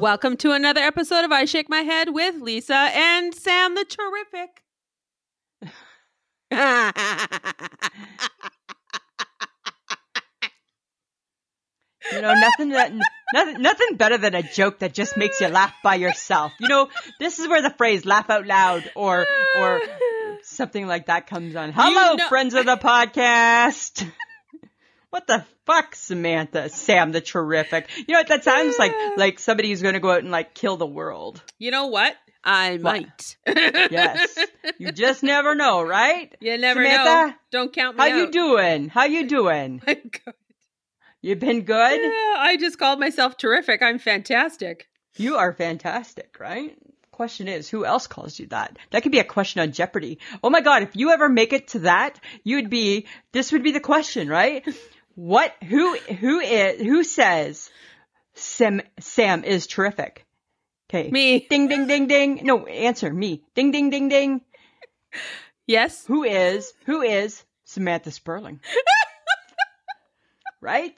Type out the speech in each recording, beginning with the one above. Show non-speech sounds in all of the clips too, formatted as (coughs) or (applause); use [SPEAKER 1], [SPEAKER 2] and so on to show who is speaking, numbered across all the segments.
[SPEAKER 1] Welcome to another episode of I Shake My Head with Lisa and Sam the Terrific.
[SPEAKER 2] You know, nothing that nothing nothing better than a joke that just makes you laugh by yourself. You know, this is where the phrase "laugh out loud" or (laughs) or something like that comes on. Hello,
[SPEAKER 1] know-
[SPEAKER 2] friends of the podcast. (laughs) What the fuck, Samantha? Sam the terrific. You know what that sounds like? Like somebody who's going to go out and like kill the world.
[SPEAKER 1] you know what? I might.
[SPEAKER 2] Yes, you just never know, right?
[SPEAKER 1] (laughs) You never know.
[SPEAKER 2] Samantha,
[SPEAKER 1] Don't count me
[SPEAKER 2] How you
[SPEAKER 1] (laughs) out.
[SPEAKER 2] doing? How you doing?
[SPEAKER 1] My God.
[SPEAKER 2] You been good?
[SPEAKER 1] Yeah, I just called myself terrific. I'm fantastic.
[SPEAKER 2] You are fantastic, right? Question is, who else calls you that? That could be a question on Jeopardy. Oh my God, if you ever make it to that, you'd be, this would be the question, right? (laughs) What, who, who is, who says Sam, Sam is terrific? Okay.
[SPEAKER 1] Me.
[SPEAKER 2] Ding, ding, ding, ding. No, answer me. Ding, ding, ding, ding.
[SPEAKER 1] Yes.
[SPEAKER 2] Who is, who is Samantha Sperling? right?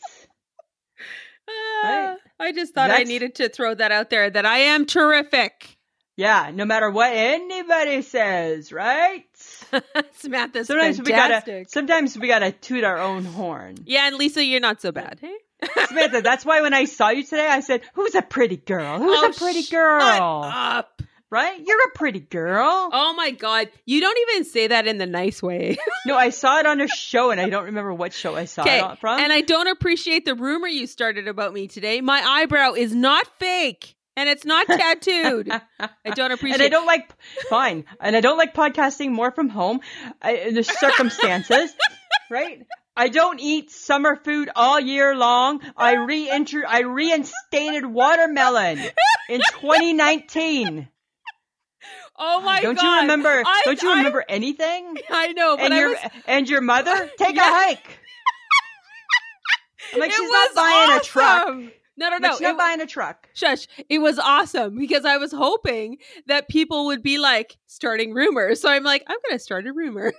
[SPEAKER 1] Ah, I just thought I
[SPEAKER 2] That's-
[SPEAKER 1] needed to throw that out there that I am terrific. (laughs)
[SPEAKER 2] Yeah. No matter what anybody says, right?
[SPEAKER 1] Samantha's
[SPEAKER 2] Sometimes we gotta.
[SPEAKER 1] fantastic.
[SPEAKER 2] Sometimes we gotta toot our own horn.
[SPEAKER 1] yeah, and Lisa, you're not so bad. Hey?
[SPEAKER 2] Samantha, that's why when I saw you today, I said, "Who's a pretty girl? Who's
[SPEAKER 1] Oh,
[SPEAKER 2] a pretty
[SPEAKER 1] shut
[SPEAKER 2] girl?
[SPEAKER 1] Up.
[SPEAKER 2] Right? You're a pretty girl."
[SPEAKER 1] Oh my God. You don't even say that in the nice way.
[SPEAKER 2] No, I saw it on a show, and I don't remember what show I
[SPEAKER 1] (laughs)
[SPEAKER 2] saw
[SPEAKER 1] Okay.
[SPEAKER 2] it on- from.
[SPEAKER 1] And I don't appreciate the rumor you started about me today. My eyebrow is not fake and it's
[SPEAKER 2] (laughs)
[SPEAKER 1] not tattooed. I don't appreciate
[SPEAKER 2] And I don't like fine, and I don't like podcasting more from home. I, in the
[SPEAKER 1] (laughs)
[SPEAKER 2] circumstances, right? I don't eat summer food all year long.
[SPEAKER 1] (laughs)
[SPEAKER 2] I reintro I reinstated watermelon in 2019.
[SPEAKER 1] Oh my
[SPEAKER 2] don't
[SPEAKER 1] God.
[SPEAKER 2] you remember?
[SPEAKER 1] I,
[SPEAKER 2] don't you
[SPEAKER 1] I-
[SPEAKER 2] remember anything?
[SPEAKER 1] I, know, but
[SPEAKER 2] And
[SPEAKER 1] I
[SPEAKER 2] your
[SPEAKER 1] was.
[SPEAKER 2] and your
[SPEAKER 1] (laughs)
[SPEAKER 2] mother take
[SPEAKER 1] Yeah.
[SPEAKER 2] a hike. I'm like,
[SPEAKER 1] it
[SPEAKER 2] she's
[SPEAKER 1] was
[SPEAKER 2] not buying a truck.
[SPEAKER 1] awesome. No, no,
[SPEAKER 2] I'm
[SPEAKER 1] no.
[SPEAKER 2] like, she's not
[SPEAKER 1] it-
[SPEAKER 2] buying a truck.
[SPEAKER 1] Shush. It was awesome because I was hoping that people would be like starting rumors. So I'm like, I'm going to start a rumor.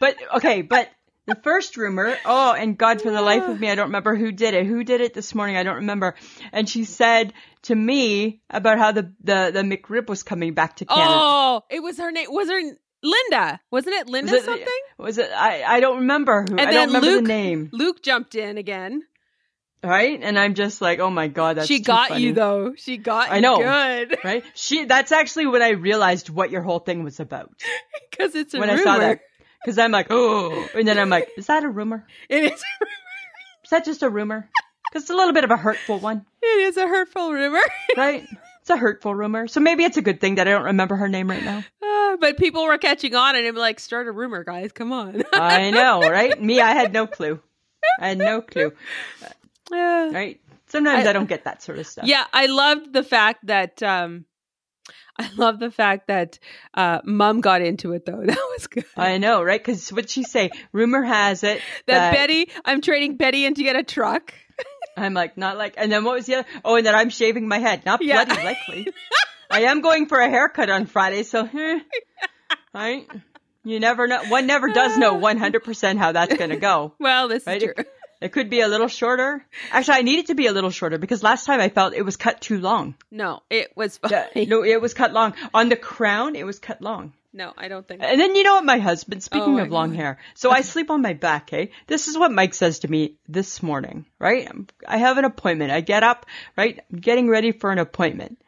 [SPEAKER 2] But okay, but the first rumor. Oh, and God for the life of me, I don't remember who did it. Who did it this morning? I don't remember. And she said to me about how the the the McRib was coming back to Canada.
[SPEAKER 1] Oh, it was her name. Was her Linda? Wasn't it Linda
[SPEAKER 2] Was it-
[SPEAKER 1] something?
[SPEAKER 2] Was it? I I don't remember who. I don't remember
[SPEAKER 1] Luke,
[SPEAKER 2] the name.
[SPEAKER 1] Luke jumped in again.
[SPEAKER 2] Right? And I'm just like, oh my God, that's
[SPEAKER 1] she
[SPEAKER 2] too
[SPEAKER 1] got
[SPEAKER 2] funny.
[SPEAKER 1] you though. She got
[SPEAKER 2] I
[SPEAKER 1] you
[SPEAKER 2] know.
[SPEAKER 1] good (laughs)
[SPEAKER 2] Right? She. That's actually when I realized what your whole thing was about.
[SPEAKER 1] because it's a
[SPEAKER 2] when
[SPEAKER 1] rumor.
[SPEAKER 2] I saw that. Because I'm like, oh, and then I'm like, is that a rumor?
[SPEAKER 1] It is.
[SPEAKER 2] Is that just a rumor? Because it's a little bit of a hurtful one,
[SPEAKER 1] It is a hurtful rumor, (laughs)
[SPEAKER 2] right? It's a hurtful rumor. So maybe it's a good thing that I don't remember her name right now.
[SPEAKER 1] Ah, but people were catching on and I'm like, start a rumor, guys. Come on. (laughs)
[SPEAKER 2] I know, right? Me, I had no clue. I had no clue,
[SPEAKER 1] Ah.
[SPEAKER 2] right? Sometimes
[SPEAKER 1] I-
[SPEAKER 2] I, don't get that sort of stuff.
[SPEAKER 1] Yeah, I loved the fact that um I love the fact that uh mom got into it though. (laughs) That was good.
[SPEAKER 2] I know, right? Because what'd she say? Rumor has it
[SPEAKER 1] that Betty, I'm trading Betty in to get a truck. (laughs)
[SPEAKER 2] I'm like, not like, and then what was the other? Oh, and then I'm shaving my head. Not
[SPEAKER 1] Yeah.
[SPEAKER 2] bloody likely. I am going for a haircut on Friday, so, (laughs) eh, right? You never know. One never does know 100% how that's going to go.
[SPEAKER 1] Well, this is
[SPEAKER 2] Right?
[SPEAKER 1] true. (laughs)
[SPEAKER 2] It, it could be a little shorter. Actually, I need it to be a little shorter because last time I felt it was cut too long.
[SPEAKER 1] No, it was fine.
[SPEAKER 2] Yeah, no, it was cut long. On the crown, it was cut long.
[SPEAKER 1] (laughs) No, I don't think.
[SPEAKER 2] And then you know what, my husband, speaking
[SPEAKER 1] my
[SPEAKER 2] of long hair, so I sleep on my back, hey? This is what Mike says to me this morning, right? I'm- I have an appointment. I get up, right? I'm getting ready for an appointment.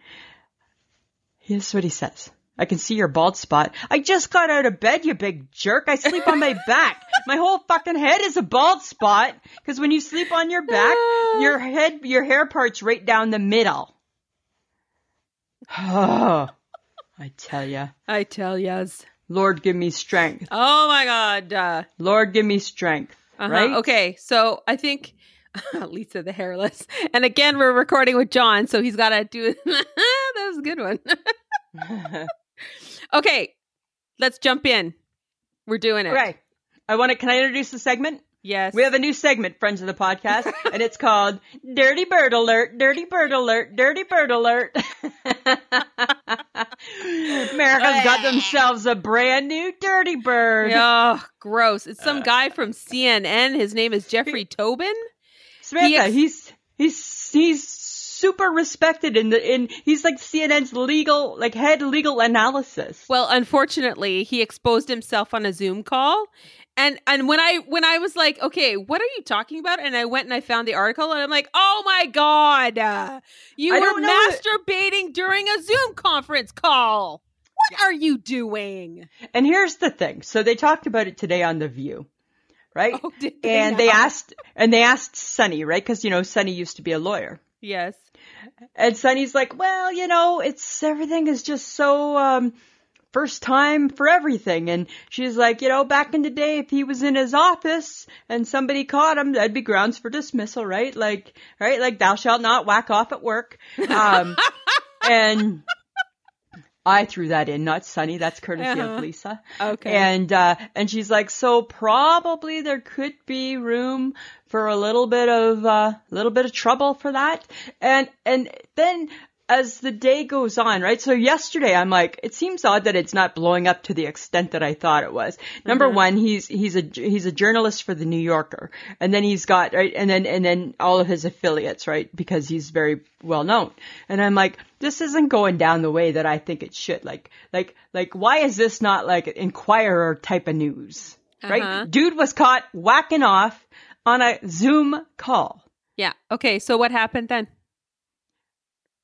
[SPEAKER 2] Here's what he says. I can see your bald spot. I just got out of bed, you big jerk. I sleep on my back. My whole fucking head is a bald spot. Cause when you sleep on your back, your head, your hair part's right down the middle. (sighs) Oh, I tell ya.
[SPEAKER 1] I tell yas.
[SPEAKER 2] Lord, give me strength.
[SPEAKER 1] Oh my god. Uh,
[SPEAKER 2] Lord, give me strength.
[SPEAKER 1] uh-huh.
[SPEAKER 2] Right?
[SPEAKER 1] Okay, so I think (laughs) Lisa the hairless. And again, we're recording with John, so he's got to do. (laughs) that was a good one. (laughs) okay, let's jump in. We're doing it.
[SPEAKER 2] okay. I want to. Can I introduce the segment?
[SPEAKER 1] Yes. (laughs)
[SPEAKER 2] We have a new segment, friends of the podcast, and it's called "Dirty Bird Alert." Dirty Bird Alert. Dirty Bird Alert. America's got themselves a brand new dirty bird.
[SPEAKER 1] Oh, gross. It's
[SPEAKER 2] Uh,
[SPEAKER 1] some guy from CNN. His name is Jeffrey Tobin.
[SPEAKER 2] Samantha,
[SPEAKER 1] He ex-
[SPEAKER 2] he's he's he's super respected in the in he's like CNN's legal like head legal analysis.
[SPEAKER 1] Well, unfortunately, he exposed himself on a Zoom call. And and when I when I was like, "Okay, what are you talking about?" and I went and I found the article and I'm like, "Oh my god. uh, you
[SPEAKER 2] I
[SPEAKER 1] were
[SPEAKER 2] don't know that-
[SPEAKER 1] masturbating during a Zoom conference call. What are you doing?" (laughs)
[SPEAKER 2] And here's the thing. So they talked about it today on the View, right?
[SPEAKER 1] Oh, did
[SPEAKER 2] and they
[SPEAKER 1] now?
[SPEAKER 2] asked and they asked Sonny, right? Because you know Sonny used to be a lawyer.
[SPEAKER 1] Yes.
[SPEAKER 2] And Sonny's like, well, you know, it's everything is just so um first time for everything. And she's like, you know, back in the day, if he was in his office and somebody caught him, that'd be grounds for dismissal, right? Like, right? Like, thou shalt not whack off at work. Um, and I threw that in, not Sonny. That's courtesy
[SPEAKER 1] Uh-huh.
[SPEAKER 2] of Lisa.
[SPEAKER 1] Okay.
[SPEAKER 2] And uh, and she's like, so probably there could be room for a little bit of a uh, little bit of trouble for that. And and then as the day goes on, right? So yesterday, I'm like, it seems odd that it's not blowing up to the extent that I thought it was. Number
[SPEAKER 1] Mm-hmm.
[SPEAKER 2] one, he's he's a he's a journalist for the New Yorker, and then he's got right, and then and then all of his affiliates, right? Because he's very well known. And I'm like, this isn't going down the way that I think it should. Like like like, why is this not like Inquirer type of news?
[SPEAKER 1] Uh-huh.
[SPEAKER 2] Right? Dude was caught whacking off on a Zoom call.
[SPEAKER 1] yeah. Okay, so what happened then?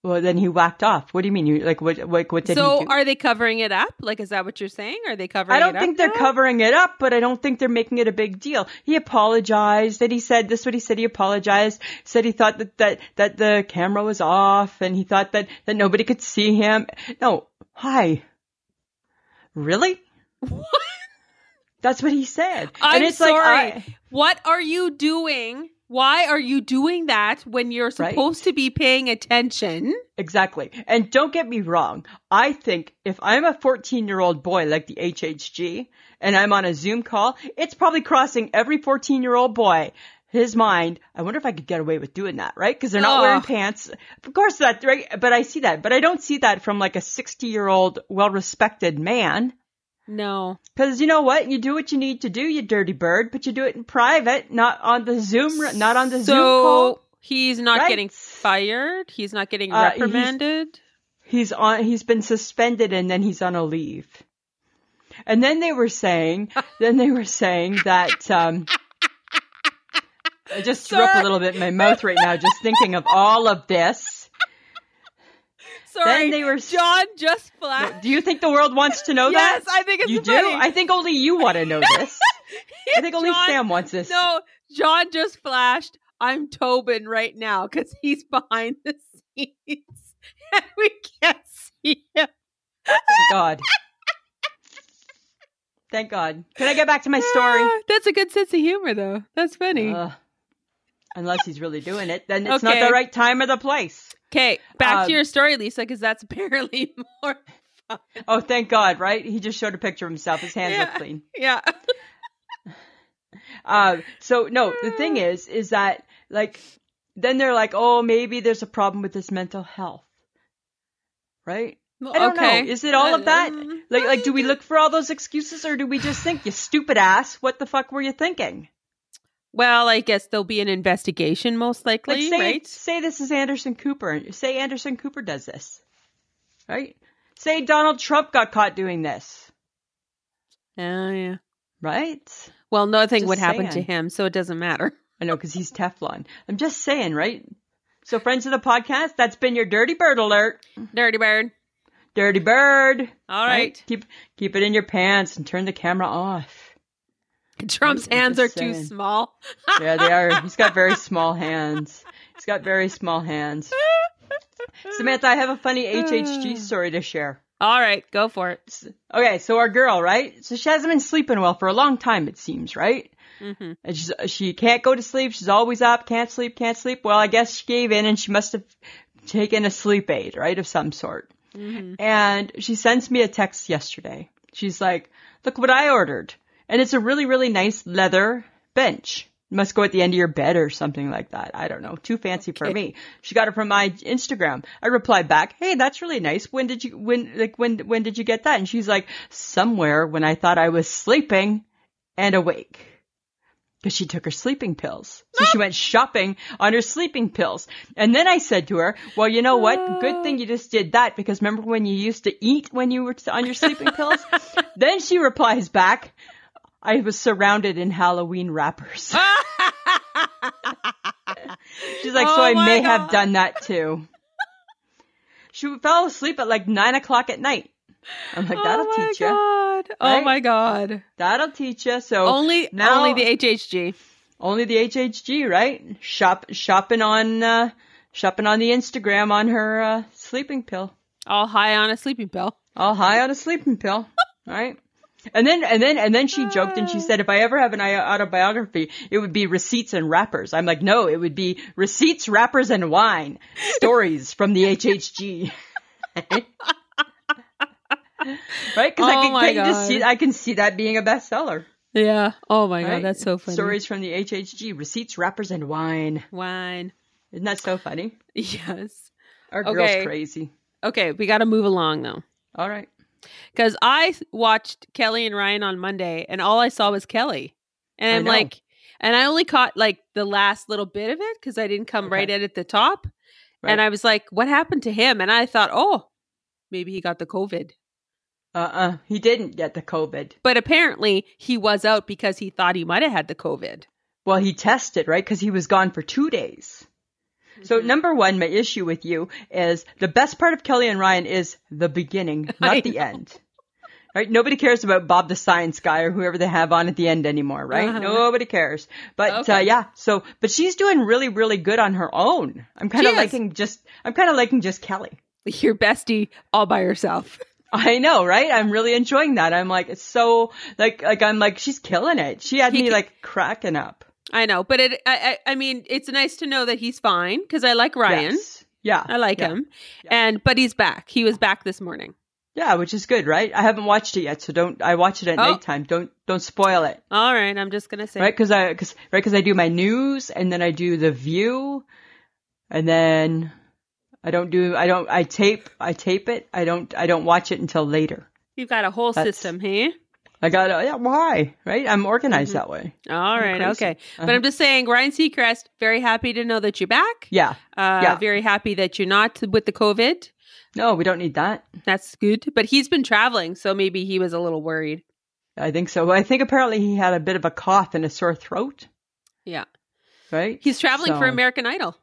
[SPEAKER 2] Well, then he whacked off. What do you mean? You like what? Like what did he
[SPEAKER 1] so
[SPEAKER 2] do?
[SPEAKER 1] are they covering it up? Like, is that what you're saying? Are they covering?
[SPEAKER 2] I don't
[SPEAKER 1] it
[SPEAKER 2] think
[SPEAKER 1] up
[SPEAKER 2] they're
[SPEAKER 1] now?
[SPEAKER 2] covering it up, but I don't think they're making it a big deal. He apologized that he said this is what he said he apologized, said he thought that that, that the camera was off and he thought that, that nobody could see him. No. Hi. Really?
[SPEAKER 1] (laughs) What?
[SPEAKER 2] That's what he said.
[SPEAKER 1] I'm
[SPEAKER 2] and it's
[SPEAKER 1] sorry.
[SPEAKER 2] like I,
[SPEAKER 1] What are you doing? Why are you doing that when you're
[SPEAKER 2] Right.
[SPEAKER 1] supposed to be paying attention?
[SPEAKER 2] Exactly. And don't get me wrong. I think if I'm a 14 year old boy like the HHG and I'm on a Zoom call, it's probably crossing every 14 year old boy his mind. I wonder if I could get away with doing that, right? Cause they're not
[SPEAKER 1] Ugh.
[SPEAKER 2] wearing pants. Of course that, right? But I see that, but I don't see that from like a 60 year old well respected man.
[SPEAKER 1] No.
[SPEAKER 2] Cause you know what? You do what you need to do, you dirty bird, but you do it in private, not on the Zoom, not on the Zoom call.
[SPEAKER 1] So he's not
[SPEAKER 2] Right.
[SPEAKER 1] getting fired. He's not getting
[SPEAKER 2] Uh, he's-
[SPEAKER 1] reprimanded.
[SPEAKER 2] he's on he's been suspended and then he's on a leave and then they
[SPEAKER 1] (laughs)
[SPEAKER 2] were saying then they were saying that um i just threw up
[SPEAKER 1] Sir.
[SPEAKER 2] a little bit in my mouth right now just thinking of all of this
[SPEAKER 1] Sorry,
[SPEAKER 2] then they were
[SPEAKER 1] John just flashed.
[SPEAKER 2] do you think the world wants to know
[SPEAKER 1] yes,
[SPEAKER 2] that
[SPEAKER 1] I think it's
[SPEAKER 2] you do
[SPEAKER 1] funny.
[SPEAKER 2] i think only you want
[SPEAKER 1] (laughs)
[SPEAKER 2] to know this i think only
[SPEAKER 1] John-
[SPEAKER 2] sam wants this
[SPEAKER 1] No, John just flashed. I'm Tobin right now because he's behind the scenes (laughs) and we can't see him.
[SPEAKER 2] thank god thank god can i get back to my story Uh,
[SPEAKER 1] Ah, That's a good sense of humor, though. That's funny.
[SPEAKER 2] Ugh. unless he's really doing it then it's
[SPEAKER 1] Okay.
[SPEAKER 2] not the right time or the place
[SPEAKER 1] Okay, back
[SPEAKER 2] Um,
[SPEAKER 1] to your story, Lisa, because that's (laughs) apparently more.
[SPEAKER 2] Oh, thank God, right? He just showed a picture of himself. His hands
[SPEAKER 1] Yeah.
[SPEAKER 2] look clean.
[SPEAKER 1] Yeah.
[SPEAKER 2] Uh, so no, the thing is, is that like, then they're like, oh, maybe there's a problem with his mental health, right? I don't know. Is it all of that?
[SPEAKER 1] Um,
[SPEAKER 2] Like, like, do we look for all those excuses, or do we just think, you stupid ass, what the fuck were you thinking?
[SPEAKER 1] Well, I guess there'll be an investigation, most
[SPEAKER 2] Like,
[SPEAKER 1] likely,
[SPEAKER 2] say,
[SPEAKER 1] right?
[SPEAKER 2] say this is Anderson Cooper, and say Anderson Cooper does this, right? Say Donald Trump got caught doing this,
[SPEAKER 1] Oh, yeah.
[SPEAKER 2] right?
[SPEAKER 1] Well, nothing
[SPEAKER 2] Just
[SPEAKER 1] would happen to
[SPEAKER 2] saying.
[SPEAKER 1] him, so it doesn't matter. (laughs)
[SPEAKER 2] I know because he's Teflon. I'm just saying, right? So, friends of the podcast, that's been your Dirty Bird alert.
[SPEAKER 1] Dirty bird.
[SPEAKER 2] Dirty Bird.
[SPEAKER 1] All right.
[SPEAKER 2] Keep keep it in your pants and turn the camera off.
[SPEAKER 1] (laughs) Trump's
[SPEAKER 2] Right, I'm
[SPEAKER 1] hands are
[SPEAKER 2] just
[SPEAKER 1] too
[SPEAKER 2] saying.
[SPEAKER 1] small.
[SPEAKER 2] Yeah, they are. He's
[SPEAKER 1] (laughs)
[SPEAKER 2] got very small hands. He's got very small hands. Samantha, I have a funny HHG story to share.
[SPEAKER 1] All right, go for it.
[SPEAKER 2] S- Okay, so our girl, right? So she hasn't been sleeping well for a long time, it seems, right?
[SPEAKER 1] hmm
[SPEAKER 2] And she's, she can't go to sleep. She's always up. Can't sleep. Can't sleep. Well, I guess she gave in and she must have taken a sleep aid, right, of some sort. Mm-hmm. And she sends me a text yesterday. She's like, look what I ordered. And it's a really, really nice leather bench. Must go at the end of your bed or something like that. I don't know. Too fancy for me. She got it from my Instagram. I replied back, Hey, that's really nice. When did you, when, like, when, when did you get that? And she's like, somewhere when I thought I was sleeping and awake. because she took her sleeping pills. So she went shopping on her sleeping pills. And then I said to her, well, you know what? Good thing you just did that because remember when you used to eat when you were on
[SPEAKER 1] (laughs)
[SPEAKER 2] your sleeping pills? then she replies back, I was surrounded in Halloween wrappers.
[SPEAKER 1] (laughs)
[SPEAKER 2] She's like, so
[SPEAKER 1] Oh
[SPEAKER 2] I
[SPEAKER 1] my
[SPEAKER 2] may
[SPEAKER 1] God.
[SPEAKER 2] have done that too. she fell asleep at like nine o'clock at night. I'm like, that'll
[SPEAKER 1] oh my
[SPEAKER 2] teach you.
[SPEAKER 1] god. Oh
[SPEAKER 2] Right?
[SPEAKER 1] my god.
[SPEAKER 2] That'll teach you. So
[SPEAKER 1] only
[SPEAKER 2] now-
[SPEAKER 1] only the HHG.
[SPEAKER 2] only the HHG, right? Shop shopping on uh, shopping on the Instagram on her uh, sleeping pill.
[SPEAKER 1] All high on a sleeping pill.
[SPEAKER 2] All high on a sleeping
[SPEAKER 1] (laughs)
[SPEAKER 2] pill, right? And then and then and then she joked
[SPEAKER 1] Uh.
[SPEAKER 2] and she said, if I ever have an i- autobiography, it would be receipts and wrappers. I'm like, no, it would be receipts, wrappers, and wine. Stories from the (laughs) HHG. right? Because
[SPEAKER 1] Oh
[SPEAKER 2] I can,
[SPEAKER 1] my
[SPEAKER 2] I can just
[SPEAKER 1] God.
[SPEAKER 2] see I can see that being a bestseller.
[SPEAKER 1] Yeah. Oh my
[SPEAKER 2] right?
[SPEAKER 1] god, that's so funny.
[SPEAKER 2] Stories from the HHG, receipts, wrappers, and wine.
[SPEAKER 1] Wine. (laughs)
[SPEAKER 2] Isn't that so funny?
[SPEAKER 1] Yes.
[SPEAKER 2] Our
[SPEAKER 1] Okay.
[SPEAKER 2] girl's crazy.
[SPEAKER 1] Okay, we got to move along though.
[SPEAKER 2] All right.
[SPEAKER 1] Because I watched Kelly and Ryan on Monday, and all I saw was Kelly, and
[SPEAKER 2] I
[SPEAKER 1] I'm
[SPEAKER 2] know.
[SPEAKER 1] like, and I only caught like the last little bit of it because I didn't come
[SPEAKER 2] Okay.
[SPEAKER 1] right in at the top,
[SPEAKER 2] Right.
[SPEAKER 1] and I was like, what happened to him? And I thought, oh, maybe he got the COVID,
[SPEAKER 2] Uh uh He didn't get the COVID.
[SPEAKER 1] but apparently he was out because he thought he might have had the COVID.
[SPEAKER 2] Well, he tested, right? Because he was gone for two days. So
[SPEAKER 1] Mm-hmm.
[SPEAKER 2] number one, my issue with you is the best part of Kelly and Ryan is the beginning,
[SPEAKER 1] (laughs) I
[SPEAKER 2] not the end. Right? Nobody cares about Bob the Science Guy or whoever they have on at the end anymore, right?
[SPEAKER 1] Uh-huh.
[SPEAKER 2] Nobody cares. But uh,
[SPEAKER 1] Okay.
[SPEAKER 2] yeah, so but she's doing really, really good on her own. I'm kind
[SPEAKER 1] She
[SPEAKER 2] of
[SPEAKER 1] is.
[SPEAKER 2] liking just I'm kind of liking just Kelly.
[SPEAKER 1] (laughs) Your bestie all by herself. (laughs)
[SPEAKER 2] I know, right? I'm really enjoying that. I'm like, it's so like, like I'm like, she's killing it. She had
[SPEAKER 1] He
[SPEAKER 2] me
[SPEAKER 1] ca-
[SPEAKER 2] like cracking up.
[SPEAKER 1] I know, but it. I, I, I mean, it's nice to know that he's fine because I like Ryan.
[SPEAKER 2] Yes. Yeah.
[SPEAKER 1] I like
[SPEAKER 2] Yeah.
[SPEAKER 1] him,
[SPEAKER 2] Yeah.
[SPEAKER 1] and but he's back. He was back this morning.
[SPEAKER 2] Yeah, which is good, right? I haven't watched it yet, so don't. I watch it at
[SPEAKER 1] Oh.
[SPEAKER 2] nighttime. Don't don't spoil it,
[SPEAKER 1] All right, I'm just gonna say
[SPEAKER 2] right? Because I because right because I do my news and then I do the View, and then I don't do I don't I tape I tape it. I don't I don't watch it until later.
[SPEAKER 1] You've got a whole
[SPEAKER 2] That's-
[SPEAKER 1] system, hey?
[SPEAKER 2] I got yeah why right? I'm organized
[SPEAKER 1] Mm-hmm.
[SPEAKER 2] that way.
[SPEAKER 1] All right,
[SPEAKER 2] crazy.
[SPEAKER 1] okay. But
[SPEAKER 2] Uh-huh.
[SPEAKER 1] I'm just saying, Ryan Seacrest, very happy to know that you're back.
[SPEAKER 2] Yeah.
[SPEAKER 1] Uh,
[SPEAKER 2] yeah.
[SPEAKER 1] Very happy that you're not with the COVID.
[SPEAKER 2] No, we don't need that.
[SPEAKER 1] That's good. But he's been traveling, so maybe he was a little worried.
[SPEAKER 2] I think so. Well, I think apparently he had a bit of a cough and a sore throat,
[SPEAKER 1] Yeah.
[SPEAKER 2] right?
[SPEAKER 1] He's traveling for
[SPEAKER 2] So-
[SPEAKER 1] American Idol.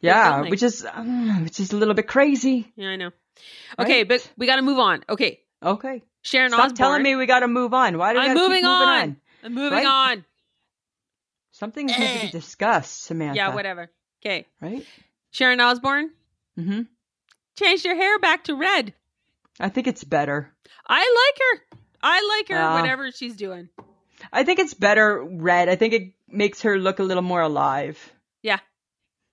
[SPEAKER 2] yeah,
[SPEAKER 1] filming.
[SPEAKER 2] which is um, which is a little bit crazy.
[SPEAKER 1] Yeah, I know. Okay,
[SPEAKER 2] Right.
[SPEAKER 1] but we got to move on. Okay.
[SPEAKER 2] Okay,
[SPEAKER 1] Sharon
[SPEAKER 2] stop
[SPEAKER 1] Osbourne.
[SPEAKER 2] telling me we got to move on. Why do we
[SPEAKER 1] I'm
[SPEAKER 2] gotta keep
[SPEAKER 1] moving on. I'm moving
[SPEAKER 2] Right?
[SPEAKER 1] on.
[SPEAKER 2] Something's meant to be discussed, Samantha.
[SPEAKER 1] Eh. Yeah, whatever. Okay.
[SPEAKER 2] Right?
[SPEAKER 1] Sharon Osbourne,
[SPEAKER 2] hmm
[SPEAKER 1] changed her hair back to red.
[SPEAKER 2] I think it's better.
[SPEAKER 1] I like her. I like her,
[SPEAKER 2] Ah.
[SPEAKER 1] whatever she's doing.
[SPEAKER 2] I think it's better red. I think it makes her look a little more alive.
[SPEAKER 1] Yeah.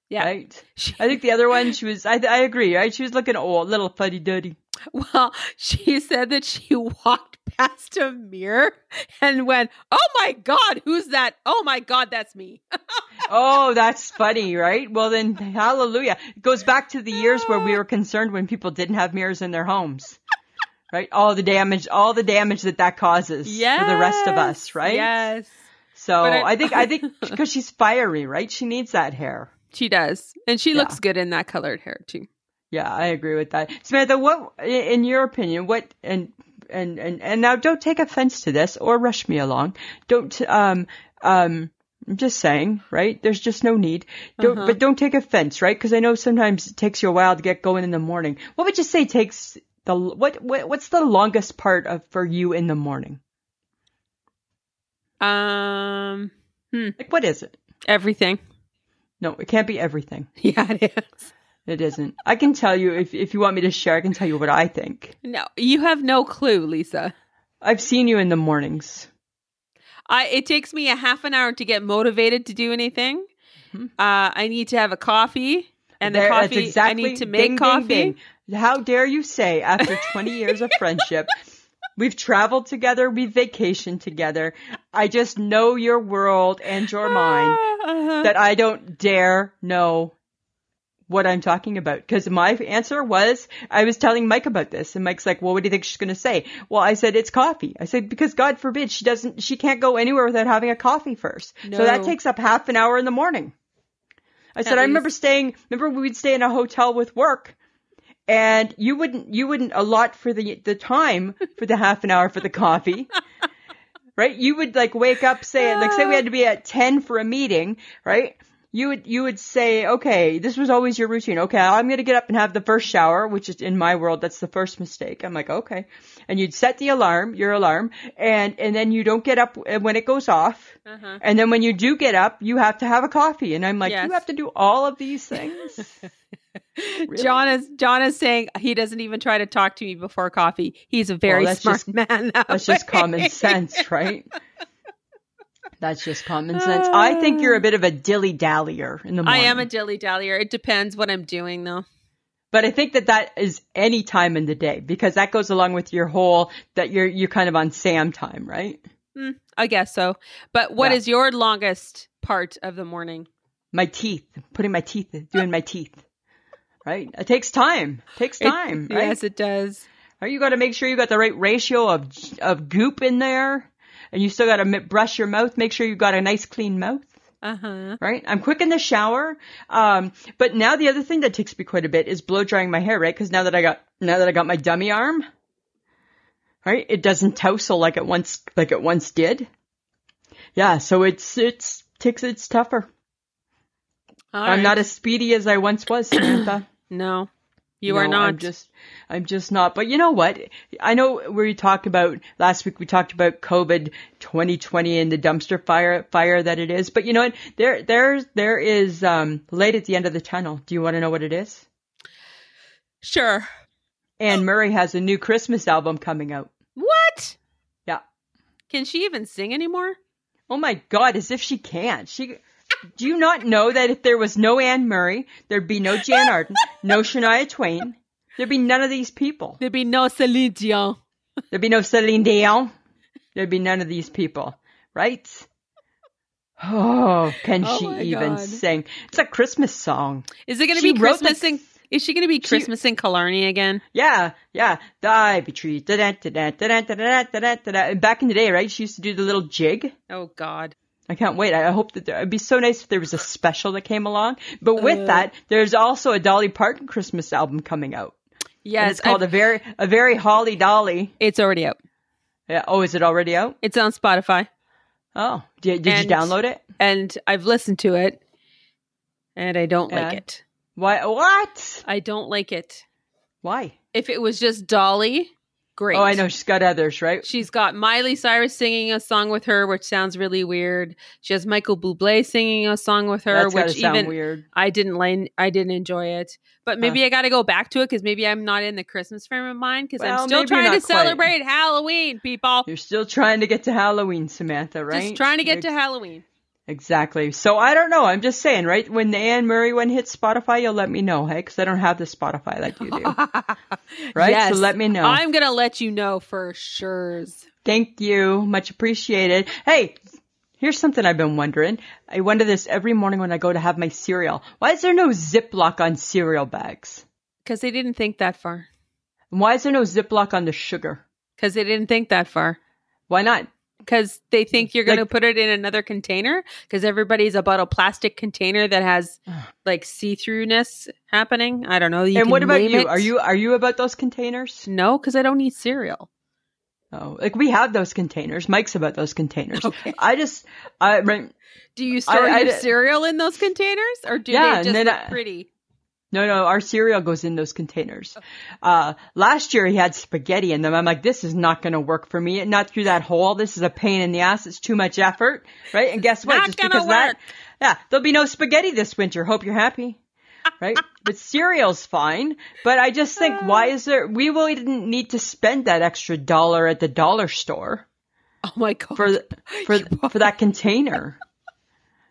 [SPEAKER 1] Yeah.
[SPEAKER 2] Right.
[SPEAKER 1] She-
[SPEAKER 2] I think the other one, she was. I I agree. Right. She was looking old, little fuddy duddy.
[SPEAKER 1] (laughs) Well, she said that she walked (laughs) past a mirror and went, Oh my God, who's that? Oh my God, that's me.
[SPEAKER 2] Oh, that's funny, right? Well, then, hallelujah. It goes back to the years where we were concerned when people didn't have mirrors in their homes, right? All the damage, all the damage that that causes for the rest of us,
[SPEAKER 1] Yes,
[SPEAKER 2] right?
[SPEAKER 1] Yes.
[SPEAKER 2] So
[SPEAKER 1] But I-
[SPEAKER 2] I think,
[SPEAKER 1] (laughs)
[SPEAKER 2] I think because she's fiery, right? She needs that hair.
[SPEAKER 1] She does. And she
[SPEAKER 2] Yeah.
[SPEAKER 1] looks good in that colored hair, too.
[SPEAKER 2] Yeah, I agree with that. Samantha, what, i- in your opinion, what, and, and, and, and now don't take offense to this or rush me along. Don't, um, um, I'm just saying, right? There's just no need. Don't,
[SPEAKER 1] Uh-huh.
[SPEAKER 2] but don't take offense, right? Because I know sometimes it takes you a while to get going in the morning. What would you say takes the, what, what what's the longest part of, for you in the morning?
[SPEAKER 1] Um,
[SPEAKER 2] Like, what is it?
[SPEAKER 1] everything. (laughs)
[SPEAKER 2] No, it can't be everything.
[SPEAKER 1] Yeah, it is.
[SPEAKER 2] It isn't. I can tell you if, if you want me to share, I can tell you what I think.
[SPEAKER 1] No, you have no clue, Lisa.
[SPEAKER 2] I've seen you in the mornings.
[SPEAKER 1] I it takes me a half an hour to get motivated to do anything.
[SPEAKER 2] Mhm.
[SPEAKER 1] Uh, I need to have a coffee, and the
[SPEAKER 2] There- that's
[SPEAKER 1] coffee I need to make
[SPEAKER 2] ding, ding,
[SPEAKER 1] coffee.
[SPEAKER 2] ding. How dare you
[SPEAKER 1] (laughs)
[SPEAKER 2] say after 20 years of friendship, we've traveled together, we've vacationed together. I just know your world and your mind
[SPEAKER 1] Ah, uh-huh.
[SPEAKER 2] that I don't dare know what I'm talking about. Because my answer was, I was telling Mike about this, and Mike's like, "Well, what do you think she's going to say?" Well, I said it's coffee. I said because God forbid she doesn't, she can't go anywhere without having a coffee first. So that
[SPEAKER 1] No.
[SPEAKER 2] takes up half an hour in the morning. I said I remember staying. Remember we'd stay in a hotel with work, and you wouldn't you wouldn't allot for the the time for the half an hour for the coffee. Right? You would like wake up, say like say we had to be at ten for a meeting, right? You would you would say, okay, this was always your routine. Okay, I'm gonna get up and have the first shower, which is in my world that's the first mistake. I'm like, okay, and you'd set the alarm, your alarm, and and then you don't get up uh, when it goes off,
[SPEAKER 1] Uh-huh.
[SPEAKER 2] and then when you do get up, you have to have a coffee. And I'm like,
[SPEAKER 1] Yes.
[SPEAKER 2] you have to do all of these
[SPEAKER 1] (laughs)
[SPEAKER 2] things.
[SPEAKER 1] John is John is saying he doesn't even try to talk to me before coffee. He's a very
[SPEAKER 2] that's
[SPEAKER 1] smart (laughs)
[SPEAKER 2] just-
[SPEAKER 1] man. that
[SPEAKER 2] That's just
[SPEAKER 1] way.
[SPEAKER 2] common sense, right? That's just
[SPEAKER 1] (sighs)
[SPEAKER 2] common sense. I think you're a bit of a dilly dallier in the
[SPEAKER 1] I
[SPEAKER 2] morning.
[SPEAKER 1] am a dilly dallyer. It depends what I'm doing though.
[SPEAKER 2] but I think that that is any time in the day because that goes along with your whole that you're you're kind of on Sam time, right?
[SPEAKER 1] I guess so. But what is
[SPEAKER 2] Yeah.
[SPEAKER 1] your longest part of the morning?
[SPEAKER 2] My teeth, putting my teeth, doing my teeth, right? It takes time. takes
[SPEAKER 1] It-
[SPEAKER 2] time, right?
[SPEAKER 1] Yes, it does.
[SPEAKER 2] Or you got to make sure you got the right ratio of of goop in there, and you still got to brush your mouth. Make sure you got a nice clean mouth.
[SPEAKER 1] Uh huh.
[SPEAKER 2] right? I'm quick in the shower. Um, but now the other thing that takes me quite a bit is blow drying my hair, right? Cause now that I got, now that I got my dummy arm, right? It doesn't tousle like it once, like it once did. Yeah. So it's, it's, takes, it's tougher. I'm not as speedy as I once was, Samantha.
[SPEAKER 1] No, you
[SPEAKER 2] No,
[SPEAKER 1] are not.
[SPEAKER 2] I'm just, I'm just not. But you know what? I know we talked about last week. We talked about COVID 2020 and the dumpster fire fire that it is. But you know what? There, there's, there is um, light at the end of the tunnel. Do you want to know what it is?
[SPEAKER 1] sure. Oh.
[SPEAKER 2] Anne Murray has a new Christmas album coming out.
[SPEAKER 1] What?
[SPEAKER 2] Yeah.
[SPEAKER 1] Can she even sing anymore?
[SPEAKER 2] Oh my God! As if she can't. She. Do you not know that if there was no Anne Murray, there'd be no Jan Arden,
[SPEAKER 1] (laughs)
[SPEAKER 2] no Shania Twain, there'd be none of these people.
[SPEAKER 1] There'd be no Celine Dion.
[SPEAKER 2] There'd be no Celine Dion. There'd be none of these people, right? Oh, can
[SPEAKER 1] (laughs) Oh
[SPEAKER 2] she
[SPEAKER 1] my
[SPEAKER 2] even
[SPEAKER 1] God.
[SPEAKER 2] sing? It's a Christmas song.
[SPEAKER 1] Is it going to
[SPEAKER 2] She
[SPEAKER 1] be
[SPEAKER 2] wrote the-
[SPEAKER 1] Christmas in? Is she going to be Christmas in Killarney again?
[SPEAKER 2] Yeah, yeah. The ivy tree. Da-da, da-da, da-da, da-da, da-da, da-da. And Back in the day, right? She used to do the little jig.
[SPEAKER 1] Oh God.
[SPEAKER 2] I can't wait. I I hope that there, it'd be so nice if there was a special that came along. But with
[SPEAKER 1] Uh.
[SPEAKER 2] that, there's also a Dolly Parton Christmas album coming out. and
[SPEAKER 1] Yes,
[SPEAKER 2] it's called
[SPEAKER 1] I-
[SPEAKER 2] a very a very Holly Dolly.
[SPEAKER 1] it's already out.
[SPEAKER 2] Yeah. Oh, is it already out?
[SPEAKER 1] It's on Spotify,
[SPEAKER 2] Oh, did, did
[SPEAKER 1] And-
[SPEAKER 2] you download it?
[SPEAKER 1] and I've listened to it, and I don't like
[SPEAKER 2] Yeah.
[SPEAKER 1] it.
[SPEAKER 2] Why? What?
[SPEAKER 1] I don't like it.
[SPEAKER 2] Why?
[SPEAKER 1] If it was just Dolly, great.
[SPEAKER 2] Oh, I know she's got others, right?
[SPEAKER 1] She's got Miley Cyrus singing a song with her, which sounds really weird. She has Michael Bublé singing a song with her,
[SPEAKER 2] That's gotta
[SPEAKER 1] which
[SPEAKER 2] sound
[SPEAKER 1] even
[SPEAKER 2] weird.
[SPEAKER 1] I didn't like. I didn't enjoy it. But maybe I got to go back to it because maybe I'm not in the Christmas frame of mind because
[SPEAKER 2] Well,
[SPEAKER 1] I'm still
[SPEAKER 2] maybe you're
[SPEAKER 1] trying to
[SPEAKER 2] not quite.
[SPEAKER 1] celebrate Halloween, people.
[SPEAKER 2] You're still trying to get to Halloween, Samantha, right?
[SPEAKER 1] Just trying to get to
[SPEAKER 2] Ex-
[SPEAKER 1] Halloween.
[SPEAKER 2] exactly. So I don't know. I'm just saying, right? When the Anne Murray one hits Spotify, you'll let me know, hey, because I don't have the Spotify
[SPEAKER 1] (laughs)
[SPEAKER 2] like you do, (laughs) right?
[SPEAKER 1] Yes.
[SPEAKER 2] So let me know.
[SPEAKER 1] I'm gonna let you know for sure.
[SPEAKER 2] Thank you, much appreciated. Hey, here's something I've been wondering. I wonder this every morning when I go to have my cereal. Why is there no Ziploc on cereal bags?
[SPEAKER 1] Because they didn't think that far.
[SPEAKER 2] And why is there no Ziploc on the sugar?
[SPEAKER 1] Because they didn't think that far.
[SPEAKER 2] Why not?
[SPEAKER 1] Because they think you're going to
[SPEAKER 2] Like-
[SPEAKER 1] put it in another container. Because everybody's about a plastic container that
[SPEAKER 2] (sighs)
[SPEAKER 1] has like see throughness happening. I don't know. You
[SPEAKER 2] and
[SPEAKER 1] can
[SPEAKER 2] what about
[SPEAKER 1] name
[SPEAKER 2] you?
[SPEAKER 1] it.
[SPEAKER 2] Are you are you about those containers?
[SPEAKER 1] no? Because I don't eat cereal.
[SPEAKER 2] Oh, like we have those containers. Mike's about those containers.
[SPEAKER 1] Okay.
[SPEAKER 2] I just, I right,
[SPEAKER 1] Do you store
[SPEAKER 2] I
[SPEAKER 1] your
[SPEAKER 2] d-
[SPEAKER 1] cereal in those containers, or do
[SPEAKER 2] Yeah,
[SPEAKER 1] they
[SPEAKER 2] and
[SPEAKER 1] just
[SPEAKER 2] then
[SPEAKER 1] look
[SPEAKER 2] I-
[SPEAKER 1] pretty?
[SPEAKER 2] no, no, our cereal goes in those containers. Uh, last year he had spaghetti in them. I'm like, this is not going to work for me. Not through that hole. This is a pain in the ass. It's too much effort, right? And guess what?
[SPEAKER 1] Not gonna work.
[SPEAKER 2] yeah, there'll be no spaghetti this winter. Hope you're happy.
[SPEAKER 1] (laughs)
[SPEAKER 2] Right? But cereal's fine. But I just think,
[SPEAKER 1] Uh.
[SPEAKER 2] why is there, we really didn't need to spend that extra dollar at the dollar store.
[SPEAKER 1] Oh my god!
[SPEAKER 2] for
[SPEAKER 1] (laughs)
[SPEAKER 2] for for that container,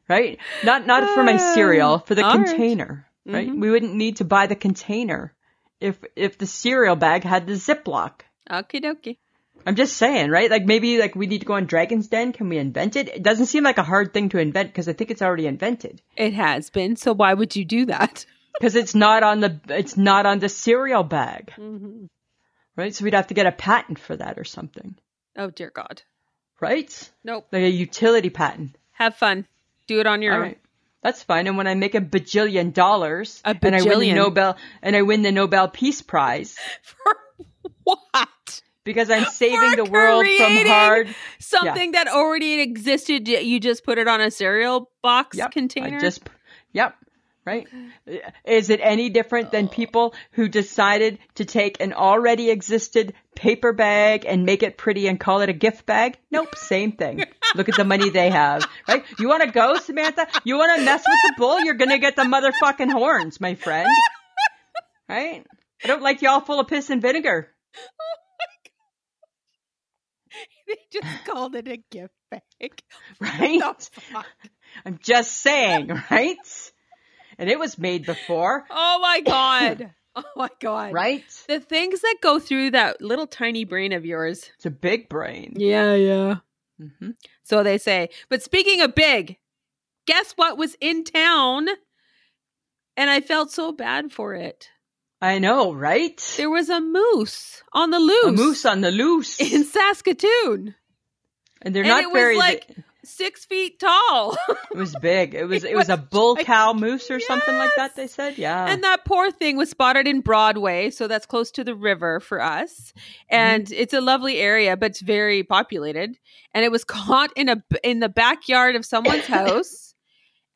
[SPEAKER 2] right? Not not for my cereal, for the
[SPEAKER 1] Ah, All right. Mm-hmm.
[SPEAKER 2] container, right? We wouldn't need to buy the container if if the cereal bag had the Ziploc.
[SPEAKER 1] Okie dokie.
[SPEAKER 2] I'm just saying, right? Like maybe like we need to go on Dragon's Den. Can we invent it? It doesn't seem like a hard thing to invent because I think it's already invented. (laughs)
[SPEAKER 1] It has been. So why would you do that?
[SPEAKER 2] because it's not on the it's not on the cereal bag, Mm-hmm.
[SPEAKER 1] Mhm.
[SPEAKER 2] right? So we'd have to get a patent for that or something,
[SPEAKER 1] Oh dear God.
[SPEAKER 2] right?
[SPEAKER 1] Nope.
[SPEAKER 2] Like a utility patent.
[SPEAKER 1] Have fun. Do it on your
[SPEAKER 2] All
[SPEAKER 1] own.
[SPEAKER 2] right. That's fine. And when I make a bajillion dollars
[SPEAKER 1] A
[SPEAKER 2] and I win the
[SPEAKER 1] bajillion.
[SPEAKER 2] Nobel and I win the Nobel Peace Prize
[SPEAKER 1] For (laughs) what? (gasps)
[SPEAKER 2] because I'm saving
[SPEAKER 1] For
[SPEAKER 2] the world from
[SPEAKER 1] creating-
[SPEAKER 2] hard
[SPEAKER 1] Something that already existed. y- You just put it on a cereal box
[SPEAKER 2] Yep, I
[SPEAKER 1] container.
[SPEAKER 2] just yep. Right? Is it any different
[SPEAKER 1] Oh.
[SPEAKER 2] than people who decided to take an already existed paper bag and make it pretty and call it a gift bag?
[SPEAKER 1] (laughs)
[SPEAKER 2] Nope, same thing. Look at the money they have, right? You want to go, Samantha? You want to mess with the bull? You're going to get the motherfucking horns, my friend. Right? I don't like y'all full of piss and vinegar.
[SPEAKER 1] (laughs) they
[SPEAKER 2] (laughs)
[SPEAKER 1] just called it a gift bag. (laughs)
[SPEAKER 2] Right?
[SPEAKER 1] What the fuck?
[SPEAKER 2] I'm just saying, right? And it was
[SPEAKER 1] (laughs)
[SPEAKER 2] made before,
[SPEAKER 1] Oh
[SPEAKER 2] (laughs)
[SPEAKER 1] my god. Oh my god.
[SPEAKER 2] right?
[SPEAKER 1] The things that go through that little tiny brain of yours.
[SPEAKER 2] It's a big brain.
[SPEAKER 1] Yeah, yeah.
[SPEAKER 2] hmm
[SPEAKER 1] So they say. But speaking of big, guess what was in town? And I felt so bad for it.
[SPEAKER 2] I know, right?
[SPEAKER 1] There was a moose on the loose
[SPEAKER 2] A moose on
[SPEAKER 1] (laughs)
[SPEAKER 2] the loose.
[SPEAKER 1] in Saskatoon,
[SPEAKER 2] and they're
[SPEAKER 1] and
[SPEAKER 2] not
[SPEAKER 1] it was
[SPEAKER 2] very
[SPEAKER 1] like-
[SPEAKER 2] big.
[SPEAKER 1] six feet tall.
[SPEAKER 2] it was big. It
[SPEAKER 1] (laughs)
[SPEAKER 2] was
[SPEAKER 1] It
[SPEAKER 2] it was a
[SPEAKER 1] was
[SPEAKER 2] bull
[SPEAKER 1] like-
[SPEAKER 2] cow moose or something like that
[SPEAKER 1] Yes!
[SPEAKER 2] they said. Yeah.
[SPEAKER 1] And that poor thing was spotted in Broadway, so that's close to the river for us.
[SPEAKER 2] Mm-hmm.
[SPEAKER 1] And it's a lovely area, but it's very populated. And it was (laughs) caught in a in the backyard of
[SPEAKER 2] (coughs)
[SPEAKER 1] someone's house.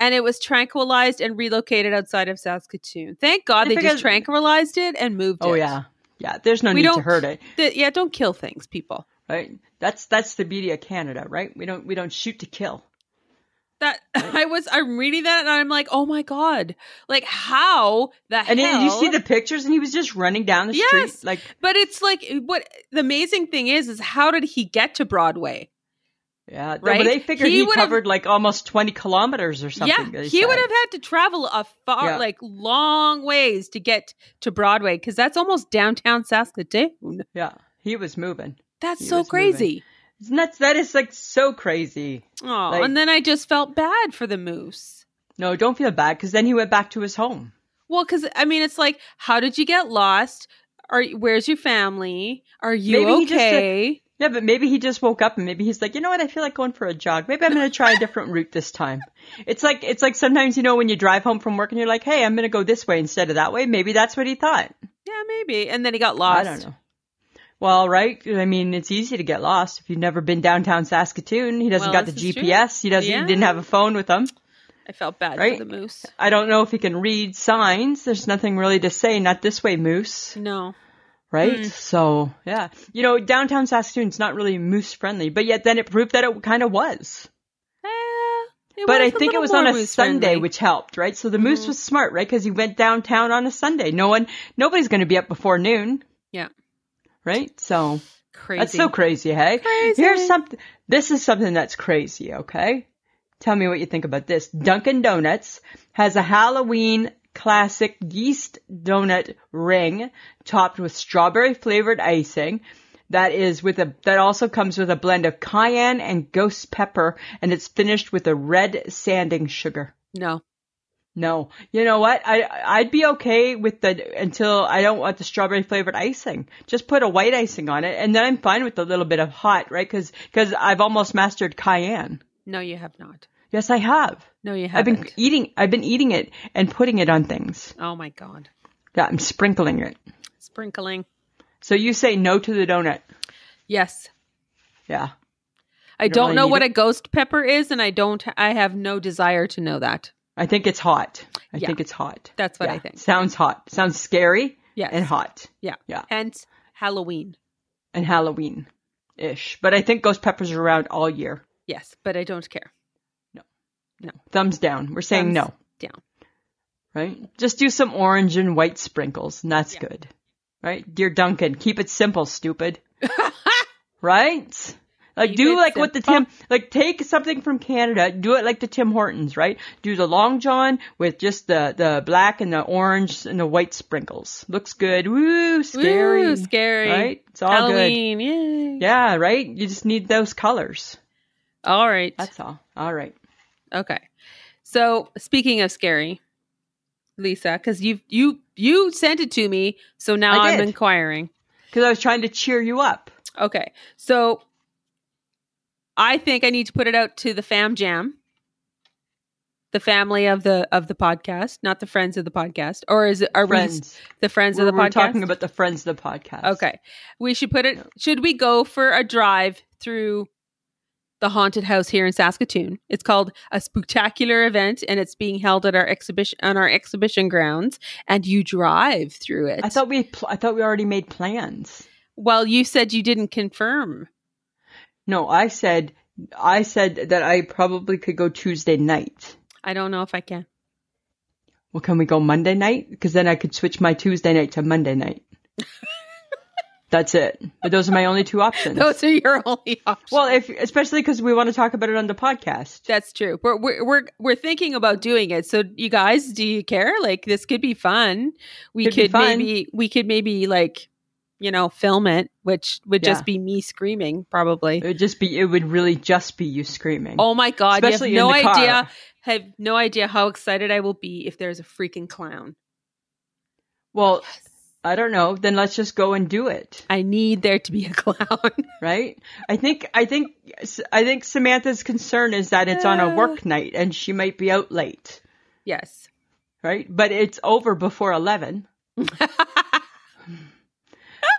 [SPEAKER 1] And it was tranquilized and relocated outside of Saskatoon. Thank God
[SPEAKER 2] And
[SPEAKER 1] they
[SPEAKER 2] because-
[SPEAKER 1] just tranquilized it and moved it.
[SPEAKER 2] oh yeah. Yeah, there's no
[SPEAKER 1] We
[SPEAKER 2] need to
[SPEAKER 1] don't-
[SPEAKER 2] hurt it,
[SPEAKER 1] The- yeah, don't kill things, people.
[SPEAKER 2] right? That's that's the beauty of Canada, right? We don't we don't shoot to kill.
[SPEAKER 1] That (laughs) I was I'm reading that and I'm like, oh my God. Like how the
[SPEAKER 2] And
[SPEAKER 1] hell
[SPEAKER 2] then you see the pictures and he was just running down the
[SPEAKER 1] Yes!
[SPEAKER 2] street like
[SPEAKER 1] But it's like what the amazing thing is is how did he get to Broadway?
[SPEAKER 2] yeah, th-
[SPEAKER 1] Right?
[SPEAKER 2] they figured
[SPEAKER 1] He
[SPEAKER 2] he,
[SPEAKER 1] would've-
[SPEAKER 2] covered like almost 20 kilometers or something.
[SPEAKER 1] Yeah,
[SPEAKER 2] they
[SPEAKER 1] he would
[SPEAKER 2] said.
[SPEAKER 1] have had to travel a far,
[SPEAKER 2] Yeah.
[SPEAKER 1] like long ways to get to Broadway because that's almost downtown Saskatoon.
[SPEAKER 2] Yeah, he was moving.
[SPEAKER 1] That's
[SPEAKER 2] He
[SPEAKER 1] so
[SPEAKER 2] was moving.
[SPEAKER 1] crazy.
[SPEAKER 2] Isn't that that is like so crazy.
[SPEAKER 1] Oh,
[SPEAKER 2] Like-
[SPEAKER 1] and then I just felt bad for the moose.
[SPEAKER 2] No, don't feel bad because then he went back to his home.
[SPEAKER 1] Well, because I mean, it's like, how did you get lost? Are where's your family? Are you
[SPEAKER 2] Maybe he just, uh,
[SPEAKER 1] okay?
[SPEAKER 2] Yeah, but maybe he just woke up and maybe he's like, you know what? I feel like going for a jog. Maybe I'm going to try a different route this time. It's like it's like sometimes you know when you drive home from work and you're like, hey, I'm going to go this way instead of that way. Maybe that's what he thought.
[SPEAKER 1] yeah, maybe. And then he got lost.
[SPEAKER 2] I don't know. Well, right? I mean, it's easy to get lost if you've never been downtown Saskatoon. He doesn't
[SPEAKER 1] Well,
[SPEAKER 2] got the
[SPEAKER 1] this is true.
[SPEAKER 2] GPS. He doesn't.
[SPEAKER 1] Yeah.
[SPEAKER 2] He didn't have a phone with him.
[SPEAKER 1] I felt bad
[SPEAKER 2] Right?
[SPEAKER 1] for the moose.
[SPEAKER 2] I don't know if he can read signs. There's nothing really to say. Not this way, Moose.
[SPEAKER 1] No. Hmm.
[SPEAKER 2] right? So yeah, you know, downtown Saskatoon's not really moose friendly, but yet then it proved that it kind of was.
[SPEAKER 1] Eh, it
[SPEAKER 2] but
[SPEAKER 1] was
[SPEAKER 2] I
[SPEAKER 1] a
[SPEAKER 2] think
[SPEAKER 1] little
[SPEAKER 2] it was on
[SPEAKER 1] more
[SPEAKER 2] a
[SPEAKER 1] moose-friendly.
[SPEAKER 2] Sunday, which Mm-hmm. helped, right? So the moose was smart, right? Because he went downtown on a Sunday. No one, nobody's going to be up before noon,
[SPEAKER 1] yeah,
[SPEAKER 2] right? So
[SPEAKER 1] crazy.
[SPEAKER 2] that's so crazy, hey?
[SPEAKER 1] Crazy.
[SPEAKER 2] Here's something. This is something that's crazy, okay? Tell me what you think about this. Dunkin' Donuts has a Halloween classic yeast donut ring topped with strawberry flavored icing. That is with a, that also comes with a blend of cayenne and ghost pepper and it's finished with a red sanding sugar.
[SPEAKER 1] No,
[SPEAKER 2] No, you know what? I, I'd be okay with the, until I don't want the strawberry flavored icing. Just put a white icing on it and then I'm fine with a little bit of hot, right? Cause, cause I've almost mastered cayenne.
[SPEAKER 1] no, you have not.
[SPEAKER 2] Yes, I have.
[SPEAKER 1] No, you
[SPEAKER 2] I've
[SPEAKER 1] haven't.
[SPEAKER 2] been eating, I've been eating it and putting it on things.
[SPEAKER 1] Oh my god.
[SPEAKER 2] Yeah, I'm sprinkling it.
[SPEAKER 1] Sprinkling.
[SPEAKER 2] So you say no to the donut.
[SPEAKER 1] Yes.
[SPEAKER 2] Yeah.
[SPEAKER 1] I
[SPEAKER 2] don't
[SPEAKER 1] don't
[SPEAKER 2] really
[SPEAKER 1] know
[SPEAKER 2] need
[SPEAKER 1] what
[SPEAKER 2] it.
[SPEAKER 1] a ghost pepper is and I don't I have no desire to know that.
[SPEAKER 2] I think it's hot. I
[SPEAKER 1] Yeah.
[SPEAKER 2] think it's hot.
[SPEAKER 1] That's what I
[SPEAKER 2] Yeah.
[SPEAKER 1] think.
[SPEAKER 2] Sounds hot. Sounds scary
[SPEAKER 1] Yes.
[SPEAKER 2] and hot
[SPEAKER 1] Yeah.
[SPEAKER 2] Yeah.
[SPEAKER 1] Hence Halloween.
[SPEAKER 2] and Halloween ish. But I think ghost peppers are around all year.
[SPEAKER 1] Yes, but I don't care.
[SPEAKER 2] Thumbs down. We're saying
[SPEAKER 1] Thumbs
[SPEAKER 2] no. (laughs)
[SPEAKER 1] down.
[SPEAKER 2] Right? Just do some orange and white sprinkles, and that's
[SPEAKER 1] Yeah.
[SPEAKER 2] good. Right? Dear Duncan, keep it simple, stupid. right? Like
[SPEAKER 1] Keep
[SPEAKER 2] do
[SPEAKER 1] it
[SPEAKER 2] like what the Tim
[SPEAKER 1] simple.
[SPEAKER 2] like take something from Canada, do it like the Tim Hortons, right? Do the long john with just the the black and the orange and the white sprinkles. Looks good. Woo, scary.
[SPEAKER 1] Ooh, scary.
[SPEAKER 2] Right? It's all
[SPEAKER 1] Halloween. Yay.
[SPEAKER 2] good. Yeah, right? You just need those colors.
[SPEAKER 1] All right.
[SPEAKER 2] That's all. All right.
[SPEAKER 1] Okay. So, speaking of scary, Lisa, because you you you sent it to me, so now
[SPEAKER 2] I
[SPEAKER 1] I'm
[SPEAKER 2] did.
[SPEAKER 1] inquiring.
[SPEAKER 2] because I was trying to cheer you up.
[SPEAKER 1] Okay, so I think I need to put it out to the fam jam, the family of the of the podcast, not the friends of the podcast, or is it are we
[SPEAKER 2] friends.
[SPEAKER 1] the friends of
[SPEAKER 2] We're-
[SPEAKER 1] the
[SPEAKER 2] we're
[SPEAKER 1] podcast?
[SPEAKER 2] talking about the friends of the podcast.
[SPEAKER 1] Okay. We should put it should we go for a drive through the haunted house here in Saskatoon? It's called a spectacular event and it's being held at our exhibition on our exhibition grounds and you drive through it.
[SPEAKER 2] I thought we pl- I thought we already made plans.
[SPEAKER 1] well, you said you didn't confirm.
[SPEAKER 2] No, I said I said that I probably could go Tuesday night.
[SPEAKER 1] I don't know if I can.
[SPEAKER 2] Well, can we go Monday night? Because then I could switch my Tuesday night to
[SPEAKER 1] (laughs)
[SPEAKER 2] Monday night. That's it. But those are my only two
[SPEAKER 1] (laughs)
[SPEAKER 2] options.
[SPEAKER 1] Those are your only (laughs) options.
[SPEAKER 2] well, if especially because we want to talk about it on the podcast.
[SPEAKER 1] that's true. We're, we're we're we're thinking about doing it. So you guys, do you care? Like this could be fun. We
[SPEAKER 2] Could be
[SPEAKER 1] could
[SPEAKER 2] fun.
[SPEAKER 1] maybe we could maybe like you know film it, which would
[SPEAKER 2] Yeah.
[SPEAKER 1] just be me screaming probably.
[SPEAKER 2] It would just be. It would really just be you screaming.
[SPEAKER 1] Oh my god!
[SPEAKER 2] Especially in
[SPEAKER 1] you have no
[SPEAKER 2] the car.
[SPEAKER 1] idea. Have no idea how excited I will be if there's a freaking clown.
[SPEAKER 2] Well, I don't know. Then let's just go and do it.
[SPEAKER 1] I need there to be a (laughs) clown.
[SPEAKER 2] right? I think I think I think Samantha's concern is that it's on a work night and she might be out late,
[SPEAKER 1] yes.
[SPEAKER 2] right? But it's over before 11.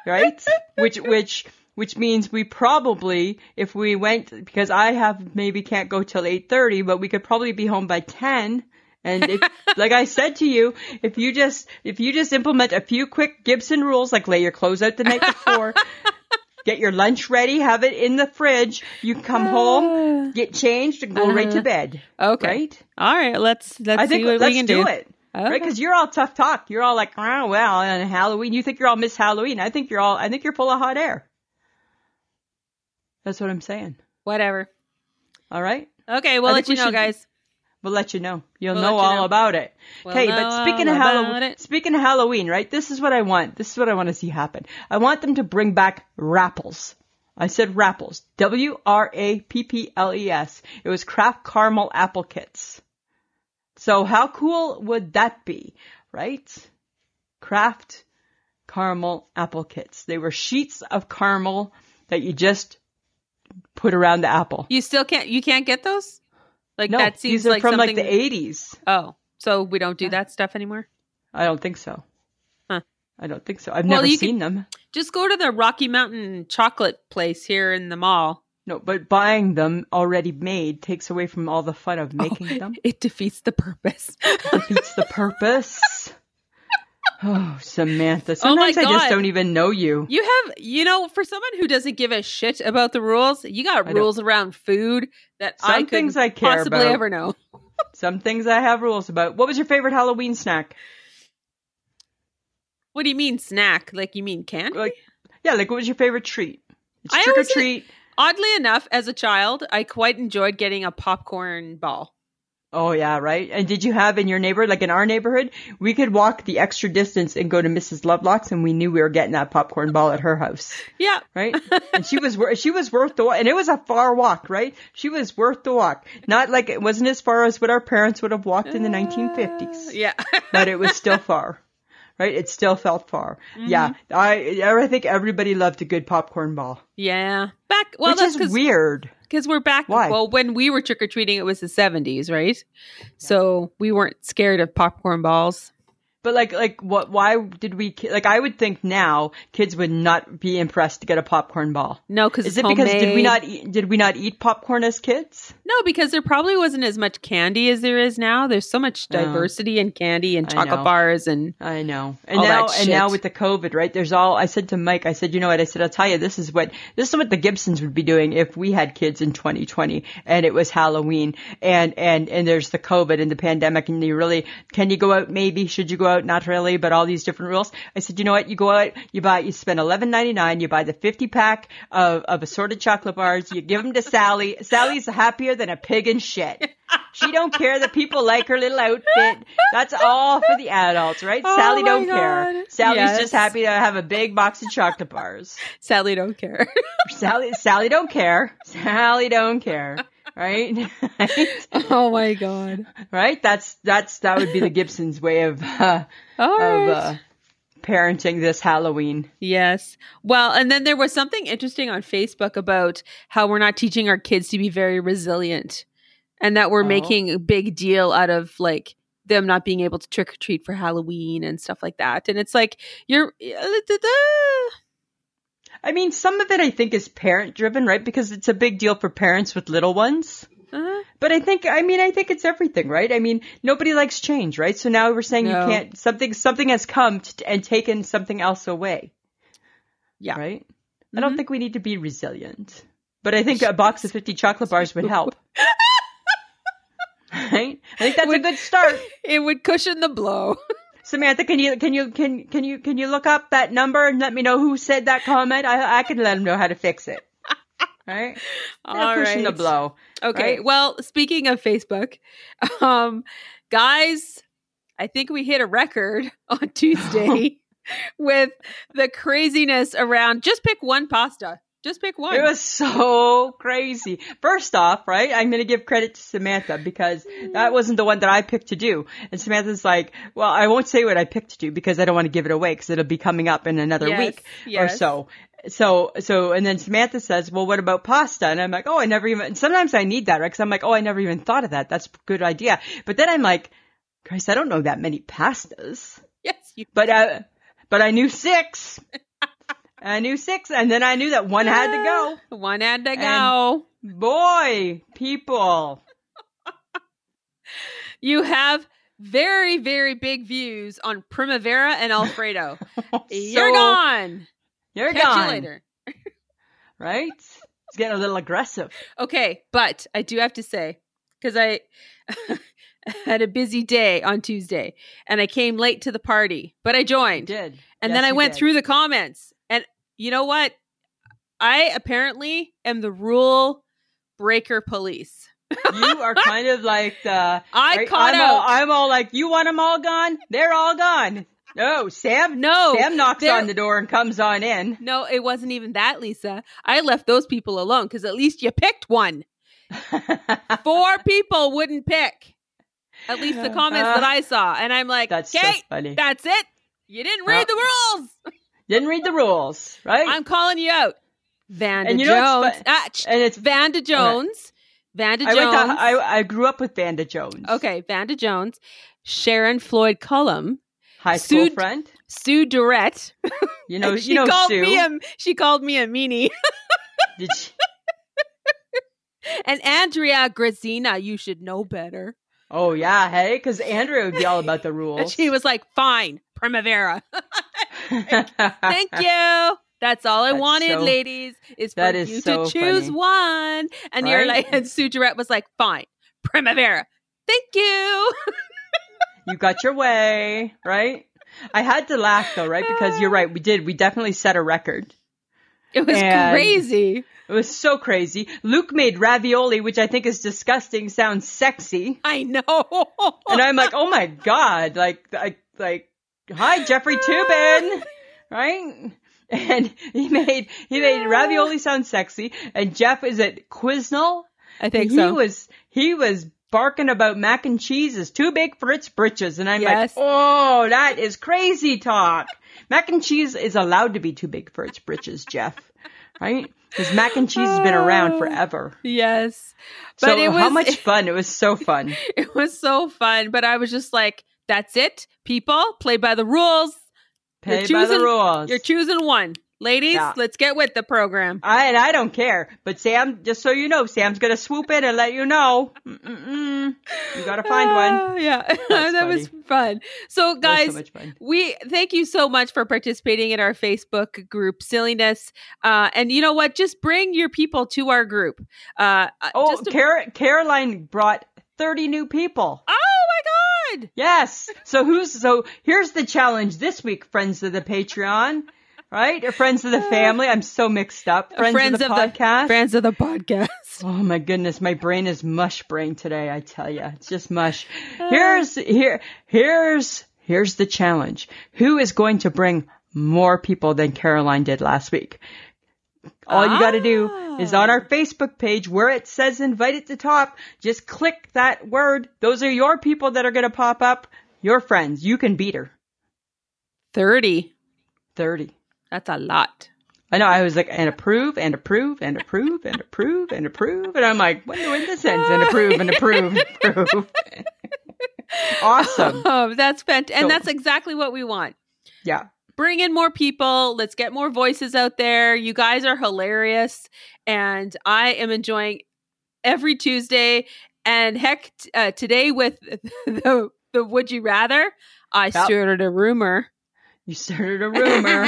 [SPEAKER 2] right? Which which which means we probably if we went because I have maybe can't go till 8:30, but we could probably be home by 10.
[SPEAKER 1] (laughs)
[SPEAKER 2] And if, like I said to you, if you just if you just implement a few quick Gibson rules like lay your clothes out the night
[SPEAKER 1] (laughs)
[SPEAKER 2] before, get your lunch ready, have it in the fridge, you
[SPEAKER 1] (sighs)
[SPEAKER 2] come home, get changed and go right to bed.
[SPEAKER 1] Uh-huh. Okay.
[SPEAKER 2] Right?
[SPEAKER 1] All right. Let's let's
[SPEAKER 2] I think
[SPEAKER 1] see what
[SPEAKER 2] let's
[SPEAKER 1] we can
[SPEAKER 2] do,
[SPEAKER 1] do.
[SPEAKER 2] it.
[SPEAKER 1] Okay.
[SPEAKER 2] Right? Because you're all tough talk. You're all like, oh, well, on Halloween, you think you're all Miss Halloween. I think you're all, I think you're full of hot air. That's what I'm saying.
[SPEAKER 1] Whatever.
[SPEAKER 2] All right.
[SPEAKER 1] Okay. We'll
[SPEAKER 2] I
[SPEAKER 1] let
[SPEAKER 2] think
[SPEAKER 1] you know,
[SPEAKER 2] we should-
[SPEAKER 1] guys.
[SPEAKER 2] We'll let you know. You'll
[SPEAKER 1] We'll
[SPEAKER 2] know
[SPEAKER 1] let you
[SPEAKER 2] all
[SPEAKER 1] know.
[SPEAKER 2] about it.
[SPEAKER 1] We'll
[SPEAKER 2] hey,
[SPEAKER 1] know
[SPEAKER 2] but speaking
[SPEAKER 1] all
[SPEAKER 2] of
[SPEAKER 1] about
[SPEAKER 2] Halloween,
[SPEAKER 1] it.
[SPEAKER 2] speaking of Halloween, right? This is what I want. This is what I want to see happen. I want them to bring back rapples. I said rapples. W R A P P L E S. It was Kraft Caramel Apple Kits. So how cool would that be, right? Kraft Caramel Apple Kits. They were sheets of caramel that you just put around the apple.
[SPEAKER 1] You still can't. You can't get those. Like
[SPEAKER 2] no,
[SPEAKER 1] that seems
[SPEAKER 2] these are
[SPEAKER 1] like
[SPEAKER 2] from
[SPEAKER 1] something.
[SPEAKER 2] like the 80s.
[SPEAKER 1] oh, so we don't do that stuff anymore.
[SPEAKER 2] I don't think so.
[SPEAKER 1] Huh.
[SPEAKER 2] I don't think so. I've
[SPEAKER 1] Well,
[SPEAKER 2] never
[SPEAKER 1] you
[SPEAKER 2] seen them.
[SPEAKER 1] Just go to the Rocky Mountain chocolate place here in the mall.
[SPEAKER 2] No, but buying them already made takes away from all the fun
[SPEAKER 1] Oh.
[SPEAKER 2] of making them.
[SPEAKER 1] (laughs) It defeats the purpose. (laughs)
[SPEAKER 2] Defeats the purpose. Oh, Samantha.
[SPEAKER 1] Oh my
[SPEAKER 2] Sometimes I just
[SPEAKER 1] God.
[SPEAKER 2] don't even know you.
[SPEAKER 1] You have, you know, for someone who doesn't give a shit about the rules, you got
[SPEAKER 2] don't.
[SPEAKER 1] rules around food that I
[SPEAKER 2] Some
[SPEAKER 1] could
[SPEAKER 2] things I care
[SPEAKER 1] possibly
[SPEAKER 2] about.
[SPEAKER 1] ever know.
[SPEAKER 2] Some things I have rules about. What was your favorite Halloween snack?
[SPEAKER 1] What do you mean snack? Like you mean candy?
[SPEAKER 2] Like, yeah, like what was your favorite treat? It's
[SPEAKER 1] I
[SPEAKER 2] trick or
[SPEAKER 1] always-
[SPEAKER 2] treat.
[SPEAKER 1] Oddly enough, as a child, I quite enjoyed getting a popcorn ball.
[SPEAKER 2] Oh yeah, right. And did you have in your neighborhood, like in our neighborhood, we could walk the extra distance and go to Mrs. Lovelock's, and we knew we were getting that popcorn ball at her house.
[SPEAKER 1] Yeah, (laughs)
[SPEAKER 2] right? and she was wor- she was worth the walk, and it was a far walk, right? She was worth the walk. Not like it wasn't as far as what our parents would have walked in the 1950s,
[SPEAKER 1] Uh, yeah. (laughs)
[SPEAKER 2] but it was still far, right? It still felt far. Yeah,
[SPEAKER 1] Mm-hmm.
[SPEAKER 2] I I think everybody loved a good popcorn ball,
[SPEAKER 1] yeah. Back well,
[SPEAKER 2] which
[SPEAKER 1] that's
[SPEAKER 2] is
[SPEAKER 1] because
[SPEAKER 2] weird.
[SPEAKER 1] because we're back.
[SPEAKER 2] Why?
[SPEAKER 1] Well, when we were trick or treating, it was the seventies, right? So we weren't scared of popcorn balls.
[SPEAKER 2] But like like what? Why did we ki- like? I would think now kids would not be impressed to get a popcorn ball.
[SPEAKER 1] No, because
[SPEAKER 2] Is it because did
[SPEAKER 1] homemade.
[SPEAKER 2] we not eat, did we not eat popcorn as kids?
[SPEAKER 1] No, because there probably wasn't as much candy as there is now. There's so much
[SPEAKER 2] Oh.
[SPEAKER 1] diversity in candy and
[SPEAKER 2] I
[SPEAKER 1] chocolate
[SPEAKER 2] know.
[SPEAKER 1] bars and
[SPEAKER 2] I know. And
[SPEAKER 1] All
[SPEAKER 2] now
[SPEAKER 1] that
[SPEAKER 2] and now
[SPEAKER 1] shit.
[SPEAKER 2] with the COVID, right? There's all I said to Mike, I said, you know what? I said, I'll tell you, this is what this is what the Gibsons would be doing if we had kids in 2020 and it was Halloween and and and there's the COVID and the pandemic and you really can you go out maybe? Should you go out? Not really, but all these different rules. I said, you know what? You go out, you buy you spend 11.99, you buy the 50 pack of of assorted chocolate bars, you give them to Sally. Sally's happier than a pig in shit. She don't care that people like her little outfit. That's all for the adults, right?
[SPEAKER 1] Oh
[SPEAKER 2] Sally
[SPEAKER 1] my
[SPEAKER 2] don't care.
[SPEAKER 1] God.
[SPEAKER 2] Sally's
[SPEAKER 1] Yes.
[SPEAKER 2] just happy to have a big box of chocolate bars. (laughs)
[SPEAKER 1] Sally don't care. (laughs)
[SPEAKER 2] Sally Sally don't care. Sally don't care. right? (laughs)
[SPEAKER 1] Oh my god.
[SPEAKER 2] right? That's that's that would be the Gibsons' way of uh,
[SPEAKER 1] All right.
[SPEAKER 2] of uh, parenting this Halloween.
[SPEAKER 1] Yes. Well, and then there was something interesting on Facebook about how we're not teaching our kids to be very resilient and that we're
[SPEAKER 2] Oh.
[SPEAKER 1] making a big deal out of like them not being able to trick or treat for Halloween and stuff like that. And it's like you're uh,
[SPEAKER 2] I mean, some of it I think is parent driven, right? Because it's a big deal for parents with little ones.
[SPEAKER 1] Uh,
[SPEAKER 2] But I think, I mean, I think it's everything, right? I mean, nobody likes change, right? So now we're saying
[SPEAKER 1] No.
[SPEAKER 2] you can't, something, something has come t- and taken something else away.
[SPEAKER 1] Yeah.
[SPEAKER 2] Right? I don't
[SPEAKER 1] Mhm.
[SPEAKER 2] think we need to be resilient, but I think a box of 50 chocolate bars would
[SPEAKER 1] (laughs)
[SPEAKER 2] help. right? I think that's
[SPEAKER 1] Would-
[SPEAKER 2] a
[SPEAKER 1] (laughs)
[SPEAKER 2] good start.
[SPEAKER 1] it would cushion the blow. (laughs)
[SPEAKER 2] Samantha, can you, can you, can, can you, can you look up that number and let me know who said that comment? I, I can let them know how to fix it. Right?
[SPEAKER 1] All
[SPEAKER 2] cushion the
[SPEAKER 1] right.
[SPEAKER 2] blow.
[SPEAKER 1] Okay.
[SPEAKER 2] right?
[SPEAKER 1] Well, speaking of Facebook, (laughs) um, guys, I think we hit a record (laughs)
[SPEAKER 2] (laughs)
[SPEAKER 1] on Tuesday (laughs) with the craziness around just pick one pasta. Just pick one.
[SPEAKER 2] It was so crazy. First off, right? I'm going to give credit to Samantha because that wasn't the one that I picked to do. And Samantha's like, well, I won't say what I picked to do because I don't want to give it away because it'll be coming up in another
[SPEAKER 1] Yes,
[SPEAKER 2] week or
[SPEAKER 1] yes.
[SPEAKER 2] so. So, so, and then Samantha says, well, what about pasta? And I'm like, oh, I never even, and sometimes I need that, right? Cause I'm like, oh, I never even thought of that. That's a good idea. But then I'm like, Christ, I don't know that many pastas
[SPEAKER 1] (laughs) Yes. You-
[SPEAKER 2] but uh, but I knew
[SPEAKER 1] (laughs)
[SPEAKER 2] six. I knew six, and then I knew that one had to go.
[SPEAKER 1] (laughs) One had to
[SPEAKER 2] And-
[SPEAKER 1] go.
[SPEAKER 2] Boy, people.
[SPEAKER 1] You have very, very big views on Primavera and Alfredo.
[SPEAKER 2] (laughs)
[SPEAKER 1] You're
[SPEAKER 2] So-
[SPEAKER 1] gone.
[SPEAKER 2] You're
[SPEAKER 1] Catch
[SPEAKER 2] gone.
[SPEAKER 1] you later.
[SPEAKER 2] Right? It's getting a little aggressive.
[SPEAKER 1] Okay, but I do have to say because I (laughs) had a busy day on Tuesday and I came late to the party, but I
[SPEAKER 2] You
[SPEAKER 1] joined.
[SPEAKER 2] did.
[SPEAKER 1] And
[SPEAKER 2] Yes,
[SPEAKER 1] then I
[SPEAKER 2] you
[SPEAKER 1] went
[SPEAKER 2] did.
[SPEAKER 1] through the comments. And you know what? I apparently am the rule breaker police. (laughs)
[SPEAKER 2] You are kind of like the.
[SPEAKER 1] I
[SPEAKER 2] right?
[SPEAKER 1] caught
[SPEAKER 2] I'm All,
[SPEAKER 1] out.
[SPEAKER 2] I'm all like, you want them all gone? They're all gone. No, Sam.
[SPEAKER 1] no.
[SPEAKER 2] Sam knocks
[SPEAKER 1] they're-
[SPEAKER 2] on the door and comes on in. (laughs)
[SPEAKER 1] No, it wasn't even that, Lisa. I left those people alone because at least you picked one. Four
[SPEAKER 2] (laughs)
[SPEAKER 1] people wouldn't pick. At least
[SPEAKER 2] (sighs)
[SPEAKER 1] the comments
[SPEAKER 2] Uh,
[SPEAKER 1] that I saw. And I'm like,
[SPEAKER 2] That's
[SPEAKER 1] okay,
[SPEAKER 2] so funny.
[SPEAKER 1] that's it. You didn't read
[SPEAKER 2] Well,
[SPEAKER 1] the rules.
[SPEAKER 2] Didn't read the rules, right?
[SPEAKER 1] I'm calling you out. Vanda
[SPEAKER 2] And you know what's
[SPEAKER 1] Jones. Ah, sh-
[SPEAKER 2] and it's
[SPEAKER 1] Vanda Jones. Vanda
[SPEAKER 2] I
[SPEAKER 1] Jones.
[SPEAKER 2] went to, I, I grew up with Vanda Jones.
[SPEAKER 1] okay, Vanda Jones. Sharon Floyd Cullum.
[SPEAKER 2] High school
[SPEAKER 1] Sue-
[SPEAKER 2] friend.
[SPEAKER 1] Sue
[SPEAKER 2] (laughs)
[SPEAKER 1] Durrett. (laughs)
[SPEAKER 2] You know,
[SPEAKER 1] And she
[SPEAKER 2] you know
[SPEAKER 1] called
[SPEAKER 2] Sue.
[SPEAKER 1] me a she called me a meanie. (laughs)
[SPEAKER 2] Did she-
[SPEAKER 1] And Andrea Grazina, you should know better.
[SPEAKER 2] Oh yeah, hey, because Andrea would be all about the
[SPEAKER 1] (laughs)
[SPEAKER 2] rules.
[SPEAKER 1] And she was like, fine, Primavera. Thank you. That's all I
[SPEAKER 2] That's
[SPEAKER 1] wanted,
[SPEAKER 2] so-
[SPEAKER 1] ladies, is for
[SPEAKER 2] that is
[SPEAKER 1] you
[SPEAKER 2] so
[SPEAKER 1] to choose
[SPEAKER 2] funny.
[SPEAKER 1] one. And you're
[SPEAKER 2] Right?
[SPEAKER 1] like, (laughs) and Sue Durrett was like, fine, Primavera. Thank you.
[SPEAKER 2] (laughs)
[SPEAKER 1] (laughs)
[SPEAKER 2] you got your way, right? I had to laugh though, right? Because you're right. We did. We definitely set a record.
[SPEAKER 1] It was
[SPEAKER 2] And-
[SPEAKER 1] crazy.
[SPEAKER 2] It was so crazy. Luke made ravioli, which I think is disgusting, sounds sexy,
[SPEAKER 1] I know.
[SPEAKER 2] and I'm like, oh my god, like, like, like,
[SPEAKER 1] (laughs)
[SPEAKER 2] hi Jeffrey Tubin, right? And he made he made ravioli sound sexy, and Jeff is it Quiznall?
[SPEAKER 1] (laughs) I think
[SPEAKER 2] he
[SPEAKER 1] so.
[SPEAKER 2] was he was barking about mac and cheese is too big for its britches, and I'm
[SPEAKER 1] Yes.
[SPEAKER 2] like, oh, that is crazy talk. mac and cheese is allowed to be too big for its britches, Jeff, right? Because mac and cheese has been around forever.
[SPEAKER 1] yes. Oh. But
[SPEAKER 2] so
[SPEAKER 1] it
[SPEAKER 2] how
[SPEAKER 1] was- (laughs)
[SPEAKER 2] much fun! It was so fun.
[SPEAKER 1] It was so fun. But I was just like, that's it. People, play by the rules. You're
[SPEAKER 2] Play by the
[SPEAKER 1] choosing-
[SPEAKER 2] rules.
[SPEAKER 1] You're choosing one. Ladies,
[SPEAKER 2] Yeah.
[SPEAKER 1] let's get with the program.
[SPEAKER 2] I, and I don't care, but Sam, just so you know, Sam's gonna swoop in and let you know. Mm-mm-mm. You gotta find one.
[SPEAKER 1] Ah, yeah. (laughs)
[SPEAKER 2] That's
[SPEAKER 1] that was fun. So
[SPEAKER 2] That was
[SPEAKER 1] guys,
[SPEAKER 2] so much fun.
[SPEAKER 1] we thank you so much for participating in our facebook group silliness uh, and you know what just bring your people to our group uh, uh,
[SPEAKER 2] Oh,
[SPEAKER 1] just to-
[SPEAKER 2] Car- Caroline brought thirty new people.
[SPEAKER 1] oh my god
[SPEAKER 2] Yes. So who's so here's the challenge this week, friends of the Patreon, right? Or friends of the family. I'm so mixed up. Uh, Friends, of the podcast.
[SPEAKER 1] friends of the podcast
[SPEAKER 2] Oh my goodness, my brain is mush brain today, I tell you. It's just mush. Here's here here's here's the challenge. Who is going to bring more people than Caroline did last week? All you got to do
[SPEAKER 1] Ah.
[SPEAKER 2] is on our Facebook page where it says invite at the top, just click that word. Those are your people that are going to pop up, your friends. You can beat her.
[SPEAKER 1] 30.
[SPEAKER 2] 30.
[SPEAKER 1] That's a lot.
[SPEAKER 2] I know. I was like, and approve, and approve, and approve, and approve, and approve. And I'm like, when, when this ends, and approve, and approve, and approve. (laughs) awesome.
[SPEAKER 1] (laughs) Oh, that's fantastic. And
[SPEAKER 2] So-
[SPEAKER 1] that's exactly what we want.
[SPEAKER 2] Yeah.
[SPEAKER 1] Bring in more people. Let's get more voices out there. You guys are hilarious. And I am enjoying every Tuesday. And heck, t- uh, today with (laughs) the, the Would You Rather, I
[SPEAKER 2] Yep.
[SPEAKER 1] started a rumor.
[SPEAKER 2] You started a rumor.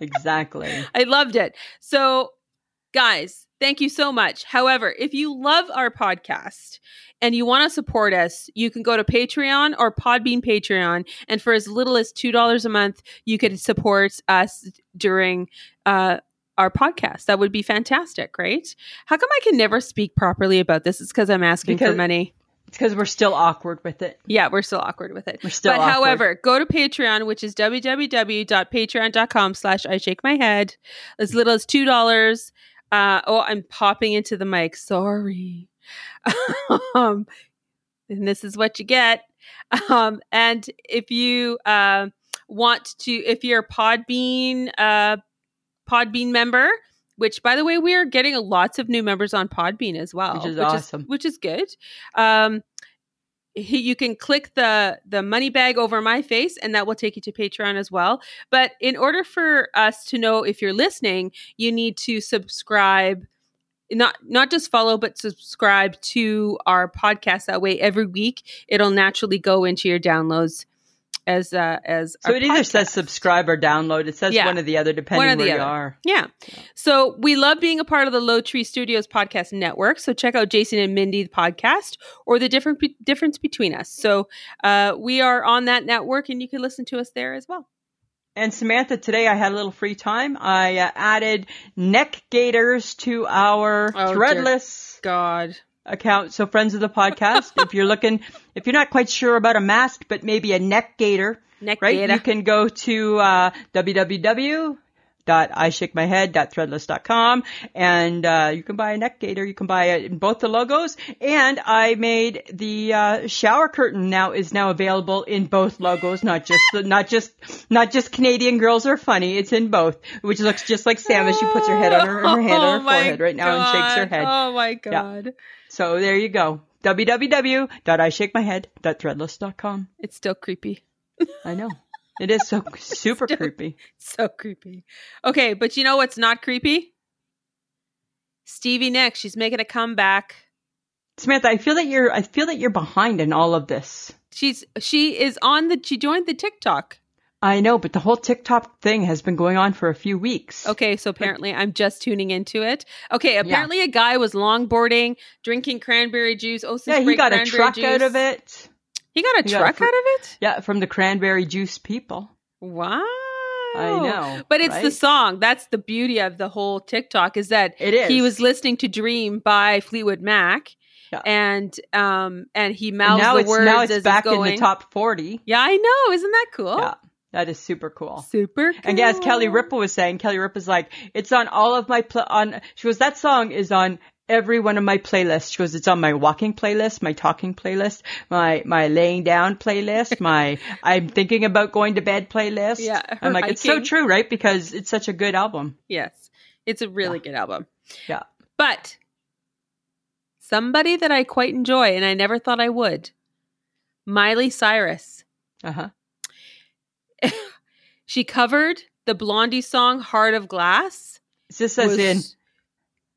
[SPEAKER 2] exactly.
[SPEAKER 1] I loved it. So, guys, thank you so much. However, if you love our podcast and you want to support us, you can go to Patreon or Podbean Patreon. And for as little as $2 a month, you can support us during uh, our podcast. That would be fantastic, right? How come I can never speak properly about this? It's because I'm asking for
[SPEAKER 2] Because-
[SPEAKER 1] money.
[SPEAKER 2] It's because we're still awkward with it.
[SPEAKER 1] Yeah, we're still awkward with it.
[SPEAKER 2] We're still
[SPEAKER 1] but
[SPEAKER 2] awkward.
[SPEAKER 1] however, go to Patreon, which is www.patreon.com slash I shake my head. As little as two dollars. Uh, oh, I'm popping into the mic. Sorry. (laughs) um, and this is what you get. Um, and if you uh, want to, if you're a Podbean uh, Podbean member, which by the way, we are getting lots of new members on Podbean as well,
[SPEAKER 2] Which is awesome.
[SPEAKER 1] which is good. Um, he, you can click the the money bag over my face, and that will take you to Patreon as well. But in order for us to know if you're listening, you need to subscribe not not just follow but subscribe to our podcast that way every week it'll naturally go into your downloads as uh as
[SPEAKER 2] So
[SPEAKER 1] our
[SPEAKER 2] it either
[SPEAKER 1] podcast.
[SPEAKER 2] says subscribe or download. It says
[SPEAKER 1] Yeah.
[SPEAKER 2] one or the other, depending
[SPEAKER 1] One or the
[SPEAKER 2] where you
[SPEAKER 1] other.
[SPEAKER 2] are.
[SPEAKER 1] yeah. So we love being a part of the Low Tree Studios podcast network. So check out Jason and Mindy the podcast or the different be- difference between us. So uh, we are on that network, and you can listen to us there as well.
[SPEAKER 2] And Samantha, today I had a little free time. I uh, added neck gaiters to our
[SPEAKER 1] Oh, dear.
[SPEAKER 2] threadless
[SPEAKER 1] God,
[SPEAKER 2] account. So friends of the podcast, if you're looking, if you're not quite sure about a mask, but maybe a neck gaiter,
[SPEAKER 1] neck
[SPEAKER 2] right?
[SPEAKER 1] data.
[SPEAKER 2] You can go to uh, www.ishakemyhead.threadless.com and uh, you can buy a neck gaiter. You can buy it in both the logos. And I made the uh, shower curtain now is now available in both logos, not just the, not just not just Canadian girls are funny. It's in both, which looks just like Sam as she puts her head on her, her
[SPEAKER 1] (laughs)
[SPEAKER 2] hand on
[SPEAKER 1] Oh
[SPEAKER 2] her
[SPEAKER 1] my
[SPEAKER 2] forehead right now and shakes her
[SPEAKER 1] God.
[SPEAKER 2] head.
[SPEAKER 1] Oh my god,
[SPEAKER 2] So there you go. www.ishakemyhead.threadless.com.
[SPEAKER 1] it's still creepy.
[SPEAKER 2] I know. It is
[SPEAKER 1] (laughs)
[SPEAKER 2] so super creepy.
[SPEAKER 1] So creepy. Okay, but you know what's not creepy? Stevie Nicks. She's making a comeback.
[SPEAKER 2] Samantha, I feel that you're I feel that you're behind in all of this.
[SPEAKER 1] She's she is on the she joined the TikTok.
[SPEAKER 2] I know, but the whole TikTok thing has been going on for a few weeks.
[SPEAKER 1] Okay, so apparently I'm just tuning into it. Okay, apparently a guy was longboarding, drinking cranberry juice. Oh,
[SPEAKER 2] Yeah, he got a truck out of it.
[SPEAKER 1] He got a
[SPEAKER 2] He got a
[SPEAKER 1] truck
[SPEAKER 2] fr-
[SPEAKER 1] out of it.
[SPEAKER 2] Yeah, from the cranberry juice people.
[SPEAKER 1] Wow.
[SPEAKER 2] I know.
[SPEAKER 1] But it's the
[SPEAKER 2] right?
[SPEAKER 1] song. That's the beauty of the whole TikTok is that
[SPEAKER 2] It is.
[SPEAKER 1] he was listening to Dream by Fleetwood Mac.
[SPEAKER 2] Yeah.
[SPEAKER 1] And um and he
[SPEAKER 2] And
[SPEAKER 1] mouths
[SPEAKER 2] now
[SPEAKER 1] the
[SPEAKER 2] it's
[SPEAKER 1] words
[SPEAKER 2] now
[SPEAKER 1] as
[SPEAKER 2] it's
[SPEAKER 1] he's
[SPEAKER 2] back in
[SPEAKER 1] going.
[SPEAKER 2] the top 40.
[SPEAKER 1] Yeah, I know. Isn't that cool?
[SPEAKER 2] Yeah. That is super cool.
[SPEAKER 1] Super.
[SPEAKER 2] And yeah, as Kelly
[SPEAKER 1] cool.
[SPEAKER 2] Ripa was saying, Kelly Ripa's like, it's on all of my pl- on. She goes, that song is on every one of my playlists. She goes, it's on my walking playlist, my talking playlist, my my laying down
[SPEAKER 1] (laughs)
[SPEAKER 2] playlist, my I'm thinking about going to bed playlist.
[SPEAKER 1] Yeah, her
[SPEAKER 2] I'm like, it's so
[SPEAKER 1] hiking.
[SPEAKER 2] true, right? Because it's such a good album.
[SPEAKER 1] Yes. It's a really good album.
[SPEAKER 2] Yeah.
[SPEAKER 1] But somebody that I quite enjoy and I never thought I would, Miley Cyrus.
[SPEAKER 2] Uh huh.
[SPEAKER 1] She covered the Blondie song Heart of Glass.
[SPEAKER 2] Is this as
[SPEAKER 1] was-
[SPEAKER 2] in,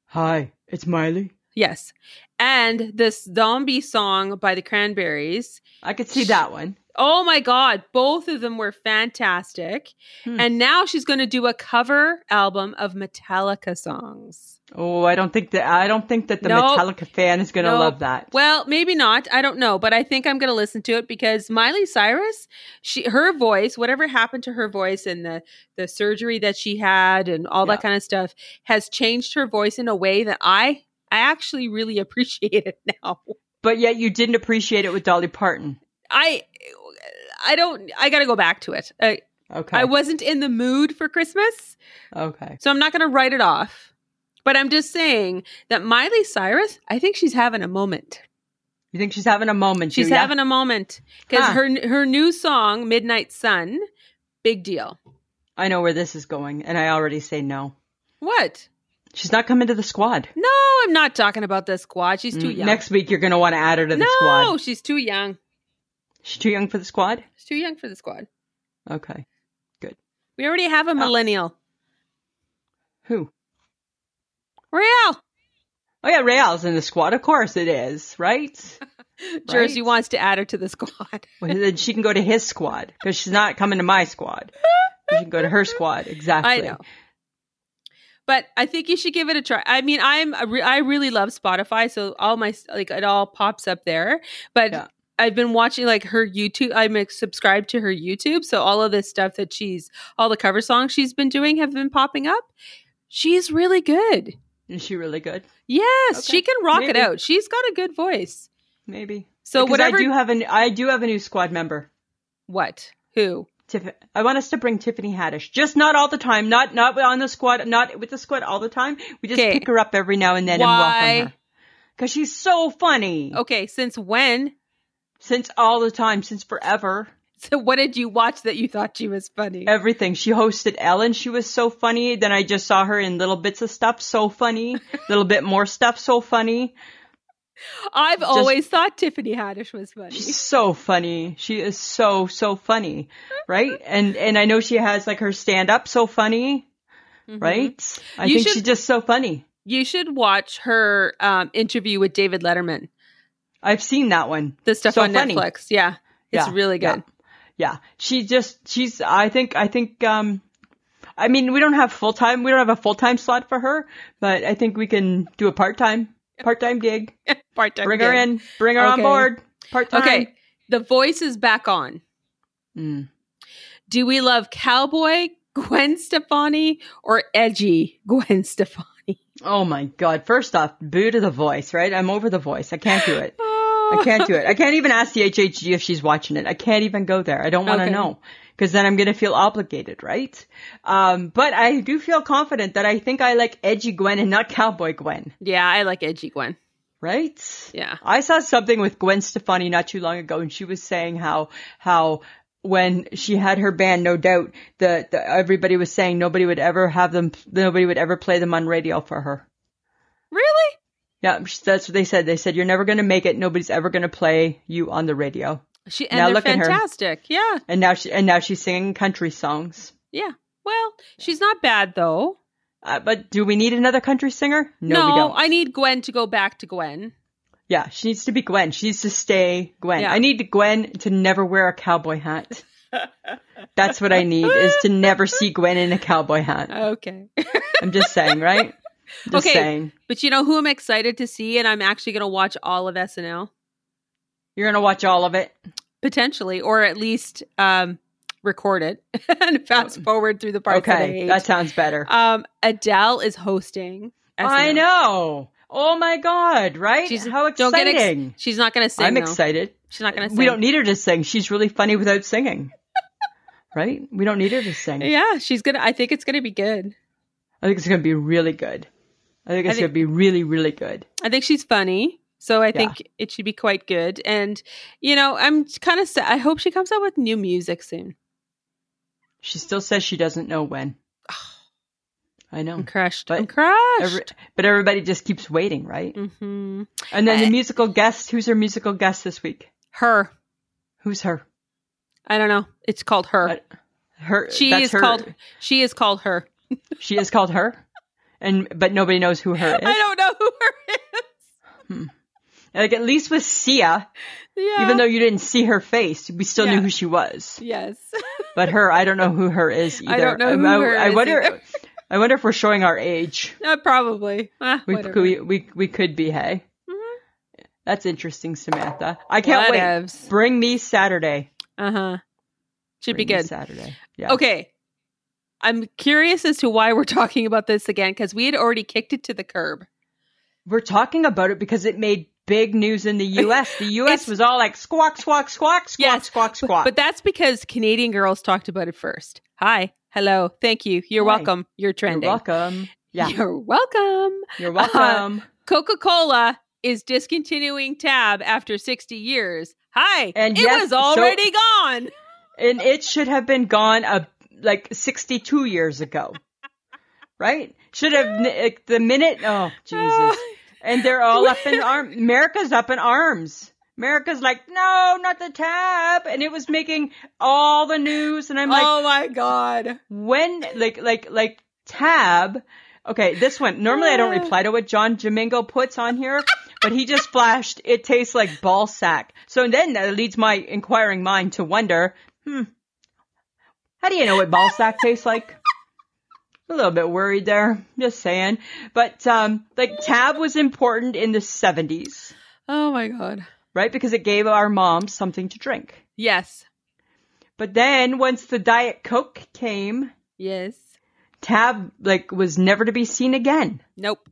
[SPEAKER 2] hi, it's Miley?
[SPEAKER 1] Yes. And this zombie song by the Cranberries.
[SPEAKER 2] I could see that one.
[SPEAKER 1] Oh my God, both of them were fantastic.
[SPEAKER 2] Hmm.
[SPEAKER 1] And now she's going to do a cover album of Metallica songs.
[SPEAKER 2] Oh, I don't think that I don't think that the
[SPEAKER 1] Nope.
[SPEAKER 2] Metallica fan is gonna
[SPEAKER 1] Nope.
[SPEAKER 2] love that.
[SPEAKER 1] Well, maybe not. I don't know, but I think I'm going to listen to it because Miley Cyrus, she her voice, whatever happened to her voice and the the surgery that she had and all
[SPEAKER 2] Yeah.
[SPEAKER 1] that kind of stuff has changed her voice in a way that I I actually really (laughs) appreciate it now.
[SPEAKER 2] But yet you didn't appreciate it with Dolly Parton.
[SPEAKER 1] I I don't I got to go back to it. I
[SPEAKER 2] Okay.
[SPEAKER 1] I wasn't in the mood for Christmas,
[SPEAKER 2] okay.
[SPEAKER 1] so I'm not going to write it off. But I'm just saying that Miley Cyrus, I think she's having a moment.
[SPEAKER 2] You think she's having a moment?
[SPEAKER 1] She's
[SPEAKER 2] you, yeah?
[SPEAKER 1] having a moment because
[SPEAKER 2] Huh.
[SPEAKER 1] her her new song Midnight Sun, big deal.
[SPEAKER 2] I know where this is going, and I already say no.
[SPEAKER 1] What?
[SPEAKER 2] She's not coming to the squad.
[SPEAKER 1] No, I'm not talking about the squad. She's too
[SPEAKER 2] Mm,
[SPEAKER 1] young.
[SPEAKER 2] Next week, you're going to want to add her to the
[SPEAKER 1] no,
[SPEAKER 2] squad.
[SPEAKER 1] she's too young.
[SPEAKER 2] She's too young for the squad?
[SPEAKER 1] She's too young for the squad.
[SPEAKER 2] Okay.
[SPEAKER 1] We already have a millennial.
[SPEAKER 2] Who?
[SPEAKER 1] Real
[SPEAKER 2] Oh, yeah, Real's in the squad. Of course it is,
[SPEAKER 1] (laughs)
[SPEAKER 2] right?
[SPEAKER 1] Jersey
[SPEAKER 2] Right.
[SPEAKER 1] wants to add her to the squad.
[SPEAKER 2] well, then she can go to his squad because she's not coming to my squad. She can go to her squad.
[SPEAKER 1] (laughs)
[SPEAKER 2] Exactly.
[SPEAKER 1] I know. But I think you should give it a try. I mean, I'm a re- I really love Spotify, so all my like it all pops up there. But
[SPEAKER 2] Yeah.
[SPEAKER 1] I've been watching like her YouTube. I'm like, subscribed to her YouTube, so all of this stuff that she's all the cover songs she's been doing have been popping up. She's really good.
[SPEAKER 2] Is she really good?
[SPEAKER 1] Yes,
[SPEAKER 2] Okay.
[SPEAKER 1] she can rock it
[SPEAKER 2] Maybe.
[SPEAKER 1] out. She's got a good voice.
[SPEAKER 2] Maybe.
[SPEAKER 1] So
[SPEAKER 2] Because
[SPEAKER 1] whatever.
[SPEAKER 2] I do have an I do have a new squad member.
[SPEAKER 1] what? Who?
[SPEAKER 2] Tiff- I want us to bring Tiffany Haddish, just not all the time, not not on the squad, not with the squad all the time. We just
[SPEAKER 1] 'Kay.
[SPEAKER 2] pick her up every now and then and
[SPEAKER 1] Why? Oh.
[SPEAKER 2] welcome her because she's so funny.
[SPEAKER 1] Okay. Since when? (laughs)
[SPEAKER 2] Since all the time, since forever,
[SPEAKER 1] So what did you watch that you thought she was funny?
[SPEAKER 2] everything. She hosted Ellen. She was so funny. Then I just saw her in little bits of stuff, so
[SPEAKER 1] (laughs)
[SPEAKER 2] funny. little bit more stuff, so funny.
[SPEAKER 1] I've always thought Tiffany Haddish was funny.
[SPEAKER 2] She's so funny. She is so so funny, right? And and I know she has like her stand up, so funny,
[SPEAKER 1] Mhm.
[SPEAKER 2] right? I
[SPEAKER 1] You
[SPEAKER 2] think
[SPEAKER 1] should-
[SPEAKER 2] she's just so funny.
[SPEAKER 1] You should watch her um, interview with David Letterman.
[SPEAKER 2] I've seen that one.
[SPEAKER 1] The stuff
[SPEAKER 2] So
[SPEAKER 1] on
[SPEAKER 2] funny.
[SPEAKER 1] Netflix. Yeah. It's
[SPEAKER 2] Yeah,
[SPEAKER 1] really
[SPEAKER 2] yeah.
[SPEAKER 1] good.
[SPEAKER 2] Yeah. She just she's I think I think um I mean we don't have full time we don't have a full time slot for her, but I think we can do a part time part time gig.
[SPEAKER 1] Part time.
[SPEAKER 2] Bring her in. Bring her on
[SPEAKER 1] Okay.
[SPEAKER 2] board. Part time.
[SPEAKER 1] Okay. The voice is back on.
[SPEAKER 2] Mm.
[SPEAKER 1] Do we love cowboy (laughs) Gwen Stefani or edgy (laughs) Gwen Stefani?
[SPEAKER 2] Oh my god. First off, boo to the voice, right? I'm over the voice. I can't do it. I can't do it. I can't even ask the HHG if she's watching it. I can't even go there. I don't want to
[SPEAKER 1] Okay.
[SPEAKER 2] 'Cause know because then I'm going to feel obligated, right? Um, but I do feel confident that I think I like edgy Gwen and not cowboy Gwen,
[SPEAKER 1] Yeah, I like edgy Gwen.
[SPEAKER 2] right?
[SPEAKER 1] Yeah.
[SPEAKER 2] I saw something with Gwen Stefani not too long ago, and she was saying how how when she had her band, no doubt, the, the everybody was saying nobody would ever have them, nobody would ever play them on radio for her.
[SPEAKER 1] Really?
[SPEAKER 2] Yeah, that's what they said. They said you're never going to make it. Nobody's ever going to play you on the radio.
[SPEAKER 1] She and
[SPEAKER 2] Now
[SPEAKER 1] they're
[SPEAKER 2] look at her.
[SPEAKER 1] fantastic. Yeah.
[SPEAKER 2] And now she and now she's singing country songs.
[SPEAKER 1] Yeah. Well, she's not bad though.
[SPEAKER 2] Uh, but do we need another country singer? No, we don't.
[SPEAKER 1] I need Gwen to go back to Gwen.
[SPEAKER 2] yeah, she needs to be Gwen. She needs to stay Gwen.
[SPEAKER 1] Yeah.
[SPEAKER 2] I need Gwen to never wear a cowboy hat. That's what I need is to never see Gwen in a cowboy hat.
[SPEAKER 1] Okay.
[SPEAKER 2] I'm just saying, right? Just
[SPEAKER 1] Okay.
[SPEAKER 2] saying.
[SPEAKER 1] But you know who I'm excited to see, and I'm actually going to watch all of SNL
[SPEAKER 2] You're gonna watch all of it.
[SPEAKER 1] potentially, or at least um, record it (laughs) and fast forward through the parts that I
[SPEAKER 2] okay,
[SPEAKER 1] hate.
[SPEAKER 2] that sounds better.
[SPEAKER 1] um, Adele is hosting. SNL.
[SPEAKER 2] I know. Oh my god! Right?
[SPEAKER 1] She's-
[SPEAKER 2] How exciting!
[SPEAKER 1] Don't get ex- She's not going to sing.
[SPEAKER 2] I'm
[SPEAKER 1] though.
[SPEAKER 2] excited.
[SPEAKER 1] She's not going to sing.
[SPEAKER 2] We don't need her to sing. She's really funny without singing. right? We don't need her to
[SPEAKER 1] (laughs)
[SPEAKER 2] sing.
[SPEAKER 1] Yeah, she's gonna. I think it's gonna be good.
[SPEAKER 2] I think it's going to be really good. I think
[SPEAKER 1] I
[SPEAKER 2] it's
[SPEAKER 1] think-
[SPEAKER 2] going to be really, really good.
[SPEAKER 1] I think she's funny, so I think it should be quite good. And you know, I'm kind of. Sa- I hope she comes out with new music soon.
[SPEAKER 2] She still says she doesn't
[SPEAKER 1] (sighs)
[SPEAKER 2] know when. I know.
[SPEAKER 1] I'm crushed.
[SPEAKER 2] But
[SPEAKER 1] I'm crushed.
[SPEAKER 2] Every, but everybody just keeps waiting, right?
[SPEAKER 1] hmm
[SPEAKER 2] And then the
[SPEAKER 1] I-
[SPEAKER 2] musical guest, who's her musical guest this week?
[SPEAKER 1] Her.
[SPEAKER 2] Who's her?
[SPEAKER 1] I don't know. It's called her.
[SPEAKER 2] I- Her
[SPEAKER 1] She
[SPEAKER 2] that's
[SPEAKER 1] is
[SPEAKER 2] her-
[SPEAKER 1] called. She is called her.
[SPEAKER 2] She is called her. And but nobody knows who
[SPEAKER 1] (laughs)
[SPEAKER 2] her
[SPEAKER 1] I
[SPEAKER 2] is.
[SPEAKER 1] don't know who her is. (laughs)
[SPEAKER 2] Like at least with Sia,
[SPEAKER 1] Yeah.
[SPEAKER 2] even though you didn't see her face, we still
[SPEAKER 1] Yeah.
[SPEAKER 2] knew who she was.
[SPEAKER 1] Yes. (laughs)
[SPEAKER 2] But her, I don't know who her is either.
[SPEAKER 1] I don't know who
[SPEAKER 2] I,
[SPEAKER 1] her
[SPEAKER 2] I
[SPEAKER 1] is
[SPEAKER 2] wonder.
[SPEAKER 1] either.
[SPEAKER 2] I wonder if we're showing our age.
[SPEAKER 1] Uh, probably. Ah,
[SPEAKER 2] We,
[SPEAKER 1] whatever.
[SPEAKER 2] we we we could be. Hey,
[SPEAKER 1] Mhm.
[SPEAKER 2] that's interesting, Samantha. I can't
[SPEAKER 1] Whatevs.
[SPEAKER 2] wait. Bring me Saturday.
[SPEAKER 1] Uh huh. Should be
[SPEAKER 2] Bring me
[SPEAKER 1] good.
[SPEAKER 2] Saturday. Yeah.
[SPEAKER 1] Okay. I'm curious as to why we're (laughs) talking about this again because we had already kicked it to the curb.
[SPEAKER 2] We're talking about it because it made big
[SPEAKER 1] (laughs)
[SPEAKER 2] news in the U.S. The U.S.
[SPEAKER 1] It's-
[SPEAKER 2] was all like squawk, squawk, squawk, squawk,
[SPEAKER 1] Yes,
[SPEAKER 2] squawk, squawk.
[SPEAKER 1] But that's because Canadian girls talked about it first. Hi, hello, thank you. You're
[SPEAKER 2] Hi.
[SPEAKER 1] welcome. You're
[SPEAKER 2] you're
[SPEAKER 1] trending. uh,
[SPEAKER 2] welcome. Yeah,
[SPEAKER 1] (laughs) You're welcome.
[SPEAKER 2] you're welcome.
[SPEAKER 1] Coca Cola is discontinuing tab after 60 years. Hi,
[SPEAKER 2] And
[SPEAKER 1] it
[SPEAKER 2] yes,
[SPEAKER 1] was
[SPEAKER 2] so-
[SPEAKER 1] already gone.
[SPEAKER 2] and it should have been gone uh, like 62 years ago. Right? Should have like, the minute. Oh, (laughs)
[SPEAKER 1] (gasps)
[SPEAKER 2] Jesus. And they're all up in arms. America's up in arms. America's like, no, not the tab. And it was making all the news. And I'm like,
[SPEAKER 1] oh my god.
[SPEAKER 2] when like like like tab okay this one normally i don't reply to what john domingo puts on here but he just flashed it tastes like ball sack so then that leads my inquiring mind to wonder hmm how do you know what ball sack tastes like a little bit worried there just saying but um like tab was important in the 70s
[SPEAKER 1] Oh my god.
[SPEAKER 2] right because it gave our moms something to drink
[SPEAKER 1] Yes.
[SPEAKER 2] but then once the diet coke came
[SPEAKER 1] Yes.
[SPEAKER 2] tab like was never to be seen again
[SPEAKER 1] Nope.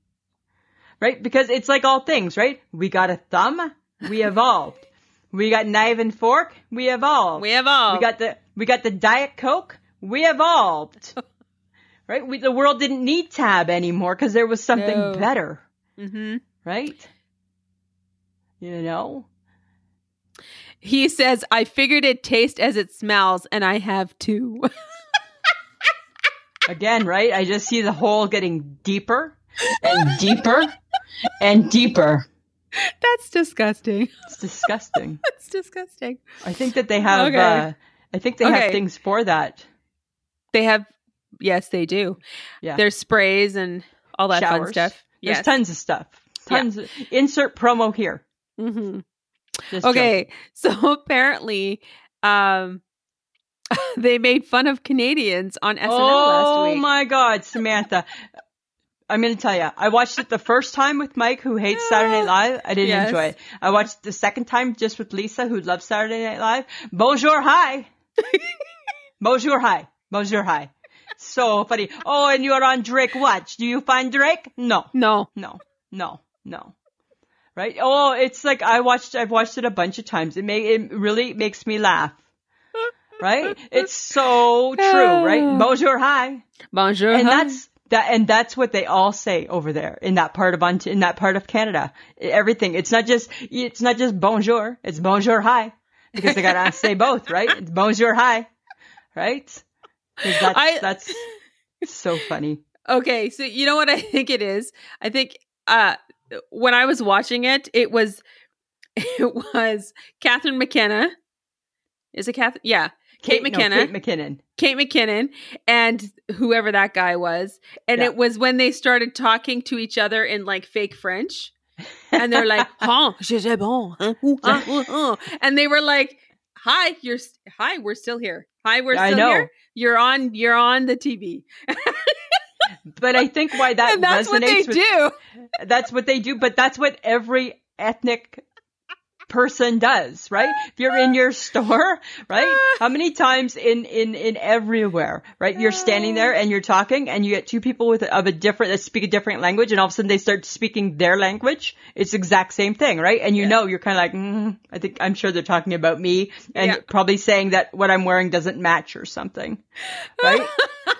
[SPEAKER 2] right because it's like all things right we got a thumb
[SPEAKER 1] (laughs)
[SPEAKER 2] we evolved we got knife and fork we evolved
[SPEAKER 1] We have all.
[SPEAKER 2] We got the we got the diet coke
[SPEAKER 1] (laughs)
[SPEAKER 2] we evolved right we, the world didn't need tab anymore because there was something
[SPEAKER 1] No.
[SPEAKER 2] better
[SPEAKER 1] hmm
[SPEAKER 2] right you know
[SPEAKER 1] He says, "I figured it taste as it smells, and I have too." (laughs)
[SPEAKER 2] again right i just see the hole getting deeper
[SPEAKER 1] (laughs)
[SPEAKER 2] and deeper and deeper
[SPEAKER 1] That's disgusting. (laughs)
[SPEAKER 2] it's disgusting
[SPEAKER 1] That's disgusting.
[SPEAKER 2] I think that they have.
[SPEAKER 1] Okay.
[SPEAKER 2] Uh, I think they have
[SPEAKER 1] Okay.
[SPEAKER 2] things for that.
[SPEAKER 1] They have, yes, they do.
[SPEAKER 2] Yeah.
[SPEAKER 1] There's sprays and all that
[SPEAKER 2] Showers.
[SPEAKER 1] fun stuff.
[SPEAKER 2] There's
[SPEAKER 1] Yes.
[SPEAKER 2] tons of stuff. Tons. Of, insert promo here.
[SPEAKER 1] hmm
[SPEAKER 2] Just
[SPEAKER 1] Okay, (laughs) so apparently, um, (laughs) they made fun of Canadians on SNL
[SPEAKER 2] joking. Oh
[SPEAKER 1] last week.
[SPEAKER 2] my God, Samantha. I'm going to tell you, I watched it the first time with Mike, who hates Saturday Night Live. I didn't
[SPEAKER 1] Yes.
[SPEAKER 2] enjoy it. I watched it the second time just with Lisa, who loves Saturday Night Live. Bonjour,
[SPEAKER 1] (laughs)
[SPEAKER 2] hi. Bonjour, hi. Bonjour, hi. So funny. Oh, and you're on Drake Watch. Do you find Drake? No.
[SPEAKER 1] No,
[SPEAKER 2] No, no, no. Right? Oh, it's like I watched. I've watched it a bunch of times. It may. It really makes me laugh. Right? It's so true.
[SPEAKER 1] (sighs)
[SPEAKER 2] Right? Bonjour, hi.
[SPEAKER 1] bonjour.
[SPEAKER 2] And
[SPEAKER 1] huh?
[SPEAKER 2] that's that. And that's what they all say over there in that part of Ont- in that part of Canada. Everything. It's not just. It's not just bonjour. It's bonjour, hi. Because they gotta say both, right? It's bonjour, hi. Right? 'Cause That's,
[SPEAKER 1] I-
[SPEAKER 2] that's so funny.
[SPEAKER 1] Okay, so you know what I (laughs) think it is? I think uh when I was watching it, it was (laughs) it was Catherine McKenna. Is it Kath? Yeah, Kate
[SPEAKER 2] no,
[SPEAKER 1] McKenna.
[SPEAKER 2] Kate McKinnon.
[SPEAKER 1] Kate McKinnon and whoever that guy was. And
[SPEAKER 2] Yeah.
[SPEAKER 1] it was when they started talking to each other in like fake French. And they're
[SPEAKER 2] (laughs)
[SPEAKER 1] like, "Huh, je sais bon. Huh,
[SPEAKER 2] Uh-huh,
[SPEAKER 1] ooh, ah, ooh, ah." And they were like, "Hi, you're st- hi, we're still here. Hi, we're
[SPEAKER 2] I
[SPEAKER 1] still
[SPEAKER 2] know.
[SPEAKER 1] here. You're on you're on the TV."
[SPEAKER 2] But I think why that
[SPEAKER 1] and that's
[SPEAKER 2] resonates
[SPEAKER 1] what they
[SPEAKER 2] with
[SPEAKER 1] do.
[SPEAKER 2] that's what they do, but that's what every ethnic person does, right? If you're in your store, right? How many times in in in everywhere, right? You're standing there and you're talking and you get two people with of a different that speak a different language and all of a sudden they start speaking their language. It's the exact same thing, right? And you know you're kind of like, mm, I think I'm sure they're talking about me and
[SPEAKER 1] Yeah.
[SPEAKER 2] probably saying that what I'm wearing doesn't match or something. Right?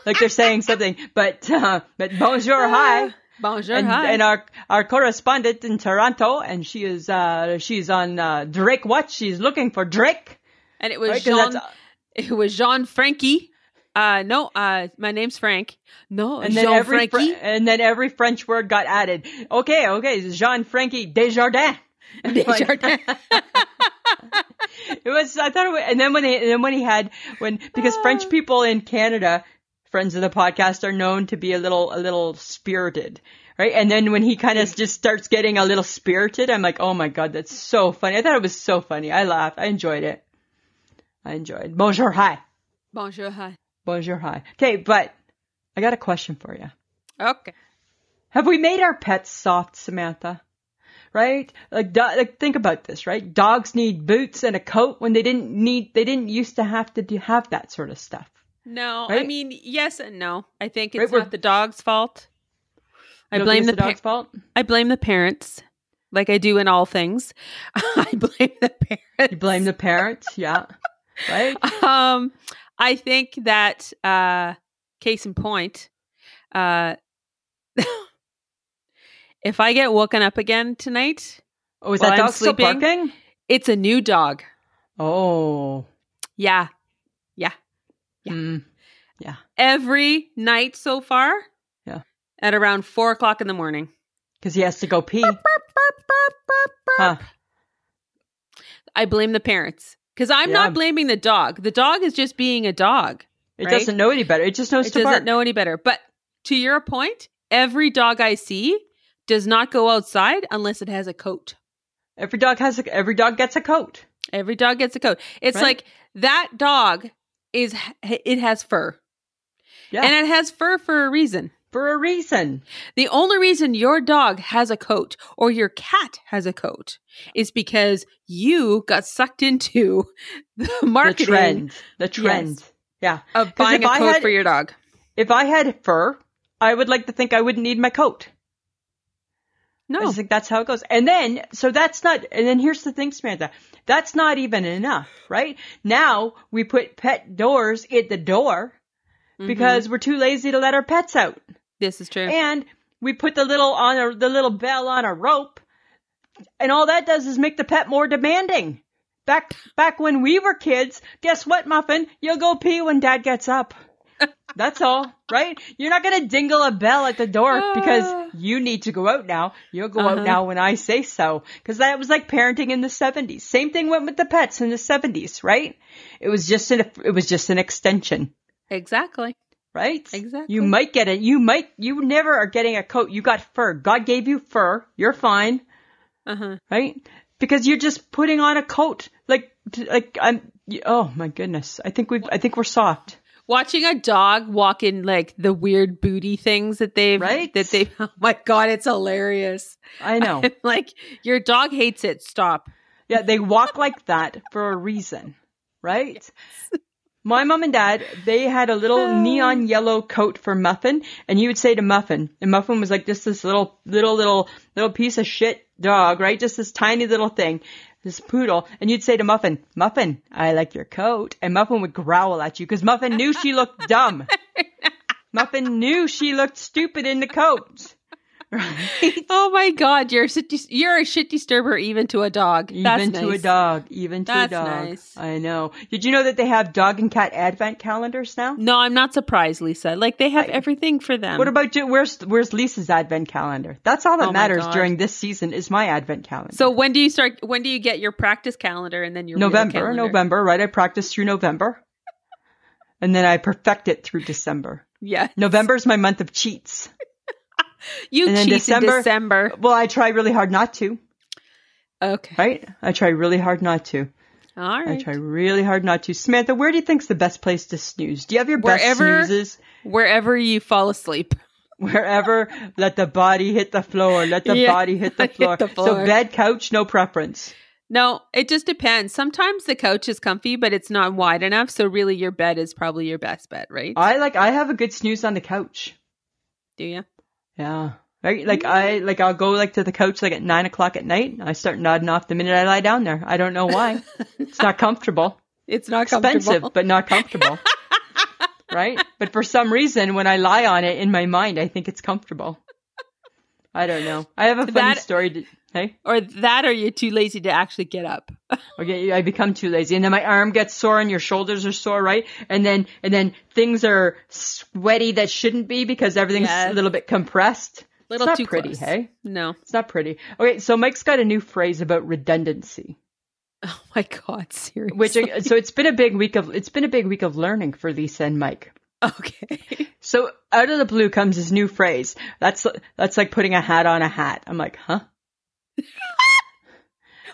[SPEAKER 2] like they're saying something, but uh, but bonjour, hi
[SPEAKER 1] (laughs) Bonjour,
[SPEAKER 2] and,
[SPEAKER 1] hi.
[SPEAKER 2] and our our correspondent in Toronto, and she is uh she's on uh, Drake Watch. She's looking for Drake.
[SPEAKER 1] And it was
[SPEAKER 2] Right, 'cause
[SPEAKER 1] Jean.
[SPEAKER 2] that's-
[SPEAKER 1] It was Jean Frankie. Uh, no, uh, my name's Frank. No,
[SPEAKER 2] And then
[SPEAKER 1] Jean
[SPEAKER 2] every Fr-
[SPEAKER 1] Frankie
[SPEAKER 2] (laughs) and then every French word got added. Okay, okay, Jean Frankie
[SPEAKER 1] (laughs)
[SPEAKER 2] Desjardins.
[SPEAKER 1] Desjardins.
[SPEAKER 2] It was I thought it was, and then when they and then when he had when because French people in Canada, friends of the podcast, are known to be a little a little spirited. Right. And then when he kind of just starts getting a little spirited, I'm like, oh my God, that's so funny. I thought it was so funny. I laughed. I enjoyed it. I enjoyed. Bonjour. Hi.
[SPEAKER 1] (laughs) Bonjour, hi.
[SPEAKER 2] Bonjour. Hi. Okay. But I got a question for you.
[SPEAKER 1] Okay.
[SPEAKER 2] Have we made our pets soft, Samantha? Right? Like, do- like think about this, right? Dogs need boots and a coat when they didn't need, they didn't used to have to do, have that sort of stuff.
[SPEAKER 1] No, I
[SPEAKER 2] Right?
[SPEAKER 1] mean yes and no. I think
[SPEAKER 2] Right,
[SPEAKER 1] it's
[SPEAKER 2] we're-
[SPEAKER 1] not the dog's fault. I
[SPEAKER 2] You don't
[SPEAKER 1] blame
[SPEAKER 2] think
[SPEAKER 1] the
[SPEAKER 2] it's the
[SPEAKER 1] par-
[SPEAKER 2] dog's fault.
[SPEAKER 1] I blame the parents. like I do in all things. (laughs) I blame the parents.
[SPEAKER 2] You blame
[SPEAKER 1] (laughs)
[SPEAKER 2] the parents, yeah. Right?
[SPEAKER 1] Um, I think that uh, case in point, uh, (laughs) if I get woken up again tonight,
[SPEAKER 2] Oh, is
[SPEAKER 1] While
[SPEAKER 2] that
[SPEAKER 1] I'm
[SPEAKER 2] dog still
[SPEAKER 1] sleeping-
[SPEAKER 2] barking?
[SPEAKER 1] it's a new dog.
[SPEAKER 2] Oh.
[SPEAKER 1] Yeah, Yeah.
[SPEAKER 2] Mm.
[SPEAKER 1] every night so far.
[SPEAKER 2] Yeah.
[SPEAKER 1] at around four o'clock in the morning.
[SPEAKER 2] Cause he has to go pee. Huh.
[SPEAKER 1] I blame the parents because I'm
[SPEAKER 2] Yeah.
[SPEAKER 1] not blaming the dog. The dog is just being a dog.
[SPEAKER 2] It
[SPEAKER 1] Right?
[SPEAKER 2] doesn't know any better. It just knows
[SPEAKER 1] It
[SPEAKER 2] to
[SPEAKER 1] doesn't
[SPEAKER 2] bark.
[SPEAKER 1] know any better. But to your point, every dog I see does not go outside unless it has a coat.
[SPEAKER 2] Every dog has a, every dog gets a coat.
[SPEAKER 1] Every dog gets a coat. It's
[SPEAKER 2] Right.
[SPEAKER 1] like that dog is it has fur.
[SPEAKER 2] Yeah.
[SPEAKER 1] And it has fur for a reason.
[SPEAKER 2] For a reason.
[SPEAKER 1] The only reason your dog has a coat or your cat has a coat is because you got sucked into (laughs) the marketing
[SPEAKER 2] The trend. The trend. Yeah.
[SPEAKER 1] of buying
[SPEAKER 2] if
[SPEAKER 1] a
[SPEAKER 2] I
[SPEAKER 1] coat
[SPEAKER 2] had-
[SPEAKER 1] for your dog.
[SPEAKER 2] If I had fur, I would like to think I wouldn't need my coat. I
[SPEAKER 1] No.
[SPEAKER 2] just think that's how it goes. And then, so that's not, and then here's the thing, Samantha. That's not even enough, right? Now we put pet doors at the door because we're too lazy to let our pets out.
[SPEAKER 1] this is true.
[SPEAKER 2] And we put the little on a, the little bell on a rope. And all that does is make the pet more demanding. Back, back when we were kids, guess what, Muffin? You'll go pee when dad
[SPEAKER 1] (laughs)
[SPEAKER 2] gets up. That's all, right? You're not gonna dingle a bell at the door
[SPEAKER 1] Ah.
[SPEAKER 2] because you need to go out now. You'll go
[SPEAKER 1] Uh-huh.
[SPEAKER 2] out now when I say so. Cause that was like parenting in the 70s. Same thing went with the pets in the 70s, right? It was just an, it was just an extension
[SPEAKER 1] exactly.
[SPEAKER 2] right?
[SPEAKER 1] Exactly.
[SPEAKER 2] You might get it. You might. You never are getting a coat. You got fur. God gave you fur. You're fine,
[SPEAKER 1] Uh-huh.
[SPEAKER 2] right? Because you're just putting on a coat. Like, like I'm. you- Oh my goodness. I think we've. I think we're soft.
[SPEAKER 1] Watching a dog walk in like the weird booty things that they've (laughs)
[SPEAKER 2] Right?
[SPEAKER 1] that they oh my god, it's hilarious. (laughs)
[SPEAKER 2] I know.
[SPEAKER 1] I'm like your dog hates it. Stop.
[SPEAKER 2] yeah, they walk like that for a reason, right? My mom and dad, they had a little neon yellow coat for Muffin, and you would say to Muffin, and Muffin was like just this little, little, little, little piece of shit dog, right? Just this tiny little thing, this poodle, and you'd say to Muffin, Muffin, I like your coat, and Muffin would growl at you because Muffin knew she looked dumb. Muffin knew she looked stupid in the coat.
[SPEAKER 1] Oh my god, you're a shit, you're a shit disturber even to a dog.
[SPEAKER 2] Even
[SPEAKER 1] That's
[SPEAKER 2] to a
[SPEAKER 1] nice.
[SPEAKER 2] dog. Even to
[SPEAKER 1] That's
[SPEAKER 2] a dog.
[SPEAKER 1] nice.
[SPEAKER 2] I know. Did you know that they have dog and cat advent calendars now?
[SPEAKER 1] No, I'm not surprised, Lisa. Like they have everything for them.
[SPEAKER 2] What about you? Where's where's Lisa's advent calendar? That's all that
[SPEAKER 1] Oh my
[SPEAKER 2] matters
[SPEAKER 1] God.
[SPEAKER 2] during this season is my advent calendar.
[SPEAKER 1] so when do you start? When do you get your practice calendar and then your real
[SPEAKER 2] November,
[SPEAKER 1] calendar?
[SPEAKER 2] November, right? I practice through November, and then I perfect it through December.
[SPEAKER 1] Yeah,
[SPEAKER 2] November is my month of cheats.
[SPEAKER 1] you
[SPEAKER 2] and
[SPEAKER 1] cheat
[SPEAKER 2] then
[SPEAKER 1] in
[SPEAKER 2] December-
[SPEAKER 1] December.
[SPEAKER 2] Well, I try really hard not to,
[SPEAKER 1] Okay,
[SPEAKER 2] right? I try really hard not to.
[SPEAKER 1] all
[SPEAKER 2] Oh, I
[SPEAKER 1] right.
[SPEAKER 2] try really hard not to. Samantha, where do you think's the best place to snooze? Do you have your
[SPEAKER 1] Wherever-
[SPEAKER 2] best snoozes?
[SPEAKER 1] Wherever you fall asleep,
[SPEAKER 2] Wherever, let the body hit the floor. Let the
[SPEAKER 1] Yeah,
[SPEAKER 2] body hit
[SPEAKER 1] (laughs)
[SPEAKER 2] the
[SPEAKER 1] hit
[SPEAKER 2] floor.
[SPEAKER 1] the
[SPEAKER 2] So
[SPEAKER 1] floor.
[SPEAKER 2] bed, couch, no preference.
[SPEAKER 1] no, it just depends. Sometimes the couch is comfy, but it's not wide enough. So really, your bed is probably your best bet, right?
[SPEAKER 2] I like. I have a good snooze on the couch.
[SPEAKER 1] do you?
[SPEAKER 2] Yeah. Right? Like I
[SPEAKER 1] Mm.
[SPEAKER 2] like I'll go like to the couch like at nine o'clock at night. and I start nodding off the minute I lie down there. I don't know
[SPEAKER 1] (laughs)
[SPEAKER 2] why. it's not comfortable.
[SPEAKER 1] It's not
[SPEAKER 2] Expensive,
[SPEAKER 1] comfortable.
[SPEAKER 2] but
[SPEAKER 1] (laughs)
[SPEAKER 2] not comfortable. right? But for some reason when I lie on it in my mind I think it's comfortable. I don't know. I have a funny
[SPEAKER 1] That-
[SPEAKER 2] story to, hey?
[SPEAKER 1] Or that, or you're too lazy to actually get up.
[SPEAKER 2] Okay, I become too lazy, and then my arm gets sore, and your shoulders are sore, right? And then and then things are sweaty that shouldn't be because everything's
[SPEAKER 1] Yes.
[SPEAKER 2] a little bit compressed.
[SPEAKER 1] Little
[SPEAKER 2] it's not
[SPEAKER 1] too
[SPEAKER 2] pretty,
[SPEAKER 1] close.
[SPEAKER 2] hey?
[SPEAKER 1] No. (laughs)
[SPEAKER 2] It's not pretty. Okay, so Mike's got a new phrase about redundancy,
[SPEAKER 1] Oh my god, seriously. (laughs)
[SPEAKER 2] which so it's been a big week of it's been a big week of learning for Lisa and Mike.
[SPEAKER 1] okay. (laughs)
[SPEAKER 2] So out of the blue comes this new phrase. That's that's like putting a hat on a hat. I'm
[SPEAKER 1] (laughs)
[SPEAKER 2] like, huh?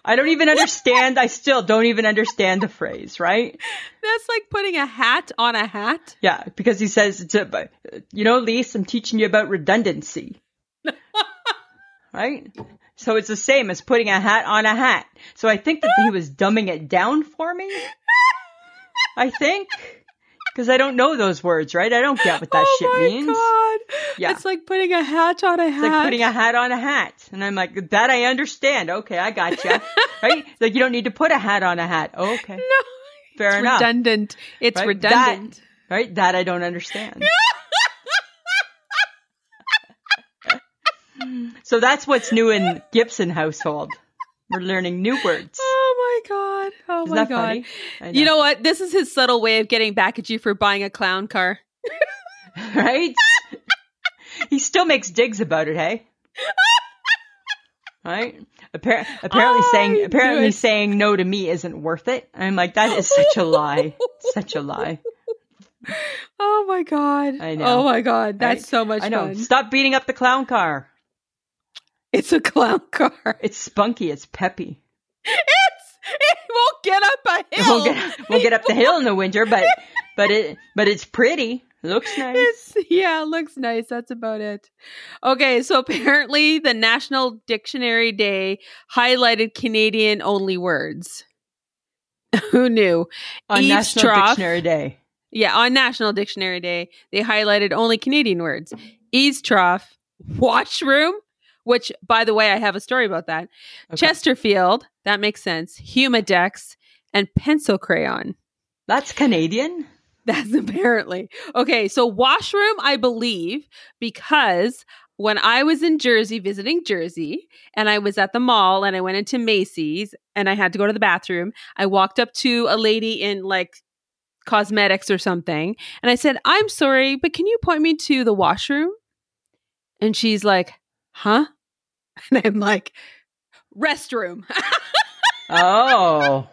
[SPEAKER 2] I don't even understand. I still don't even understand the phrase, right?
[SPEAKER 1] That's like putting a hat on a hat.
[SPEAKER 2] Yeah, because he says it's a, you know, Lise, I'm teaching you
[SPEAKER 1] (laughs)
[SPEAKER 2] about redundancy. right? So it's the same as putting a hat on a hat. So I think that he was dumbing it down for me. I think. Because I don't know those words, right? I don't get what that
[SPEAKER 1] oh
[SPEAKER 2] shit
[SPEAKER 1] my
[SPEAKER 2] means.
[SPEAKER 1] god.
[SPEAKER 2] Yeah.
[SPEAKER 1] It's like putting a hatch on a
[SPEAKER 2] It's like
[SPEAKER 1] hat.
[SPEAKER 2] putting a hat on a hat. And I'm like, that I understand. Okay, I
[SPEAKER 1] (laughs)
[SPEAKER 2] gotcha. right? It's Like, you don't need to put a hat on a hat. Okay.
[SPEAKER 1] no,
[SPEAKER 2] (laughs) Fair
[SPEAKER 1] it's
[SPEAKER 2] enough.
[SPEAKER 1] redundant. It's
[SPEAKER 2] Right? That-
[SPEAKER 1] redundant. (laughs)
[SPEAKER 2] Right? That I don't understand. so that's what's new in Gibson household. We're learning new words.
[SPEAKER 1] Oh my god. Oh
[SPEAKER 2] Isn't
[SPEAKER 1] my
[SPEAKER 2] that
[SPEAKER 1] god.
[SPEAKER 2] funny? I
[SPEAKER 1] You know what? This is his subtle way of getting back at you for buying a clown car.
[SPEAKER 2] (laughs) right? he still makes digs about it, hey? Right? Appar- apparently
[SPEAKER 1] I
[SPEAKER 2] saying
[SPEAKER 1] knew
[SPEAKER 2] apparently
[SPEAKER 1] it.
[SPEAKER 2] saying no to me isn't worth it. I'm like that is such a lie, such
[SPEAKER 1] (laughs)
[SPEAKER 2] a lie.
[SPEAKER 1] Oh my god.
[SPEAKER 2] I
[SPEAKER 1] Oh
[SPEAKER 2] know.
[SPEAKER 1] my god. That's
[SPEAKER 2] Right?
[SPEAKER 1] so much
[SPEAKER 2] I know.
[SPEAKER 1] fun.
[SPEAKER 2] Stop beating up the clown car.
[SPEAKER 1] It's a clown (laughs) car.
[SPEAKER 2] It's spunky. It's peppy. (laughs)
[SPEAKER 1] It's it won't get up a
[SPEAKER 2] It
[SPEAKER 1] hill.
[SPEAKER 2] won't get won't get up the hill in the winter, but but it but it's pretty. Looks nice.
[SPEAKER 1] It's, yeah, it looks nice. That's about it. Okay, so apparently the National Dictionary Day highlighted Canadian only words. (laughs) Who knew?
[SPEAKER 2] On National
[SPEAKER 1] eavesdrop.
[SPEAKER 2] Dictionary Day.
[SPEAKER 1] Yeah, on National Dictionary Day, they highlighted only Canadian words. Ease trough, washroom, which by the way, I have a story about that.
[SPEAKER 2] Okay.
[SPEAKER 1] Chesterfield, that makes sense. Humidex and pencil crayon.
[SPEAKER 2] That's Canadian.
[SPEAKER 1] That's (laughs) apparently. Okay, so washroom, I believe, because when I was in Jersey visiting Jersey and I was at the mall and I went into Macy's and I had to go to the bathroom, I walked up to a lady in like cosmetics or something and I said, I'm sorry, but can you point me to the washroom? And she's like, huh? (laughs) And I'm like, restroom. (laughs)
[SPEAKER 2] Oh,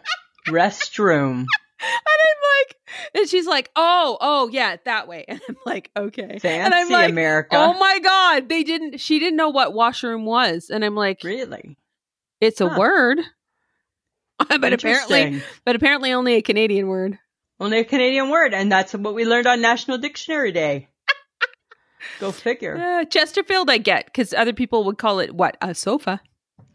[SPEAKER 2] restroom.
[SPEAKER 1] and I'm like, and she's like, oh, oh, yeah, that way. (laughs) And I'm like, okay. (laughs)
[SPEAKER 2] Fancy
[SPEAKER 1] and I'm like,
[SPEAKER 2] America.
[SPEAKER 1] oh my God, they didn't, she didn't know what washroom was. And I'm like,
[SPEAKER 2] Really?
[SPEAKER 1] it's a
[SPEAKER 2] Huh.
[SPEAKER 1] word. (laughs) but apparently,
[SPEAKER 2] Interesting.
[SPEAKER 1] but apparently only a Canadian word.
[SPEAKER 2] only a Canadian word, and that's what we learned on National Dictionary Day.
[SPEAKER 1] (laughs)
[SPEAKER 2] Go figure.
[SPEAKER 1] Uh, Chesterfield, I get, because other people would call it what? A sofa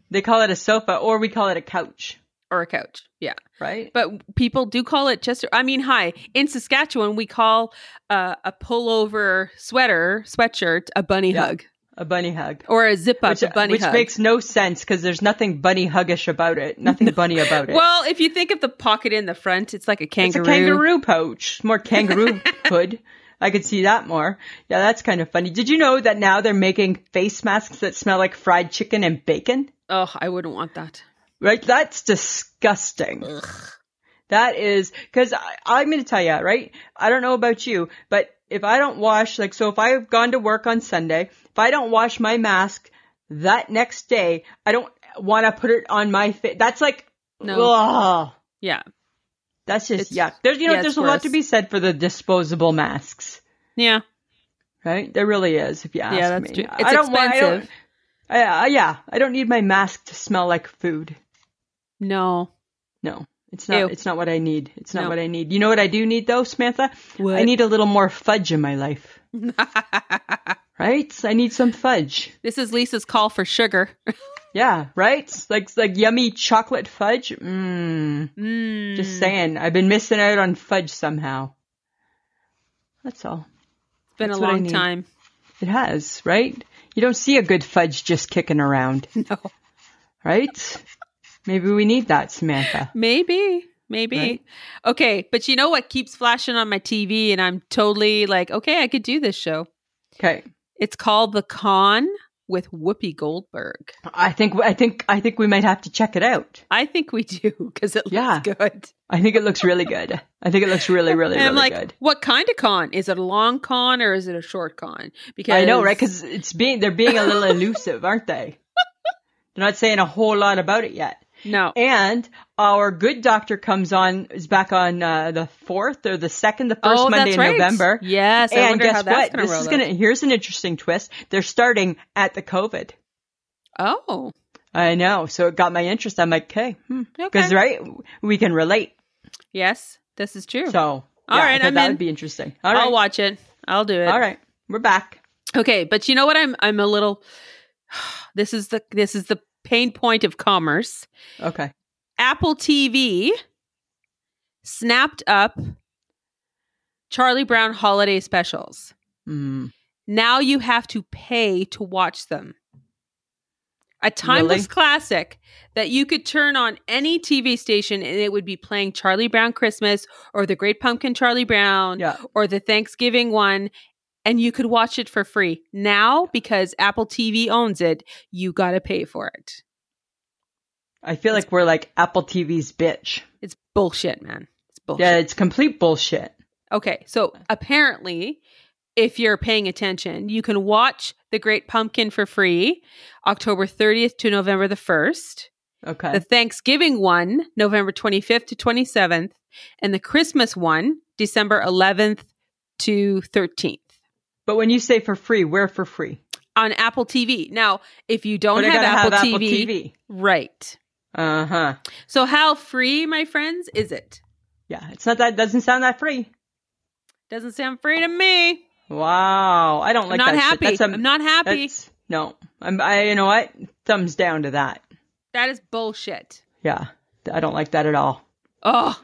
[SPEAKER 2] They call it a sofa, or we call it a couch,
[SPEAKER 1] or a couch. Yeah.
[SPEAKER 2] right?
[SPEAKER 1] But people do call it Chester. I mean, hi, in Saskatchewan, we call uh, a pullover sweater, sweatshirt, a bunny
[SPEAKER 2] Yeah.
[SPEAKER 1] hug
[SPEAKER 2] A bunny hug.
[SPEAKER 1] or a zip up,
[SPEAKER 2] Which, uh,
[SPEAKER 1] a bunny
[SPEAKER 2] which
[SPEAKER 1] hug.
[SPEAKER 2] makes no sense because there's nothing bunny huggish about
[SPEAKER 1] (laughs)
[SPEAKER 2] it. Nothing bunny about it.
[SPEAKER 1] Well, if you think of the pocket in the front, it's like a
[SPEAKER 2] it's a
[SPEAKER 1] kangaroo.
[SPEAKER 2] kangaroo pouch, more
[SPEAKER 1] (laughs)
[SPEAKER 2] kangaroo hood. I could see that more. Yeah, that's kind of funny. Did you know that now they're making face masks that smell like fried chicken and bacon?
[SPEAKER 1] Oh, I wouldn't want that.
[SPEAKER 2] Right? That's disgusting. That is because I'm going to tell you, right? I don't know about you, but if I don't wash, like, so if I've gone to work on Sunday, if I don't wash my mask that next day, I don't want to put it on my face. That's like,
[SPEAKER 1] No.
[SPEAKER 2] ugh.
[SPEAKER 1] Yeah.
[SPEAKER 2] that's just
[SPEAKER 1] It's-
[SPEAKER 2] yuck. There's, you know,
[SPEAKER 1] yeah, it's
[SPEAKER 2] there's a lot
[SPEAKER 1] gross.
[SPEAKER 2] to be said for the disposable masks,
[SPEAKER 1] Yeah.
[SPEAKER 2] right? There really is, if you ask
[SPEAKER 1] Yeah, that's
[SPEAKER 2] me.
[SPEAKER 1] true. It's
[SPEAKER 2] I don't, wa- I don't-
[SPEAKER 1] expensive.
[SPEAKER 2] I- I- yeah, I don't need my mask to smell like food.
[SPEAKER 1] No.
[SPEAKER 2] No, it's not.
[SPEAKER 1] Ew.
[SPEAKER 2] It's not what I need. It's not
[SPEAKER 1] No.
[SPEAKER 2] what I need. You know what I do need though, Samantha?
[SPEAKER 1] What?
[SPEAKER 2] I need a little more fudge in my
[SPEAKER 1] (laughs)
[SPEAKER 2] life, right? I need some fudge.
[SPEAKER 1] this is Lisa's call for sugar. (laughs)
[SPEAKER 2] Yeah, right. Like like yummy chocolate fudge. Mmm.
[SPEAKER 1] Mm.
[SPEAKER 2] Just saying, I've been missing out on fudge somehow. That's all.
[SPEAKER 1] It's been a
[SPEAKER 2] that's what I
[SPEAKER 1] long
[SPEAKER 2] need.
[SPEAKER 1] time.
[SPEAKER 2] It has, right? You don't see a good fudge just kicking around,
[SPEAKER 1] (laughs) No.
[SPEAKER 2] right? Maybe we need that, Samantha.
[SPEAKER 1] Maybe. Maybe.
[SPEAKER 2] Right.
[SPEAKER 1] Okay. But you know what keeps flashing on my TV? And I'm totally like, okay, I could do this show.
[SPEAKER 2] Okay.
[SPEAKER 1] It's called The Con with Whoopi Goldberg.
[SPEAKER 2] I think I think I think we might have to check it out.
[SPEAKER 1] I think we (laughs) do because it looks
[SPEAKER 2] Yeah.
[SPEAKER 1] good.
[SPEAKER 2] I think it looks really good. I think it
[SPEAKER 1] (laughs)
[SPEAKER 2] looks really, really,
[SPEAKER 1] and
[SPEAKER 2] really
[SPEAKER 1] I'm like,
[SPEAKER 2] good.
[SPEAKER 1] what kind of con? Is it a long con or is it a short con? Because
[SPEAKER 2] I know, right? Because it's being they're being
[SPEAKER 1] (laughs)
[SPEAKER 2] a little elusive, aren't they? They're not saying a whole lot about it yet.
[SPEAKER 1] no,
[SPEAKER 2] And our good doctor comes on is back on uh, the fourth or the second, the first
[SPEAKER 1] Oh,
[SPEAKER 2] Monday
[SPEAKER 1] that's
[SPEAKER 2] in
[SPEAKER 1] right.
[SPEAKER 2] November.
[SPEAKER 1] Yes, I
[SPEAKER 2] and
[SPEAKER 1] wonder
[SPEAKER 2] guess
[SPEAKER 1] how that's
[SPEAKER 2] what?
[SPEAKER 1] gonna
[SPEAKER 2] this
[SPEAKER 1] roll
[SPEAKER 2] is
[SPEAKER 1] out.
[SPEAKER 2] gonna here's an interesting twist. They're starting at the COVID.
[SPEAKER 1] Oh,
[SPEAKER 2] I know, so it got my interest. I'm like, okay, hmm.
[SPEAKER 1] okay.
[SPEAKER 2] because right, we can relate.
[SPEAKER 1] yes, this is true.
[SPEAKER 2] So yeah, I
[SPEAKER 1] right,
[SPEAKER 2] thought
[SPEAKER 1] I'm
[SPEAKER 2] that
[SPEAKER 1] in.
[SPEAKER 2] would be interesting. All
[SPEAKER 1] I'll
[SPEAKER 2] right,
[SPEAKER 1] watch it. I'll do it.
[SPEAKER 2] all right, we're back.
[SPEAKER 1] Okay, but you know what? I'm I'm a little. (sighs) This is the this is the pain point of commerce.
[SPEAKER 2] Okay,
[SPEAKER 1] Apple TV snapped up Charlie Brown holiday specials.
[SPEAKER 2] Hmm.
[SPEAKER 1] Now you have to pay to watch them. A timeless
[SPEAKER 2] Really?
[SPEAKER 1] classic that you could turn on any TV station and it would be playing Charlie Brown Christmas or The Great Pumpkin Charlie Brown
[SPEAKER 2] Yeah.
[SPEAKER 1] or the Thanksgiving one, and you could watch it for free. Now, because Apple TV owns it, you got to pay for it.
[SPEAKER 2] I feel like we're like Apple TV's bitch.
[SPEAKER 1] It's bullshit, man. It's bullshit.
[SPEAKER 2] Yeah, it's complete bullshit.
[SPEAKER 1] Okay, so apparently, if you're paying attention, you can watch The Great Pumpkin for free October 30th to November the 1st,
[SPEAKER 2] Okay.
[SPEAKER 1] the Thanksgiving one, November 25th to 27th, and the Christmas one, December 11th to 13th
[SPEAKER 2] but when you say for free, where for free?
[SPEAKER 1] on Apple TV. Now, if you don't
[SPEAKER 2] But I
[SPEAKER 1] have
[SPEAKER 2] gotta
[SPEAKER 1] Apple,
[SPEAKER 2] have
[SPEAKER 1] TV,
[SPEAKER 2] TV.
[SPEAKER 1] right.
[SPEAKER 2] Uh huh.
[SPEAKER 1] So, how free, my friends, is it?
[SPEAKER 2] Yeah, it's not that. Doesn't sound that free.
[SPEAKER 1] Doesn't sound free to me.
[SPEAKER 2] Wow, I don't like
[SPEAKER 1] I'm not
[SPEAKER 2] that
[SPEAKER 1] happy.
[SPEAKER 2] shit. That's a-
[SPEAKER 1] I'm not happy.
[SPEAKER 2] that's- no, I'm. I. You know what? Thumbs down to that.
[SPEAKER 1] That is bullshit.
[SPEAKER 2] Yeah, I don't like that at all.
[SPEAKER 1] Oh,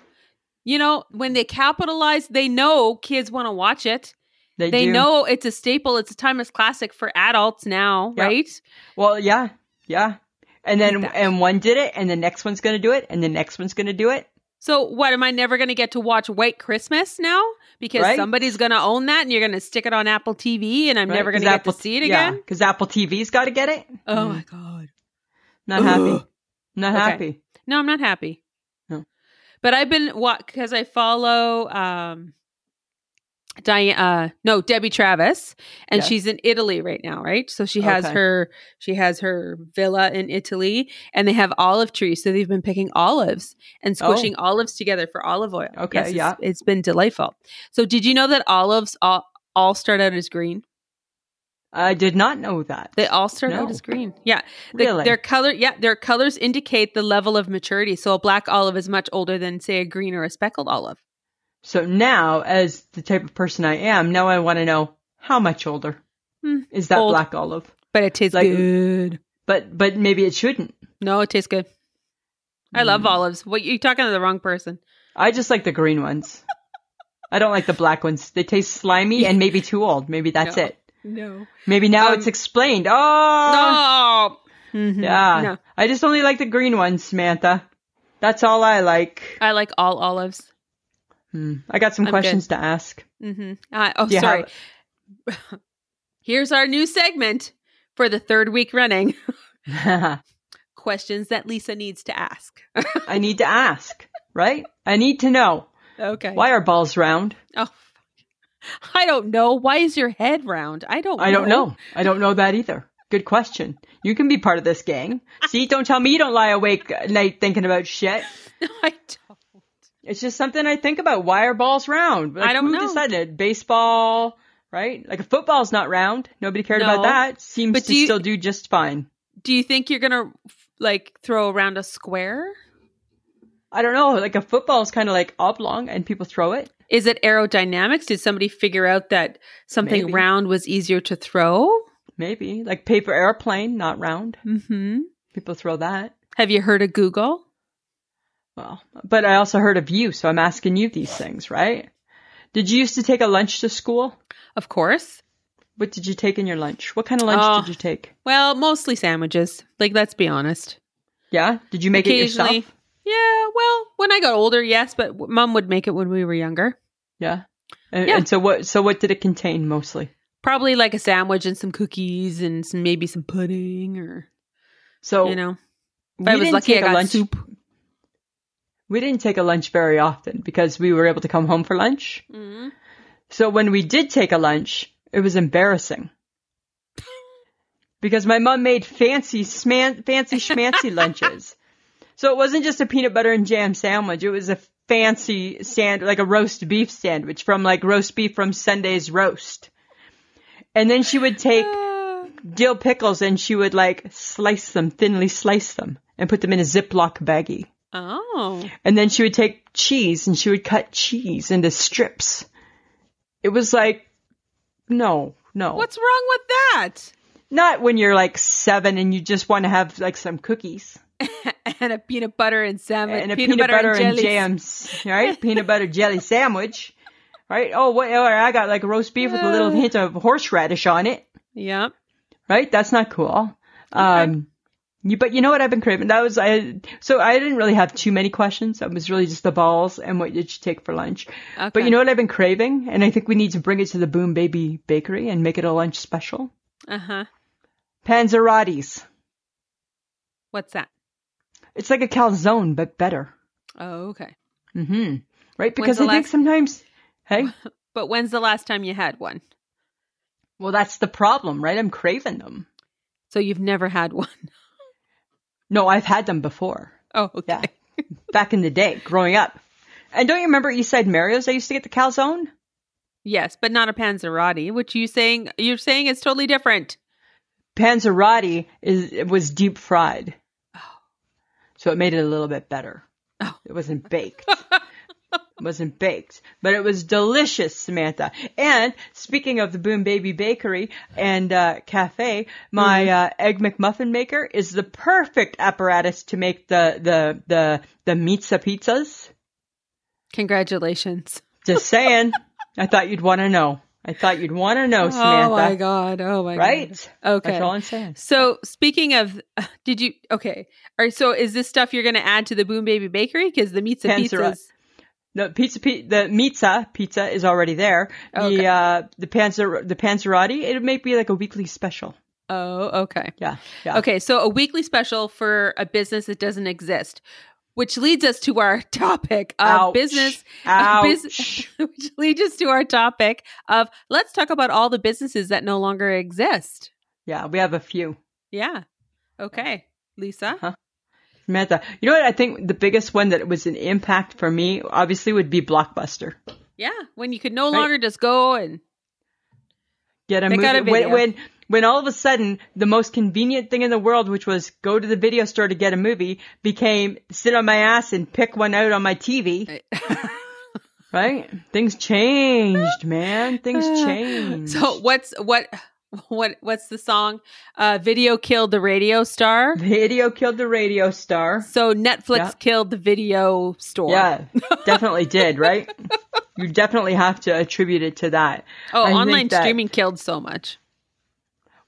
[SPEAKER 1] you know, when they capitalize, they know kids want to watch it.
[SPEAKER 2] They,
[SPEAKER 1] They
[SPEAKER 2] do.
[SPEAKER 1] know it's a staple. It's a timeless classic for adults now,
[SPEAKER 2] Yeah.
[SPEAKER 1] right?
[SPEAKER 2] Well, yeah, yeah. And then
[SPEAKER 1] that.
[SPEAKER 2] and one did it, and the next one's gonna do it, and the next one's gonna do it.
[SPEAKER 1] So, what am I never going to get to watch White Christmas now? Because
[SPEAKER 2] Right.
[SPEAKER 1] somebody's going to own that and you're going to stick it on Apple TV and I'm never going to get to see it again.
[SPEAKER 2] because Apple TV's got to get it. Mm.
[SPEAKER 1] Oh my God.
[SPEAKER 2] Not happy.
[SPEAKER 1] Ugh.
[SPEAKER 2] Not
[SPEAKER 1] Okay.
[SPEAKER 2] happy.
[SPEAKER 1] No, I'm not happy.
[SPEAKER 2] No.
[SPEAKER 1] But I've been what because I follow um Diane uh no Debbie Travis and
[SPEAKER 2] Yes.
[SPEAKER 1] she's in Italy right now, right? So she has
[SPEAKER 2] Okay.
[SPEAKER 1] her she has her villa in Italy and they have olive trees. So they've been picking olives and
[SPEAKER 2] Oh.
[SPEAKER 1] squishing olives together for olive oil.
[SPEAKER 2] Okay,
[SPEAKER 1] it's-
[SPEAKER 2] yeah.
[SPEAKER 1] it's been delightful. So did you know that olives all, all start out as green?
[SPEAKER 2] I did not know that.
[SPEAKER 1] They all start out
[SPEAKER 2] No.
[SPEAKER 1] as green. Yeah. The-
[SPEAKER 2] Really?
[SPEAKER 1] Their color, yeah, their colors indicate the level of maturity. So a black olive is much older than, say, a green or a speckled olive.
[SPEAKER 2] So now, as the type of person I am, now I want to know how much older
[SPEAKER 1] Hmm,
[SPEAKER 2] is that
[SPEAKER 1] old.
[SPEAKER 2] black olive?
[SPEAKER 1] But it tastes
[SPEAKER 2] Like-
[SPEAKER 1] good.
[SPEAKER 2] But but maybe it shouldn't.
[SPEAKER 1] No, it tastes good. I love olives. What you're talking to the wrong person.
[SPEAKER 2] I just like the green ones. I don't like the black ones. They taste slimy and maybe too old. Maybe that's
[SPEAKER 1] No.
[SPEAKER 2] it.
[SPEAKER 1] No.
[SPEAKER 2] Maybe now
[SPEAKER 1] Um,
[SPEAKER 2] it's explained. Oh,
[SPEAKER 1] No. Mhm.
[SPEAKER 2] yeah.
[SPEAKER 1] No.
[SPEAKER 2] I just only like the green ones, Samantha. That's all I like.
[SPEAKER 1] I like all olives.
[SPEAKER 2] Hmm. I got some
[SPEAKER 1] I'm
[SPEAKER 2] questions to
[SPEAKER 1] (laughs)
[SPEAKER 2] ask.
[SPEAKER 1] Mm-hmm. Uh, oh,
[SPEAKER 2] Do you
[SPEAKER 1] sorry. (laughs)
[SPEAKER 2] have-
[SPEAKER 1] Here's our new segment for the third week running. (laughs) Questions that Lisa needs to ask.
[SPEAKER 2] I need to ask, right? I need to know
[SPEAKER 1] okay.
[SPEAKER 2] why are balls round?
[SPEAKER 1] Oh, (laughs) fuck. I don't know. Why is your head round? I don't.
[SPEAKER 2] I don't know. I don't know that either. Good question. You can be part of this gang. See, don't tell me you don't lie awake at night thinking about shit.
[SPEAKER 1] (laughs) I don't.
[SPEAKER 2] It's just something I think about. Why are balls round? Like,
[SPEAKER 1] I don't
[SPEAKER 2] who
[SPEAKER 1] know.
[SPEAKER 2] decided it? Baseball, right? Like a football's not round. Nobody cared
[SPEAKER 1] No.
[SPEAKER 2] about that. Seems
[SPEAKER 1] But
[SPEAKER 2] to
[SPEAKER 1] do you-
[SPEAKER 2] still do just fine.
[SPEAKER 1] Do you think you're gonna f- like throw around a square?
[SPEAKER 2] I don't know. Like a football is kind of like oblong, and people throw it.
[SPEAKER 1] Is it aerodynamics? Did somebody figure out that something
[SPEAKER 2] Maybe.
[SPEAKER 1] round was easier to throw?
[SPEAKER 2] Maybe like paper airplane, not round. Mm-hmm.
[SPEAKER 1] hmm
[SPEAKER 2] People throw that.
[SPEAKER 1] Have you heard of Google?
[SPEAKER 2] Well, but I also heard of you, so I'm asking you these things, right? Did you used to take a lunch to school?
[SPEAKER 1] Of course.
[SPEAKER 2] What did you take in your lunch? What kind of lunch
[SPEAKER 1] Oh.
[SPEAKER 2] did you take?
[SPEAKER 1] Well, mostly sandwiches. Like, let's be honest.
[SPEAKER 2] Yeah, did you make it
[SPEAKER 1] Occasionally.
[SPEAKER 2] yourself?
[SPEAKER 1] Yeah. Well, when I got older, yes, but w- mom would make it when we were younger.
[SPEAKER 2] Yeah. And,
[SPEAKER 1] Yeah.
[SPEAKER 2] and so what? So what did it contain mostly?
[SPEAKER 1] Probably like a sandwich and some cookies and some, maybe some pudding or
[SPEAKER 2] So
[SPEAKER 1] you know.
[SPEAKER 2] Oh, we
[SPEAKER 1] If I was
[SPEAKER 2] didn't
[SPEAKER 1] lucky, I
[SPEAKER 2] take a
[SPEAKER 1] got
[SPEAKER 2] lunch.
[SPEAKER 1] soup.
[SPEAKER 2] We didn't take a lunch very often because we were able to come home for lunch.
[SPEAKER 1] Mhm.
[SPEAKER 2] So when we did take a lunch, it was embarrassing. Because my mom made fancy sman-
[SPEAKER 1] (laughs)
[SPEAKER 2] fancy schmancy lunches. So it wasn't just a peanut butter and jam sandwich, it was a fancy sand like a roast beef sandwich from like roast beef from Sunday's roast. And then she
[SPEAKER 1] (sighs)
[SPEAKER 2] would take
[SPEAKER 1] Ah.
[SPEAKER 2] dill pickles and she would like slice them, thinly slice them and put them in a Ziploc baggie.
[SPEAKER 1] (laughs) Oh.
[SPEAKER 2] And then she would take cheese and she would cut cheese into strips. It was like, no, no.
[SPEAKER 1] What's wrong with that? (laughs)
[SPEAKER 2] Not when you're like seven and you just want to have like some cookies
[SPEAKER 1] and a peanut butter and salmon, (laughs)
[SPEAKER 2] and a peanut, butter, and, jams, right? peanut butter jelly sandwich. right? Oh, wait, all right, I got like roast beef with a little
[SPEAKER 1] Yeah.
[SPEAKER 2] hint of horseradish on it,
[SPEAKER 1] Yep.
[SPEAKER 2] right? That's not cool. Um, you, but you know what I've been craving? That was, I, so I didn't really have too many questions. It was really just the balls and what did you take for lunch.
[SPEAKER 1] Okay.
[SPEAKER 2] But you know what I've been craving? And I think we need to bring it to the Boom Baby Bakery and make it a lunch special.
[SPEAKER 1] Uh huh.
[SPEAKER 2] Panzerotti's.
[SPEAKER 1] What's that?
[SPEAKER 2] It's like a calzone, but better.
[SPEAKER 1] Oh, okay.
[SPEAKER 2] hmm Right? Because
[SPEAKER 1] the
[SPEAKER 2] I think
[SPEAKER 1] last-
[SPEAKER 2] sometimes,
[SPEAKER 1] (laughs)
[SPEAKER 2] hey,
[SPEAKER 1] But when's the last time you had one?
[SPEAKER 2] well, that's the problem, right? I'm craving them.
[SPEAKER 1] So you've never had (laughs) one.
[SPEAKER 2] No, I've had them before.
[SPEAKER 1] Oh, okay.
[SPEAKER 2] Yeah. Back in the day, growing up. And don't you remember East Side Mario's? I used to get the calzone.
[SPEAKER 1] Yes, but not a panzerotti, which you saying you're saying it's totally different.
[SPEAKER 2] Panzerotti is it was deep fried. So it made it a little bit better.
[SPEAKER 1] Oh.
[SPEAKER 2] It wasn't baked. it wasn't baked, but it was delicious, Samantha. And speaking of the Boom Baby Bakery and uh, Cafe, my
[SPEAKER 1] Mm-hmm.
[SPEAKER 2] uh, egg McMuffin maker is the perfect apparatus to make the the the the pizza pizzas.
[SPEAKER 1] Congratulations.
[SPEAKER 2] Just
[SPEAKER 1] (laughs)
[SPEAKER 2] saying. I thought you'd want to know. I thought you'd want to know, Samantha.
[SPEAKER 1] Oh my god. Oh my
[SPEAKER 2] Right?
[SPEAKER 1] god. Okay.
[SPEAKER 2] That's all I'm saying.
[SPEAKER 1] So speaking of, (sighs) did you okay? All right. So is this stuff you're going to add to the Boom Baby Bakery because the meats and
[SPEAKER 2] Panzerotti.
[SPEAKER 1] pizzas?
[SPEAKER 2] No, pizza, pi- the pizza, pizza is already there.
[SPEAKER 1] Oh, Okay.
[SPEAKER 2] The uh, the panzer, the panzerotti, it may be like a weekly special.
[SPEAKER 1] Oh, okay.
[SPEAKER 2] Yeah, yeah.
[SPEAKER 1] Okay. So a weekly special for a business that doesn't exist, which leads us to our (laughs) topic of
[SPEAKER 2] Ouch.
[SPEAKER 1] business.
[SPEAKER 2] Ouch.
[SPEAKER 1] Business, (laughs) which leads us to our topic of let's talk about all the businesses that no longer exist.
[SPEAKER 2] Yeah, we have a few.
[SPEAKER 1] Yeah. Okay. Lisa.
[SPEAKER 2] Uh-huh. Samantha, you know what? I think the biggest one that was an impact for me, obviously, would be Blockbuster.
[SPEAKER 1] Yeah. When you could no
[SPEAKER 2] Right.
[SPEAKER 1] longer just go and
[SPEAKER 2] Get a
[SPEAKER 1] They
[SPEAKER 2] movie.
[SPEAKER 1] got a video.
[SPEAKER 2] When, when when all of a sudden the most convenient thing in the world, which was go to the video store to get a movie, became sit on my ass and pick one out on my TV. (laughs) Right? Things changed,
[SPEAKER 1] (sighs)
[SPEAKER 2] man. Things
[SPEAKER 1] (laughs)
[SPEAKER 2] changed.
[SPEAKER 1] So what's what what what's the song? Uh video killed the radio star.
[SPEAKER 2] Video killed the radio star.
[SPEAKER 1] So Netflix
[SPEAKER 2] Mm-hmm. Yeah.
[SPEAKER 1] killed the video store. (laughs)
[SPEAKER 2] Yeah, definitely did, right? You definitely have to attribute it to that.
[SPEAKER 1] Oh,
[SPEAKER 2] I think
[SPEAKER 1] online
[SPEAKER 2] that-
[SPEAKER 1] streaming killed so much.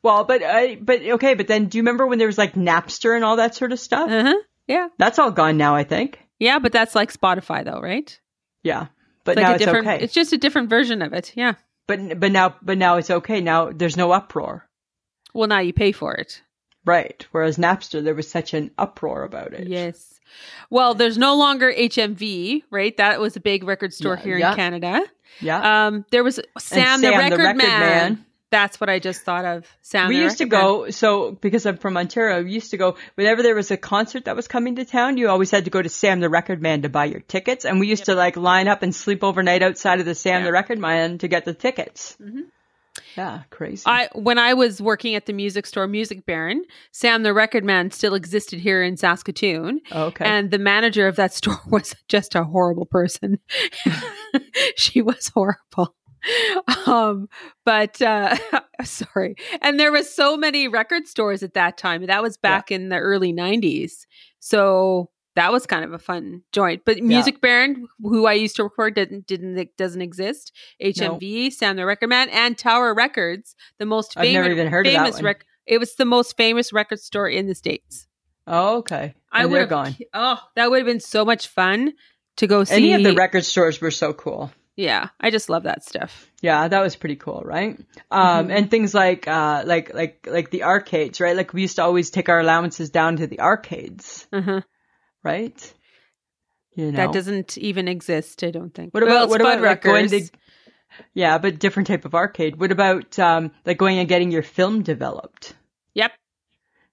[SPEAKER 2] Well, but I, but okay, but then do you remember when there was like Napster and all that sort of stuff?
[SPEAKER 1] Uh-huh. Yeah.
[SPEAKER 2] That's all gone now, I think.
[SPEAKER 1] Yeah, but that's like Spotify though, right?
[SPEAKER 2] Yeah, but
[SPEAKER 1] like
[SPEAKER 2] now
[SPEAKER 1] a
[SPEAKER 2] it's
[SPEAKER 1] different
[SPEAKER 2] okay.
[SPEAKER 1] it's just a different version of it. Yeah.
[SPEAKER 2] But but now but now it's okay. Now there's no uproar,
[SPEAKER 1] Well, now you pay for it.
[SPEAKER 2] right? Whereas Napster, there was such an uproar about it.
[SPEAKER 1] Yes. Well, there's no longer HMV, right? That was a big record store
[SPEAKER 2] Yeah,
[SPEAKER 1] here
[SPEAKER 2] yeah.
[SPEAKER 1] in Canada.
[SPEAKER 2] yeah.
[SPEAKER 1] Um, there was Sam, the,
[SPEAKER 2] Sam the
[SPEAKER 1] record
[SPEAKER 2] Record
[SPEAKER 1] man.
[SPEAKER 2] Man.
[SPEAKER 1] That's what I just thought of. Sam.
[SPEAKER 2] we
[SPEAKER 1] the
[SPEAKER 2] used to
[SPEAKER 1] Record Man.
[SPEAKER 2] go so because i'm from ontario we used to go whenever there was a concert that was coming to town you always had to go to sam the record man to buy your tickets and we used to like line up and sleep overnight outside of the sam
[SPEAKER 1] Yeah.
[SPEAKER 2] the record man to get the tickets
[SPEAKER 1] Mhm.
[SPEAKER 2] yeah crazy
[SPEAKER 1] I when I was working at the music store Music Baron, Sam the Record Man still existed here in Saskatoon.
[SPEAKER 2] okay
[SPEAKER 1] And the manager of that (laughs) store was just a horrible person. (laughs) she was horrible. Um, but uh, (laughs) sorry. And there was so many record stores at that time. That was back in the early '90s. So that was kind of a fun joint. But Music Baron, who I used to work for, didn't didn't e-, doesn't exist. HMV, Sam the Record Man, and Tower Records, the most
[SPEAKER 2] i've
[SPEAKER 1] famous
[SPEAKER 2] never even heard of that
[SPEAKER 1] famous
[SPEAKER 2] one.
[SPEAKER 1] rec- It was the most famous record store in the states.
[SPEAKER 2] oh, okay
[SPEAKER 1] I
[SPEAKER 2] And
[SPEAKER 1] would
[SPEAKER 2] they're
[SPEAKER 1] have
[SPEAKER 2] gone
[SPEAKER 1] ki- Oh, that would have been so much fun to go see.
[SPEAKER 2] any of the record stores were so cool
[SPEAKER 1] yeah, I just love that stuff.
[SPEAKER 2] yeah, that was pretty cool, right? Um,
[SPEAKER 1] Mhm.
[SPEAKER 2] and things like, uh, like, like, like the arcades, right? Like we used to always take our allowances down to the arcades,
[SPEAKER 1] Uh-huh.
[SPEAKER 2] right? You know,
[SPEAKER 1] That doesn't even exist, I don't think.
[SPEAKER 2] What about
[SPEAKER 1] it's
[SPEAKER 2] what
[SPEAKER 1] Bud
[SPEAKER 2] about like going
[SPEAKER 1] Wreckers.
[SPEAKER 2] to? (laughs) Yeah, but different type of arcade. What about um, like going and getting your film developed?
[SPEAKER 1] Yep,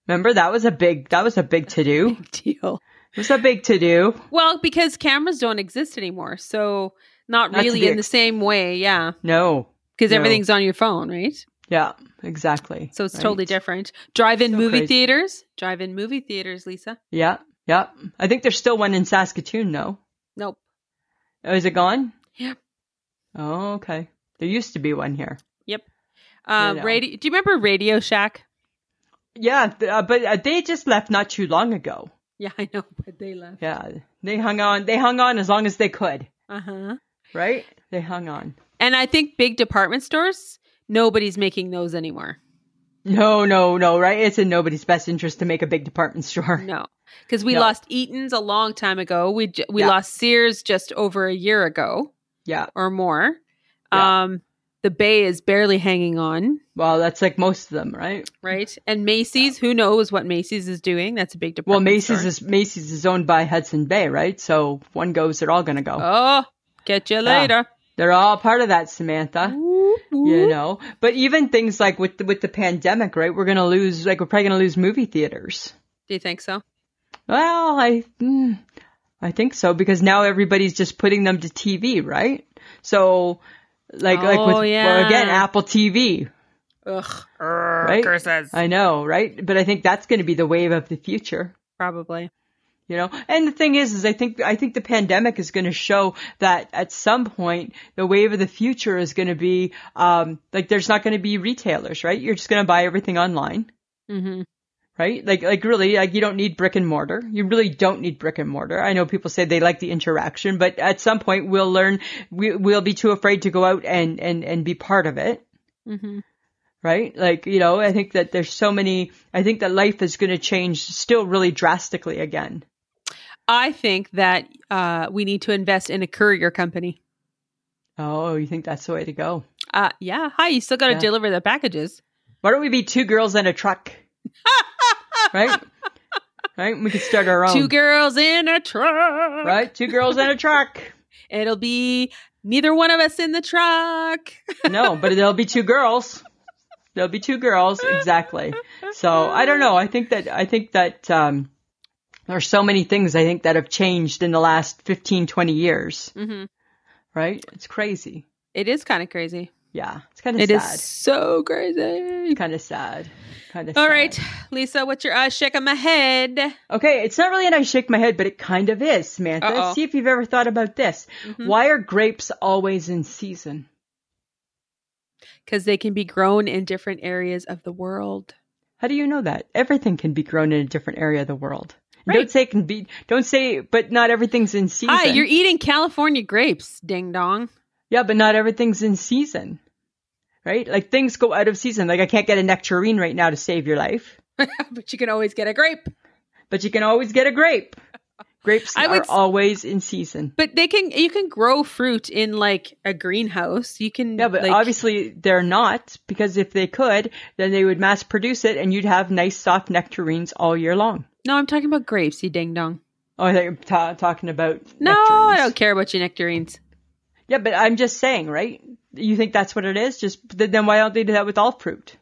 [SPEAKER 2] Remember that was a big that was a big
[SPEAKER 1] (laughs)
[SPEAKER 2] to do.
[SPEAKER 1] big deal.
[SPEAKER 2] It was a big to do.
[SPEAKER 1] Well, because cameras don't exist anymore, so not
[SPEAKER 2] Not to
[SPEAKER 1] really
[SPEAKER 2] the
[SPEAKER 1] in the
[SPEAKER 2] ex-
[SPEAKER 1] same way. Yeah,
[SPEAKER 2] No.
[SPEAKER 1] because
[SPEAKER 2] No.
[SPEAKER 1] everything's on your phone, right?
[SPEAKER 2] Yeah. Exactly.
[SPEAKER 1] So it's
[SPEAKER 2] Right.
[SPEAKER 1] totally different. Drive-in
[SPEAKER 2] So
[SPEAKER 1] movie
[SPEAKER 2] crazy.
[SPEAKER 1] theaters. Drive-in movie theaters, Lisa.
[SPEAKER 2] Yeah. Yeah. I think there's still one in Saskatoon. No.
[SPEAKER 1] Nope.
[SPEAKER 2] Oh, is it gone?
[SPEAKER 1] Yeah.
[SPEAKER 2] Oh, okay. There used to be one here.
[SPEAKER 1] Uh,
[SPEAKER 2] know.
[SPEAKER 1] radio. Do you remember Radio Shack? (laughs)
[SPEAKER 2] Yeah, th- uh, but uh, they just left not too long ago.
[SPEAKER 1] Yeah, I know, but they left.
[SPEAKER 2] Yeah, they hung on. They hung on as long as they could.
[SPEAKER 1] Uh huh.
[SPEAKER 2] Right? They hung on.
[SPEAKER 1] And I think big department stores, nobody's making those anymore.
[SPEAKER 2] No, no, no, right? It's in nobody's best interest to make a big department store.
[SPEAKER 1] No, because we
[SPEAKER 2] No.
[SPEAKER 1] lost Eaton's a long time ago. We j- we
[SPEAKER 2] Yeah.
[SPEAKER 1] lost Sears just over a year ago
[SPEAKER 2] (laughs) Yeah.
[SPEAKER 1] or more.
[SPEAKER 2] Yeah.
[SPEAKER 1] Um, the Bay is barely hanging on,
[SPEAKER 2] Well, that's like most of them, right? (laughs)
[SPEAKER 1] right? And Macy's, who knows what Macy's is doing? That's a big
[SPEAKER 2] Well,
[SPEAKER 1] department.
[SPEAKER 2] Macy's
[SPEAKER 1] store.
[SPEAKER 2] is Macy's is owned by Hudson Bay, right? So one goes, they're all gonna go.
[SPEAKER 1] Oh, catch you later.
[SPEAKER 2] They're all part of that, Samantha.
[SPEAKER 1] Whoop,
[SPEAKER 2] You
[SPEAKER 1] whoop.
[SPEAKER 2] know, but even things like with the, with the pandemic, right? We're gonna lose, like, we're probably gonna lose movie theaters.
[SPEAKER 1] Do you think so?
[SPEAKER 2] Well, I, mm, I think so because now everybody's just putting them to TV, right? So, like, like with
[SPEAKER 1] Oh,
[SPEAKER 2] well, again,
[SPEAKER 1] yeah.
[SPEAKER 2] Apple TV,
[SPEAKER 1] Ugh,
[SPEAKER 2] right?
[SPEAKER 1] curses.
[SPEAKER 2] I know, right? But I think that's going to be the wave of the future.
[SPEAKER 1] Probably.
[SPEAKER 2] You know, and the thing is, is I think, I think the pandemic is going to show that at some point, the wave of the future is going to be, um, like there's not going to be retailers, right? You're just going to buy everything online,
[SPEAKER 1] Mm-hmm.
[SPEAKER 2] right? Like, like really, like you don't need brick and mortar. You really don't need brick and mortar. I know people say they like the interaction, but at some point we'll learn, we, we'll be too afraid to go out and, and, and be part of it
[SPEAKER 1] Mm-hmm.
[SPEAKER 2] right? Like, you know, I think that there's so many, I think that life is going to change still really drastically again.
[SPEAKER 1] I think that uh, we need to invest in a courier company.
[SPEAKER 2] Oh, you think that's the way to go?
[SPEAKER 1] Uh, yeah. Hi, you still got to
[SPEAKER 2] Yeah.
[SPEAKER 1] deliver the packages.
[SPEAKER 2] Why don't we be two girls and
[SPEAKER 1] (laughs)
[SPEAKER 2] a truck? right? Right? We could start our own.
[SPEAKER 1] Two girls in a truck.
[SPEAKER 2] Right? Two girls and a truck.
[SPEAKER 1] It'll be neither one of us in the truck.
[SPEAKER 2] No, but there'll be two girls. There'll be two girls, exactly. So I don't know. I think that I think that um, there's so many things I think that have changed in the last 15, 20 years.
[SPEAKER 1] Mm-hmm.
[SPEAKER 2] Right? It's crazy.
[SPEAKER 1] It is kind of crazy.
[SPEAKER 2] Yeah, it's kind of
[SPEAKER 1] It
[SPEAKER 2] sad.
[SPEAKER 1] is so crazy.
[SPEAKER 2] kind of sad. Kind of.
[SPEAKER 1] All right, Lisa, what's your uh, shake of my head?
[SPEAKER 2] Okay, it's not really an I shake my head, but it kind of is, Samantha.
[SPEAKER 1] Uh-oh. Mm-hmm.
[SPEAKER 2] See if you've ever thought about this. Why are grapes always in season?
[SPEAKER 1] Because they can be grown in different areas of the world.
[SPEAKER 2] How do you know that? Everything can be grown in a different area of the world.
[SPEAKER 1] Right.
[SPEAKER 2] And Don't say it can be. Don't say, but not everything's in season.
[SPEAKER 1] Hi, you're e- eating California grapes, ding dong. (laughs)
[SPEAKER 2] yeah, but not everything's in season. Right? Like things go out of season. Like I can't get a nectarine right now to save your life,
[SPEAKER 1] but you can always get a grape.
[SPEAKER 2] but you can always get
[SPEAKER 1] (laughs)
[SPEAKER 2] a grape. Grapes
[SPEAKER 1] I
[SPEAKER 2] are
[SPEAKER 1] would s-
[SPEAKER 2] always in season.
[SPEAKER 1] But they can you can grow fruit in like a greenhouse. You can
[SPEAKER 2] Yeah, but
[SPEAKER 1] like,
[SPEAKER 2] obviously they're not because if they could, then they would mass produce it and you'd have nice soft nectarines all year long.
[SPEAKER 1] No, I'm talking about grapes, you ding dong.
[SPEAKER 2] Oh, I thought you were ta- talking about
[SPEAKER 1] No, I
[SPEAKER 2] nectarines.
[SPEAKER 1] don't care about your nectarines.
[SPEAKER 2] Yeah, but I'm just saying, right? You think that's what it is? Just th- then why don't they do that with all fruit?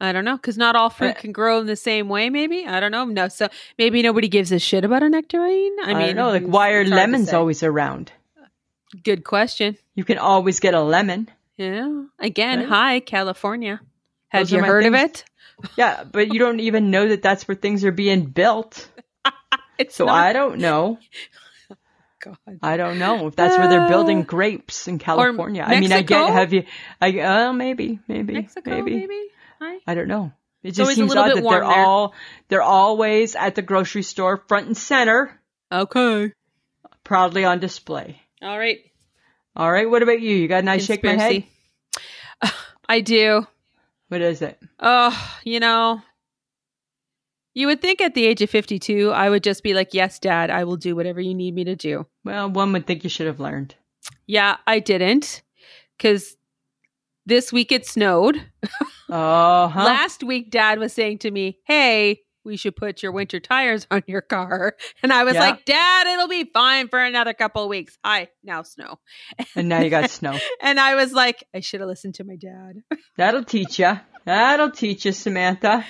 [SPEAKER 1] I don't know, because not all fruit
[SPEAKER 2] Uh,
[SPEAKER 1] can grow in the same way. Maybe I don't know. No, so maybe nobody gives a shit about a nectarine. I
[SPEAKER 2] I,
[SPEAKER 1] mean,
[SPEAKER 2] don't know. Like
[SPEAKER 1] it's-
[SPEAKER 2] why are
[SPEAKER 1] it's hard to
[SPEAKER 2] lemons
[SPEAKER 1] say.
[SPEAKER 2] always around?
[SPEAKER 1] Good question.
[SPEAKER 2] You can always get a lemon.
[SPEAKER 1] Yeah. Again,
[SPEAKER 2] Right?
[SPEAKER 1] hi California. Have
[SPEAKER 2] Those are
[SPEAKER 1] you
[SPEAKER 2] my
[SPEAKER 1] heard of
[SPEAKER 2] things.
[SPEAKER 1] it?
[SPEAKER 2] Yeah, but you don't even know that that's where things are being built.
[SPEAKER 1] It's
[SPEAKER 2] So I don't know.
[SPEAKER 1] God.
[SPEAKER 2] I don't know if that's where they're building
[SPEAKER 1] Uh,
[SPEAKER 2] grapes in California. I mean, I
[SPEAKER 1] Mexico?
[SPEAKER 2] get have you? I uh, maybe, maybe,
[SPEAKER 1] Mexico, maybe.
[SPEAKER 2] maybe.
[SPEAKER 1] Hi.
[SPEAKER 2] I don't know. It just
[SPEAKER 1] always a
[SPEAKER 2] seems
[SPEAKER 1] little
[SPEAKER 2] odd
[SPEAKER 1] bit
[SPEAKER 2] that
[SPEAKER 1] warm
[SPEAKER 2] they're
[SPEAKER 1] there.
[SPEAKER 2] all they're always at the grocery store, front and center,
[SPEAKER 1] Okay.
[SPEAKER 2] proudly on display.
[SPEAKER 1] All right.
[SPEAKER 2] All right, what about you? You got a nice shake my head.
[SPEAKER 1] Conspiracy. I do.
[SPEAKER 2] What is it?
[SPEAKER 1] Oh, you know, you would think at the age of 52, I would just be like, yes, dad, I will do whatever you need me to do.
[SPEAKER 2] Well, one would think you should have learned.
[SPEAKER 1] Yeah, I didn't because this week it snowed.
[SPEAKER 2] Oh, huh?
[SPEAKER 1] Last week, dad was saying to me, hey, we should put your winter tires (laughs) on your car. And I was
[SPEAKER 2] Yeah.
[SPEAKER 1] like, Dad, it'll be fine for another couple of weeks. I now snow.
[SPEAKER 2] and now you got
[SPEAKER 1] (laughs)
[SPEAKER 2] snow.
[SPEAKER 1] And I was like, I should have listened to my dad. (laughs)
[SPEAKER 2] That'll teach you. That'll teach you, Samantha.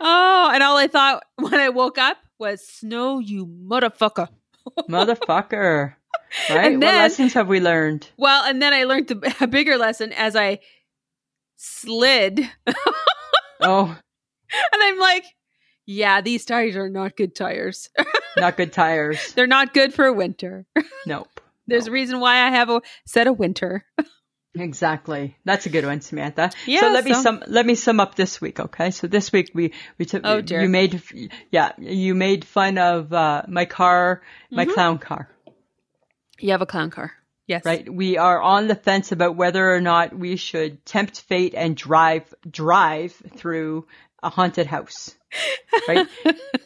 [SPEAKER 1] Oh, and all I thought (laughs) when I woke up was snow, you motherfucker.
[SPEAKER 2] Motherfucker.
[SPEAKER 1] (laughs)
[SPEAKER 2] Right?
[SPEAKER 1] And
[SPEAKER 2] what
[SPEAKER 1] then-
[SPEAKER 2] lessons have we learned?
[SPEAKER 1] Well, and then I learned the, (laughs) a bigger lesson as I slid. (laughs) And
[SPEAKER 2] Oh,
[SPEAKER 1] I'm like, yeah, these tires are not good tires. (laughs)
[SPEAKER 2] not good tires.
[SPEAKER 1] They're not good for winter. (laughs)
[SPEAKER 2] Nope.
[SPEAKER 1] There's a reason why I have a set of winter.
[SPEAKER 2] Exactly. That's a good one, Samantha.
[SPEAKER 1] Yeah,
[SPEAKER 2] so let me
[SPEAKER 1] so-
[SPEAKER 2] sum let me sum up this week, okay? So this week we we took
[SPEAKER 1] Oh, dear.
[SPEAKER 2] you made yeah, you made fun of uh my car, my
[SPEAKER 1] Mhm.
[SPEAKER 2] clown car.
[SPEAKER 1] You have a clown car. Yes.
[SPEAKER 2] right? We are on the fence about whether or not we should tempt fate and drive drive through a haunted house,
[SPEAKER 1] (laughs)
[SPEAKER 2] right?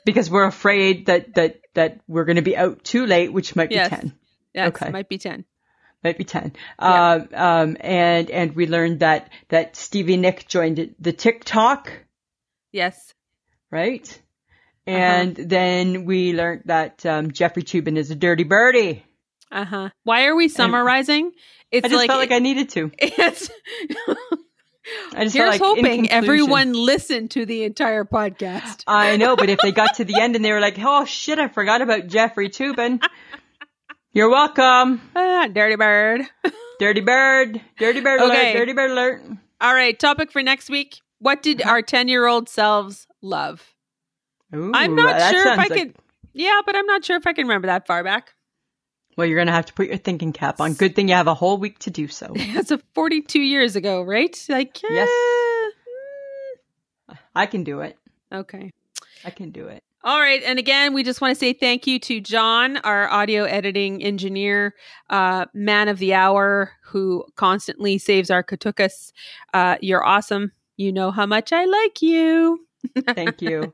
[SPEAKER 2] because we're afraid that that that we're going to be out too late, which might
[SPEAKER 1] Yes.
[SPEAKER 2] be ten,
[SPEAKER 1] Yes,
[SPEAKER 2] Okay.
[SPEAKER 1] It might be 10.
[SPEAKER 2] might be ten. Um, um, and and we learned that that Stevie Nick joined the TikTok,
[SPEAKER 1] Yes.
[SPEAKER 2] right?
[SPEAKER 1] Uh-huh.
[SPEAKER 2] And then we learned that um, Jeffrey Tubin is a dirty birdie.
[SPEAKER 1] Uh huh. Why are we summarizing? It's
[SPEAKER 2] Uh-huh. I just
[SPEAKER 1] like,
[SPEAKER 2] felt like I needed to.
[SPEAKER 1] (laughs) it's,
[SPEAKER 2] I
[SPEAKER 1] here's
[SPEAKER 2] just felt like in
[SPEAKER 1] hoping
[SPEAKER 2] conclusion-
[SPEAKER 1] everyone listened to the entire
[SPEAKER 2] (laughs)
[SPEAKER 1] podcast.
[SPEAKER 2] I know, but if they got to the end and they were like, "Oh shit, I forgot about Jeffrey Tubin," you're welcome,
[SPEAKER 1] Ah, dirty bird.
[SPEAKER 2] Dirty Bird, Dirty Bird
[SPEAKER 1] Okay.
[SPEAKER 2] alert, Dirty Bird alert.
[SPEAKER 1] All right. Topic for next week. What did
[SPEAKER 2] Uh-huh.
[SPEAKER 1] our 10 year old selves love?
[SPEAKER 2] Ooh,
[SPEAKER 1] I'm not
[SPEAKER 2] that
[SPEAKER 1] sure if I
[SPEAKER 2] sounds like-
[SPEAKER 1] could. Yeah, but I'm not sure if I can remember that far back. (laughs)
[SPEAKER 2] Well, you're gonna have to put your thinking cap on. Good thing you have a whole week to do so.
[SPEAKER 1] That's a 42 years ago, right? Like, eh,
[SPEAKER 2] Yes. I can do it.
[SPEAKER 1] Okay.
[SPEAKER 2] I can do it.
[SPEAKER 1] All right. And again, we just want to say thank you to John, our audio editing engineer, uh, man of the hour, who constantly saves our Katukas. Uh, you're awesome. You know how much I like you. (laughs)
[SPEAKER 2] Thank you.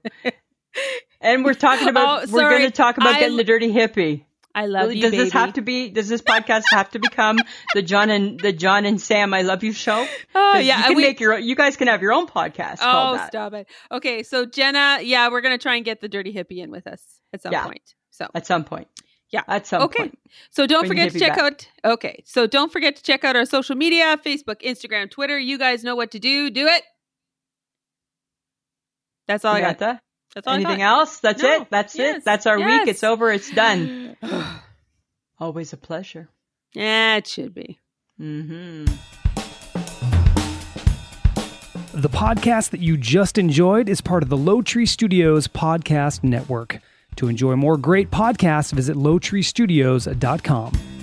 [SPEAKER 2] and we're talking about
[SPEAKER 1] Oh,
[SPEAKER 2] we're
[SPEAKER 1] sorry.
[SPEAKER 2] going to talk about
[SPEAKER 1] I-
[SPEAKER 2] getting the dirty hippie.
[SPEAKER 1] I love
[SPEAKER 2] really,
[SPEAKER 1] you.
[SPEAKER 2] does
[SPEAKER 1] baby.
[SPEAKER 2] this have to be? Does this podcast have to become the John and the John and Sam I Love You show?
[SPEAKER 1] Oh,
[SPEAKER 2] 'Cause
[SPEAKER 1] yeah.
[SPEAKER 2] you can
[SPEAKER 1] we-
[SPEAKER 2] make your. own- You guys can have your own podcast
[SPEAKER 1] oh,
[SPEAKER 2] called that.
[SPEAKER 1] stop it. Okay. So, Jenna, yeah, we're going to try and get the dirty hippie in with us at some
[SPEAKER 2] Yeah.
[SPEAKER 1] point. So,
[SPEAKER 2] At some point.
[SPEAKER 1] Yeah.
[SPEAKER 2] At some
[SPEAKER 1] Okay.
[SPEAKER 2] point.
[SPEAKER 1] So don't
[SPEAKER 2] Bring
[SPEAKER 1] forget to
[SPEAKER 2] Hippie
[SPEAKER 1] check out. Okay. So don't forget to check out our social media Facebook, Instagram, Twitter. You guys know what to do. Do it. That's all I got.
[SPEAKER 2] Samantha,
[SPEAKER 1] That's all
[SPEAKER 2] anything
[SPEAKER 1] I
[SPEAKER 2] else? That's
[SPEAKER 1] No.
[SPEAKER 2] it. That's
[SPEAKER 1] Yes.
[SPEAKER 2] it. That's our
[SPEAKER 1] Yes.
[SPEAKER 2] week. It's over.
[SPEAKER 1] (gasps)
[SPEAKER 2] It's
[SPEAKER 1] got.
[SPEAKER 2] done. Always a pleasure.
[SPEAKER 1] (sighs) yeah, it should be.
[SPEAKER 2] hmm
[SPEAKER 3] The podcast that you just enjoyed is part of the Low Tree Studios Podcast Network. To enjoy more great podcasts, visit lowtreestudios.com.